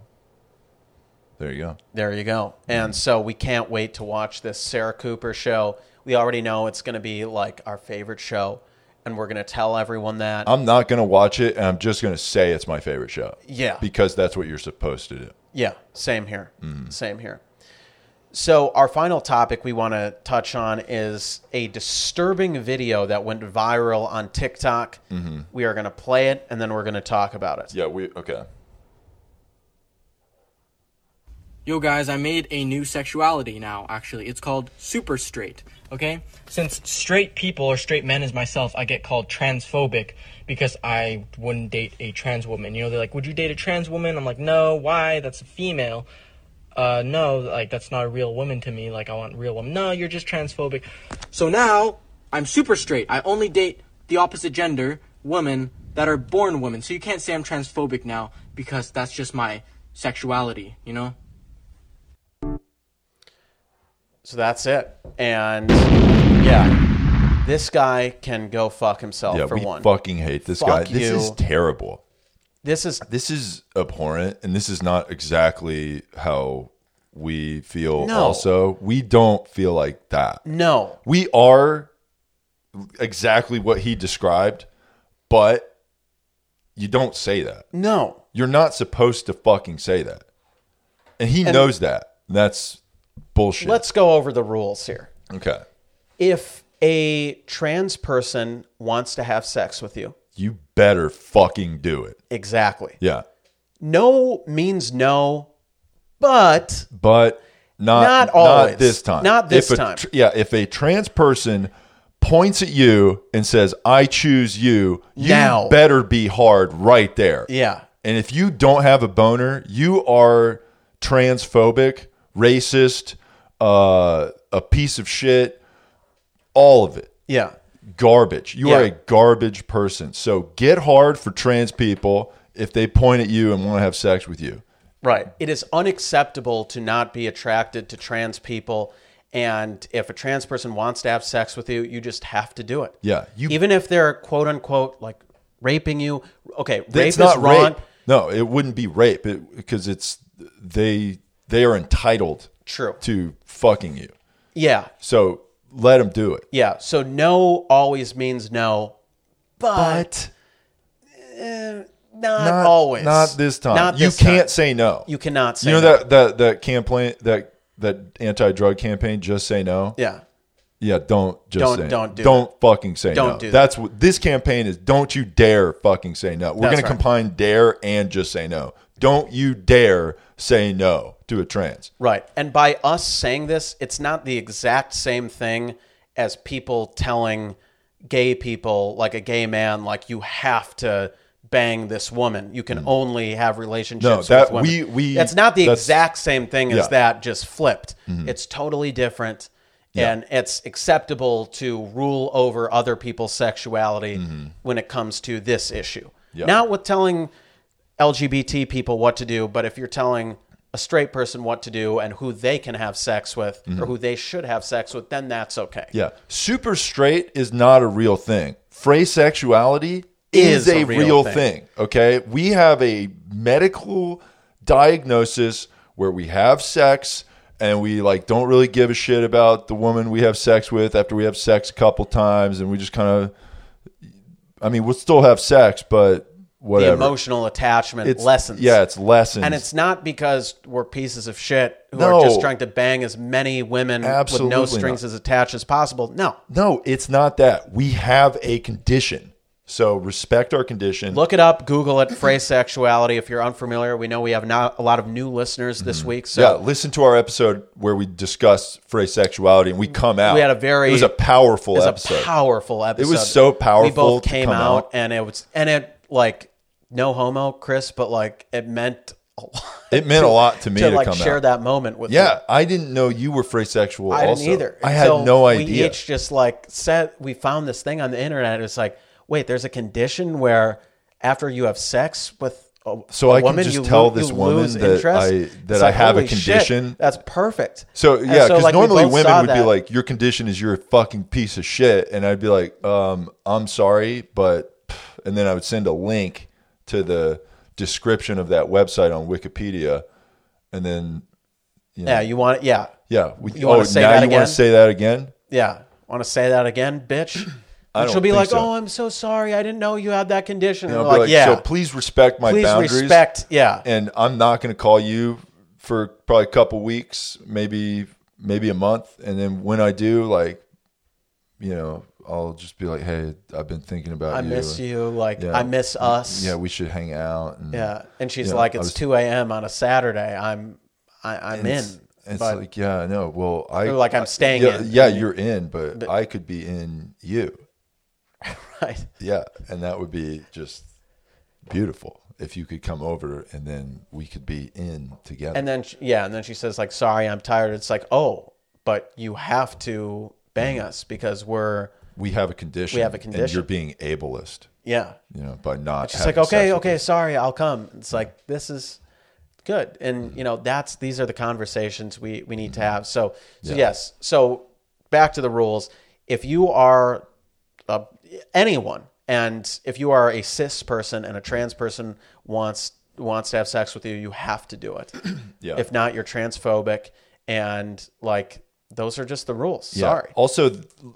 [SPEAKER 1] there you go.
[SPEAKER 2] There you go. And so we can't wait to watch this Sarah Cooper show. We already know it's going to be like our favorite show, and we're going to tell everyone that.
[SPEAKER 1] I'm not gonna watch it, and I'm just gonna say it's my favorite show.
[SPEAKER 2] Yeah.
[SPEAKER 1] because that's what you're supposed to do.
[SPEAKER 2] Yeah, same here.
[SPEAKER 1] Mm-hmm.
[SPEAKER 2] Same here. So, our final topic we want to touch on is a disturbing video that went viral on TikTok.
[SPEAKER 1] Mm-hmm.
[SPEAKER 2] We are going to play it and then we're going to talk about it.
[SPEAKER 1] Yeah, we okay.
[SPEAKER 7] Yo guys, I made a new sexuality now, actually. It's called super straight, okay? Since straight people or straight men as myself, I get called transphobic because I wouldn't date a trans woman. You know, they're like, "Would you date a trans woman?" I'm like, "No, why? That's a female." Uh, no, like that's not a real woman to me. Like I want real woman. No, you're just transphobic. So now I'm super straight. I only date the opposite gender women that are born women. So you can't say I'm transphobic now because that's just my sexuality, you know?
[SPEAKER 2] So, that's it. And yeah, this guy can go fuck himself
[SPEAKER 1] Yeah,
[SPEAKER 2] for
[SPEAKER 1] we
[SPEAKER 2] one.
[SPEAKER 1] fucking hate this guy.
[SPEAKER 2] Fuck
[SPEAKER 1] This
[SPEAKER 2] you.
[SPEAKER 1] is terrible.
[SPEAKER 2] This is
[SPEAKER 1] This is abhorrent, and this is not exactly how we feel.
[SPEAKER 2] No.
[SPEAKER 1] Also, we don't feel like that.
[SPEAKER 2] no.
[SPEAKER 1] We are exactly what he described, but you don't say that.
[SPEAKER 2] No.
[SPEAKER 1] You're not supposed to fucking say that, and he knows that. That's bullshit.
[SPEAKER 2] Let's go over the rules here.
[SPEAKER 1] okay.
[SPEAKER 2] If a trans person wants to have sex with you,
[SPEAKER 1] you better fucking do it.
[SPEAKER 2] exactly.
[SPEAKER 1] Yeah.
[SPEAKER 2] No means no, but
[SPEAKER 1] But not
[SPEAKER 2] Not
[SPEAKER 1] not
[SPEAKER 2] always.
[SPEAKER 1] this time.
[SPEAKER 2] Not this
[SPEAKER 1] If a
[SPEAKER 2] time.
[SPEAKER 1] tr- yeah, if a trans person points at you and says, "I choose you," you
[SPEAKER 2] Now.
[SPEAKER 1] better be hard right there.
[SPEAKER 2] yeah,
[SPEAKER 1] And if you don't have a boner, you are transphobic, racist, uh, a piece of shit, all of it.
[SPEAKER 2] yeah.
[SPEAKER 1] garbage. You are
[SPEAKER 2] Yeah.
[SPEAKER 1] a garbage person. So get hard for trans people if they point at you and want to have sex with you.
[SPEAKER 2] Right. It is unacceptable to not be attracted to trans people. And if a trans person wants to have sex with you, you just have to do it.
[SPEAKER 1] Yeah, you-
[SPEAKER 2] Even if they're quote unquote like raping you. Okay. Rape
[SPEAKER 1] It's
[SPEAKER 2] is
[SPEAKER 1] not
[SPEAKER 2] wrong.
[SPEAKER 1] rape. No, it wouldn't be rape because it's they they are entitled
[SPEAKER 2] True.
[SPEAKER 1] to fucking you.
[SPEAKER 2] Yeah.
[SPEAKER 1] So let them do it.
[SPEAKER 2] Yeah. So no always means no, but, not,
[SPEAKER 1] not
[SPEAKER 2] always.
[SPEAKER 1] Not this time.
[SPEAKER 2] Not
[SPEAKER 1] you
[SPEAKER 2] this
[SPEAKER 1] can't
[SPEAKER 2] time.
[SPEAKER 1] say no.
[SPEAKER 2] You cannot say
[SPEAKER 1] You know
[SPEAKER 2] no.
[SPEAKER 1] that that that campaign that that anti drug campaign. Just say no.
[SPEAKER 2] Yeah.
[SPEAKER 1] Yeah, don't just
[SPEAKER 2] Don't-
[SPEAKER 1] say
[SPEAKER 2] don't do
[SPEAKER 1] don't fucking say
[SPEAKER 2] Don't
[SPEAKER 1] no.
[SPEAKER 2] do that.
[SPEAKER 1] That's what this campaign is. Don't you dare fucking say no. We're
[SPEAKER 2] That's
[SPEAKER 1] gonna
[SPEAKER 2] right.
[SPEAKER 1] combine dare and just say no. Don't you dare say no to a trans.
[SPEAKER 2] Right. And by us saying this, it's not the exact same thing as people telling gay people, like a gay man, like you have to bang this woman. You can only have relationships
[SPEAKER 1] Mm. No, that-
[SPEAKER 2] with women.
[SPEAKER 1] we- we-
[SPEAKER 2] that's not the
[SPEAKER 1] that's-
[SPEAKER 2] exact same thing as
[SPEAKER 1] Yeah.
[SPEAKER 2] that, just flipped.
[SPEAKER 1] Mm-hmm.
[SPEAKER 2] It's totally different. And it's acceptable to rule over other people's sexuality
[SPEAKER 1] Mm-hmm.
[SPEAKER 2] when it comes to this issue. Not with telling LGBT people what to do, but if you're telling a straight person what to do and who they can have sex with or who they should have sex with, then that's okay.
[SPEAKER 1] Mm-hmm. Yeah, super straight is not a real thing. Frasexuality sexuality is, a, real, thing. Okay, we have a medical diagnosis where we have sex and we like don't really give a shit about the woman we have sex with after we have sex a couple times and we just kind of. I mean, we'll still have sex, but
[SPEAKER 2] The
[SPEAKER 1] whatever.
[SPEAKER 2] emotional attachment
[SPEAKER 1] it's
[SPEAKER 2] lessens.
[SPEAKER 1] Yeah, it's lessons.
[SPEAKER 2] and it's not because we're pieces of shit who
[SPEAKER 1] No.
[SPEAKER 2] are just trying to bang as many women
[SPEAKER 1] Absolutely
[SPEAKER 2] with no
[SPEAKER 1] not.
[SPEAKER 2] strings as attached as possible. No.
[SPEAKER 1] no, it's not that. We have a condition, so respect our condition.
[SPEAKER 2] Look it up, Google it, phrase sexuality. If you're unfamiliar, we know we have not a lot of new listeners this week. So
[SPEAKER 1] Mm-hmm. yeah, listen to our episode where we discussed phrase sexuality, and we come out.
[SPEAKER 2] We had a very-
[SPEAKER 1] it was a powerful
[SPEAKER 2] It was
[SPEAKER 1] episode.
[SPEAKER 2] a powerful episode.
[SPEAKER 1] so powerful
[SPEAKER 2] We both
[SPEAKER 1] to
[SPEAKER 2] came
[SPEAKER 1] come
[SPEAKER 2] out,
[SPEAKER 1] out.
[SPEAKER 2] and it was and it like no homo, Chris, but like it meant a lot.
[SPEAKER 1] it meant a lot to me to,
[SPEAKER 2] to like
[SPEAKER 1] come
[SPEAKER 2] share
[SPEAKER 1] out.
[SPEAKER 2] that moment with. you.
[SPEAKER 1] Yeah, I didn't know you were phrase sexual.
[SPEAKER 2] I
[SPEAKER 1] also.
[SPEAKER 2] didn't either.
[SPEAKER 1] I had
[SPEAKER 2] Until
[SPEAKER 1] no
[SPEAKER 2] We
[SPEAKER 1] idea.
[SPEAKER 2] each just like said we found this thing on the internet. It's like wait, there's a condition where after you have sex with. A,
[SPEAKER 1] So
[SPEAKER 2] a
[SPEAKER 1] I can
[SPEAKER 2] woman,
[SPEAKER 1] just
[SPEAKER 2] you
[SPEAKER 1] tell
[SPEAKER 2] lo-
[SPEAKER 1] this
[SPEAKER 2] you
[SPEAKER 1] woman
[SPEAKER 2] lose
[SPEAKER 1] that
[SPEAKER 2] interest.
[SPEAKER 1] I-
[SPEAKER 2] It's
[SPEAKER 1] that I
[SPEAKER 2] like,
[SPEAKER 1] have a
[SPEAKER 2] holy shit,
[SPEAKER 1] condition.
[SPEAKER 2] that's perfect.
[SPEAKER 1] so
[SPEAKER 2] And
[SPEAKER 1] yeah, because
[SPEAKER 2] like, we
[SPEAKER 1] normally
[SPEAKER 2] both
[SPEAKER 1] women
[SPEAKER 2] saw
[SPEAKER 1] would be
[SPEAKER 2] that.
[SPEAKER 1] like, "Your condition is you're a fucking piece of shit," and I'd be like, um, "I'm sorry, but," and then I would send a link to the description of that website on Wikipedia, and then
[SPEAKER 2] "Yeah, you want, yeah,
[SPEAKER 1] yeah, we,
[SPEAKER 2] You wanna
[SPEAKER 1] oh,
[SPEAKER 2] say
[SPEAKER 1] now
[SPEAKER 2] that
[SPEAKER 1] you want
[SPEAKER 2] again?
[SPEAKER 1] to say that again?
[SPEAKER 2] Yeah. Want to say that again, bitch?
[SPEAKER 1] I
[SPEAKER 2] And
[SPEAKER 1] don't
[SPEAKER 2] she'll be
[SPEAKER 1] think
[SPEAKER 2] like,
[SPEAKER 1] so.
[SPEAKER 2] "Oh, I'm so sorry. I didn't know you had that condition." And
[SPEAKER 1] I'll
[SPEAKER 2] we're
[SPEAKER 1] be
[SPEAKER 2] like, "Yeah,
[SPEAKER 1] So please respect my
[SPEAKER 2] Please
[SPEAKER 1] boundaries.
[SPEAKER 2] respect- yeah.
[SPEAKER 1] And I'm not going to call you for probably a couple weeks, maybe maybe a month, and then when I do, like, you know, I'll just be like, hey, I've been thinking about
[SPEAKER 2] I
[SPEAKER 1] you.
[SPEAKER 2] miss you. Like,
[SPEAKER 1] Yeah.
[SPEAKER 2] I miss us."
[SPEAKER 1] Yeah, we should hang out. And,
[SPEAKER 2] Yeah. And she's
[SPEAKER 1] Yeah, I
[SPEAKER 2] like, "It's
[SPEAKER 1] was-
[SPEAKER 2] 2 a.m. on a Saturday. I'm, I, I'm in."
[SPEAKER 1] It's, it's
[SPEAKER 2] but
[SPEAKER 1] like, yeah, I know. Well, I
[SPEAKER 2] Or like I'm staying
[SPEAKER 1] Yeah,
[SPEAKER 2] in.
[SPEAKER 1] yeah, you're in, but, I could be in you.
[SPEAKER 2] right.
[SPEAKER 1] Yeah, and that would be just beautiful if you could come over and then we could be in together.
[SPEAKER 2] And then she- yeah, and then she says like, "Sorry, I'm tired." It's like, "Oh, but you have to bang
[SPEAKER 1] Mm-hmm.
[SPEAKER 2] us because we're
[SPEAKER 1] we have a condition.
[SPEAKER 2] We have a
[SPEAKER 1] And you're
[SPEAKER 2] condition.
[SPEAKER 1] being ableist,
[SPEAKER 2] yeah."
[SPEAKER 1] you know, by not.
[SPEAKER 2] She's like,
[SPEAKER 1] having
[SPEAKER 2] okay,
[SPEAKER 1] sex with
[SPEAKER 2] okay,
[SPEAKER 1] us."
[SPEAKER 2] sorry, I'll come. It's like this is good, and you know that's these are the conversations we we need to
[SPEAKER 1] Mm-hmm.
[SPEAKER 2] have. So, so yes, so back to the rules. If you are uh, anyone, and if you are a cis person and a trans person wants wants to have sex with you, you have to do it.
[SPEAKER 1] Yeah.
[SPEAKER 2] If not, you're transphobic, and like those are just the rules.
[SPEAKER 1] Yeah.
[SPEAKER 2] Sorry.
[SPEAKER 1] Also,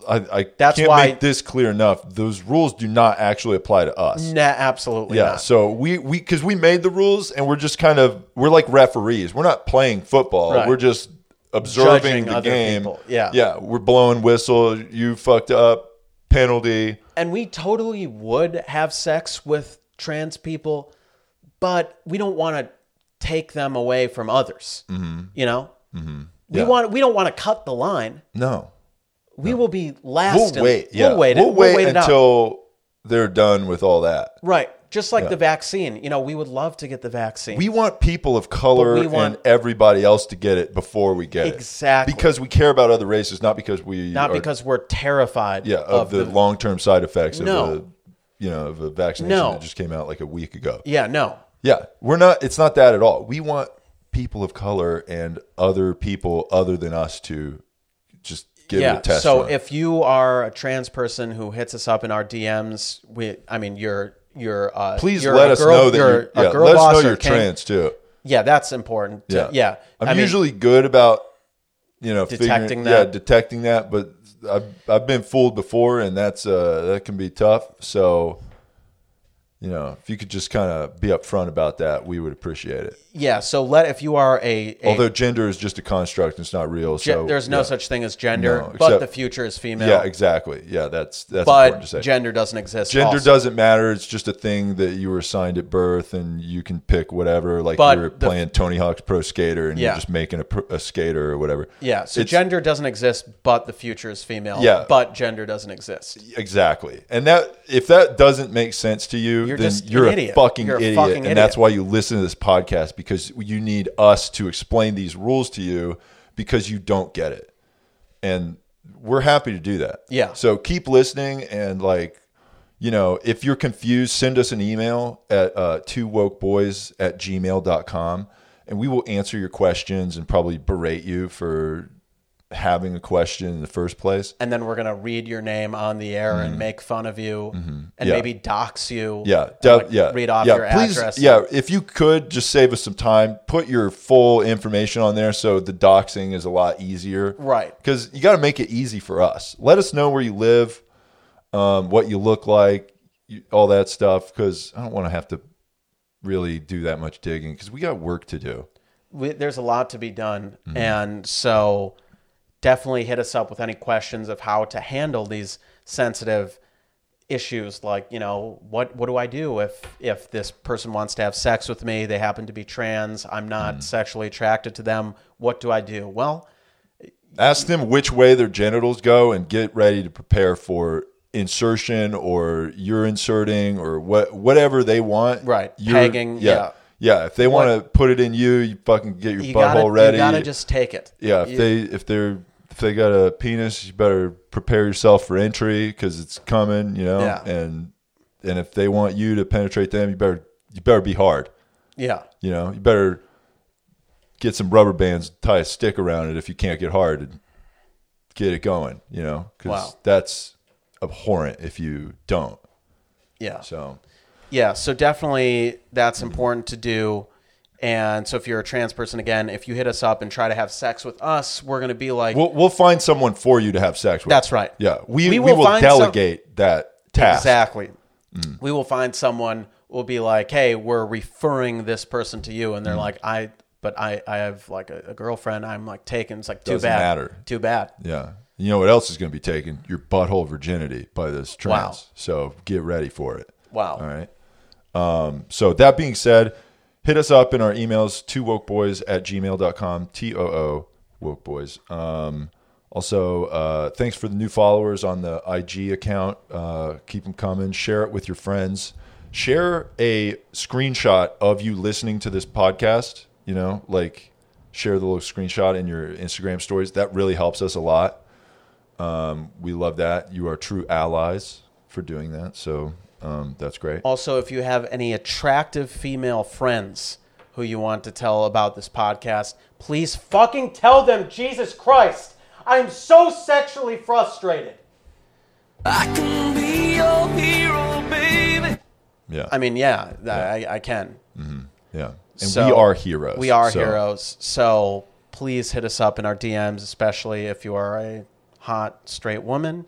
[SPEAKER 1] I, I
[SPEAKER 2] That's
[SPEAKER 1] can't
[SPEAKER 2] why-
[SPEAKER 1] make this clear enough. Those rules do not actually apply to us.
[SPEAKER 2] Nah, absolutely
[SPEAKER 1] yeah.
[SPEAKER 2] not.
[SPEAKER 1] So we we because we made the rules and we're just kind of we're like referees. We're not playing football.
[SPEAKER 2] Right.
[SPEAKER 1] We're just observing
[SPEAKER 2] Judging
[SPEAKER 1] the
[SPEAKER 2] other
[SPEAKER 1] game.
[SPEAKER 2] people. Yeah.
[SPEAKER 1] Yeah. We're blowing whistle. You fucked up. Penalty.
[SPEAKER 2] and we totally would have sex with trans people, but we don't want to take them away from others. You know, we
[SPEAKER 1] Mm-hmm. Yeah.
[SPEAKER 2] want we don't want to cut the line.
[SPEAKER 1] No.
[SPEAKER 2] We will be last.
[SPEAKER 1] We'll
[SPEAKER 2] in-
[SPEAKER 1] wait. Yeah.
[SPEAKER 2] we'll wait. it-
[SPEAKER 1] We'll wait
[SPEAKER 2] it out.
[SPEAKER 1] until they're done with all that.
[SPEAKER 2] right. Just like the vaccine, you know, we would love to get the vaccine.
[SPEAKER 1] We want people of color
[SPEAKER 2] But we want-
[SPEAKER 1] and everybody else to get it before we get
[SPEAKER 2] Exactly.
[SPEAKER 1] it. Because we care about other races, not because we
[SPEAKER 2] not
[SPEAKER 1] are-
[SPEAKER 2] because we're terrified
[SPEAKER 1] yeah of, the, long term side effects
[SPEAKER 2] No.
[SPEAKER 1] of the you know of a vaccination
[SPEAKER 2] No.
[SPEAKER 1] that just came out like a week ago.
[SPEAKER 2] Yeah, no.
[SPEAKER 1] Yeah, we're not. It's not that at all. We want people of color and other people other than us to just give
[SPEAKER 2] yeah.
[SPEAKER 1] it a test.
[SPEAKER 2] so
[SPEAKER 1] run.
[SPEAKER 2] if you are a trans person who hits us up in our DMs, we I mean you're you're uh
[SPEAKER 1] please
[SPEAKER 2] you're
[SPEAKER 1] let
[SPEAKER 2] a
[SPEAKER 1] us
[SPEAKER 2] girl-
[SPEAKER 1] know that
[SPEAKER 2] you're
[SPEAKER 1] you're,
[SPEAKER 2] a
[SPEAKER 1] yeah,
[SPEAKER 2] girl
[SPEAKER 1] let us
[SPEAKER 2] boss
[SPEAKER 1] know
[SPEAKER 2] or
[SPEAKER 1] you're
[SPEAKER 2] kink.
[SPEAKER 1] trans too.
[SPEAKER 2] Yeah, that's important. to-
[SPEAKER 1] Yeah,
[SPEAKER 2] yeah.
[SPEAKER 1] I'm
[SPEAKER 2] I mean,
[SPEAKER 1] usually good about you know
[SPEAKER 2] Detecting
[SPEAKER 1] figuring, Yeah,
[SPEAKER 2] that.
[SPEAKER 1] detecting that, but I've I've been fooled before, and that's uh that can be tough. So. You know, if you could just kind of be upfront about that, we would appreciate it.
[SPEAKER 2] yeah, so let if you are a, a
[SPEAKER 1] Although gender is just a construct, it's not real.
[SPEAKER 2] ge-
[SPEAKER 1] so
[SPEAKER 2] there's no
[SPEAKER 1] yeah.
[SPEAKER 2] such thing as gender,
[SPEAKER 1] No,
[SPEAKER 2] but
[SPEAKER 1] except-
[SPEAKER 2] the future is female.
[SPEAKER 1] Yeah, exactly. Yeah, that's that's
[SPEAKER 2] but
[SPEAKER 1] important to say.
[SPEAKER 2] gender doesn't exist.
[SPEAKER 1] Gender
[SPEAKER 2] also.
[SPEAKER 1] doesn't matter. It's just a thing that you were assigned at birth, and you can pick whatever. Like
[SPEAKER 2] But
[SPEAKER 1] you were
[SPEAKER 2] the-
[SPEAKER 1] playing Tony Hawk's Pro Skater, and
[SPEAKER 2] Yeah.
[SPEAKER 1] you're just making a, pro- a skater or whatever.
[SPEAKER 2] Yeah, so
[SPEAKER 1] It's-
[SPEAKER 2] gender doesn't exist, but the future is female.
[SPEAKER 1] Yeah.
[SPEAKER 2] but gender doesn't exist.
[SPEAKER 1] exactly. And that if that doesn't make sense to you,
[SPEAKER 2] You're
[SPEAKER 1] then
[SPEAKER 2] just an
[SPEAKER 1] you're, a
[SPEAKER 2] idiot.
[SPEAKER 1] Fucking
[SPEAKER 2] You're a
[SPEAKER 1] idiot.
[SPEAKER 2] fucking
[SPEAKER 1] and
[SPEAKER 2] idiot.
[SPEAKER 1] that's why you listen to this podcast because you need us to explain these rules to you because you don't get it, and we're happy to do that.
[SPEAKER 2] Yeah.
[SPEAKER 1] So keep listening and like you know, if you're confused, send us an email at uh, two woke boys at gmail.com and we will answer your questions and probably berate you for having a question in the first place.
[SPEAKER 2] And then we're gonna read your name on the air and make fun of you, and
[SPEAKER 1] Mm-hmm. Yeah.
[SPEAKER 2] maybe dox you.
[SPEAKER 1] Yeah.
[SPEAKER 2] and,
[SPEAKER 1] def-
[SPEAKER 2] uh, like,
[SPEAKER 1] yeah.
[SPEAKER 2] read off
[SPEAKER 1] yeah,
[SPEAKER 2] your
[SPEAKER 1] please,
[SPEAKER 2] address.
[SPEAKER 1] Yeah. If you could just save us some time, put your full information on there so the doxing is a lot easier.
[SPEAKER 2] Right.
[SPEAKER 1] Because you got to make it easy for us. Let us know where you live, um, what you look like, you, all that stuff. Because I don't want to have to really do that much digging because we got work to do.
[SPEAKER 2] we, there's a lot to be done,
[SPEAKER 1] Mm-hmm.
[SPEAKER 2] and so definitely hit us up with any questions of how to handle these sensitive issues like you know what what do i do if if this person wants to have sex with me they happen to be trans i'm
[SPEAKER 1] Mm-hmm.
[SPEAKER 2] not sexually attracted to them what do i do well
[SPEAKER 1] Ask them which way their genitals go and get ready to prepare for insertion or you're inserting or what whatever they want.
[SPEAKER 2] Right.
[SPEAKER 1] You're-
[SPEAKER 2] Pegging, yeah.
[SPEAKER 1] Yeah. Yeah. If they want to put it in you, you fucking get your
[SPEAKER 2] you
[SPEAKER 1] butthole
[SPEAKER 2] gotta,
[SPEAKER 1] ready.
[SPEAKER 2] you gotta just take it
[SPEAKER 1] yeah. If they if they're if they got a penis, you better prepare yourself for entry because it's coming. You know.
[SPEAKER 2] Yeah.
[SPEAKER 1] And and if they want you to penetrate them, you better you better be hard.
[SPEAKER 2] yeah
[SPEAKER 1] You know. You better get some rubber bands, tie a stick around it if you can't get hard and get it going. You know. Because
[SPEAKER 2] Wow.
[SPEAKER 1] that's abhorrent if you don't.
[SPEAKER 2] yeah
[SPEAKER 1] So.
[SPEAKER 2] Yeah, so definitely that's important to do. And so if you're a trans person again, if you hit us up and try to have sex with us, we're going to be like
[SPEAKER 1] We'll, we'll find someone for you to have sex with.
[SPEAKER 2] That's right.
[SPEAKER 1] Yeah, we we,
[SPEAKER 2] We will
[SPEAKER 1] will,
[SPEAKER 2] find some-
[SPEAKER 1] delegate that task.
[SPEAKER 2] exactly.
[SPEAKER 1] Mm.
[SPEAKER 2] We will find someone will be like, "Hey, we're referring this person to you."
[SPEAKER 1] Mm.
[SPEAKER 2] And they're like, "I but I I have like a, a girlfriend. I'm like taken. It's like too
[SPEAKER 1] Doesn't
[SPEAKER 2] bad.
[SPEAKER 1] matter.
[SPEAKER 2] Too bad."
[SPEAKER 1] Yeah. You know what else is going to be taken? Your butthole virginity by this trans.
[SPEAKER 2] Wow.
[SPEAKER 1] So get ready for it.
[SPEAKER 2] Wow.
[SPEAKER 1] All right. Um, so that being said, hit us up in our emails, two wokeboys at gmail.com, T O O wokeboys. Um, also, uh, thanks for the new followers on the IG account. Uh, keep them coming. Share it with your friends. Share a screenshot of you listening to this podcast. You know, like share the little screenshot in your Instagram stories. That really helps us a lot. Um, we love that. You are true allies for doing that. So um, that's great.
[SPEAKER 2] Also, if you have any attractive female friends who you want to tell about this podcast, please fucking tell them, Jesus Christ. I'm so sexually frustrated.
[SPEAKER 1] Yeah.
[SPEAKER 2] I mean, yeah, I, I can.
[SPEAKER 1] Yeah. And
[SPEAKER 2] So,
[SPEAKER 1] we are heroes.
[SPEAKER 2] We are
[SPEAKER 1] So,
[SPEAKER 2] heroes. So please hit us up in our DMs, especially if you are a hot straight woman,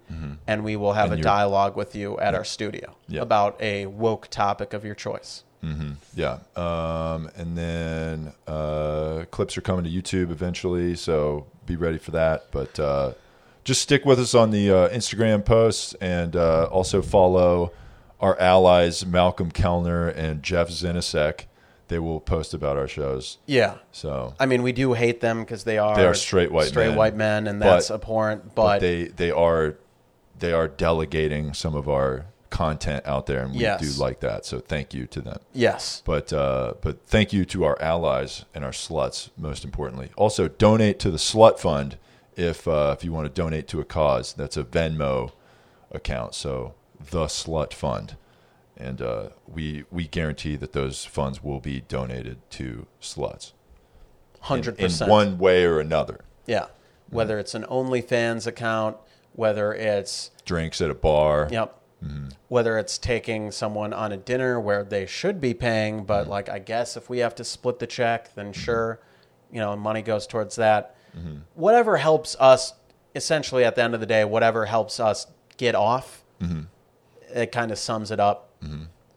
[SPEAKER 2] and we will have a dialogue with you at our studio
[SPEAKER 1] Mm-hmm. Yeah.
[SPEAKER 2] about a woke topic of your choice.
[SPEAKER 1] Yeah. Um, and then uh, clips are coming to YouTube eventually. So be ready for that. But uh, just stick with us on the uh, Instagram posts and uh, also follow our allies, Malcolm Kellner and Jeff Zinasek. They will post about our shows.
[SPEAKER 2] Yeah.
[SPEAKER 1] So.
[SPEAKER 2] I mean, we do hate them because they are
[SPEAKER 1] They are straight white
[SPEAKER 2] straight
[SPEAKER 1] men.
[SPEAKER 2] white men, and
[SPEAKER 1] But-
[SPEAKER 2] that's abhorrent. But,
[SPEAKER 1] they they are they are delegating some of our content out there, and we
[SPEAKER 2] Yes.
[SPEAKER 1] do like that. So thank you to them.
[SPEAKER 2] Yes.
[SPEAKER 1] But uh, but thank you to our allies and our sluts, most importantly. Also, donate to the Slut Fund if uh, if you want to donate to a cause. That's a Venmo account. So the Slut Fund, and uh, we we guarantee that those funds will be donated to sluts in-
[SPEAKER 2] 100%.
[SPEAKER 1] in one Mm. way or another.
[SPEAKER 2] Yeah. Whether it's an OnlyFans account, whether it's
[SPEAKER 1] Drinks at a bar.
[SPEAKER 2] Yep. Whether it's taking someone on a dinner where they should be paying, but like I guess if we have to split the check, then sure, you know, money goes towards that. Mm-hmm. Whatever helps us, essentially at the end of the day, whatever helps us get off, it kind of sums it up.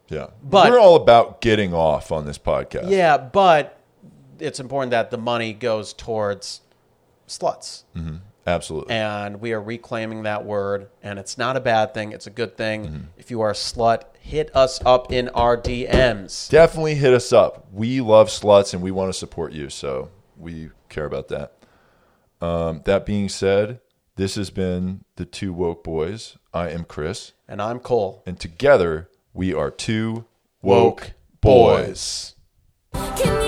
[SPEAKER 1] Yeah,
[SPEAKER 2] But-
[SPEAKER 1] we're all about getting off on this podcast.
[SPEAKER 2] Yeah, but it's important that the money goes towards sluts.
[SPEAKER 1] absolutely.
[SPEAKER 2] and we are reclaiming that word and it's not a bad thing it's a good thing if you are a slut hit us up in our dms
[SPEAKER 1] definitely hit us up. We love sluts and we want to support you, so we care about that. Um, that being said, this has been the Two Woke Boys. I am Chris,
[SPEAKER 2] and i'm cole
[SPEAKER 1] and together we are two woke, boys.
[SPEAKER 8] Can you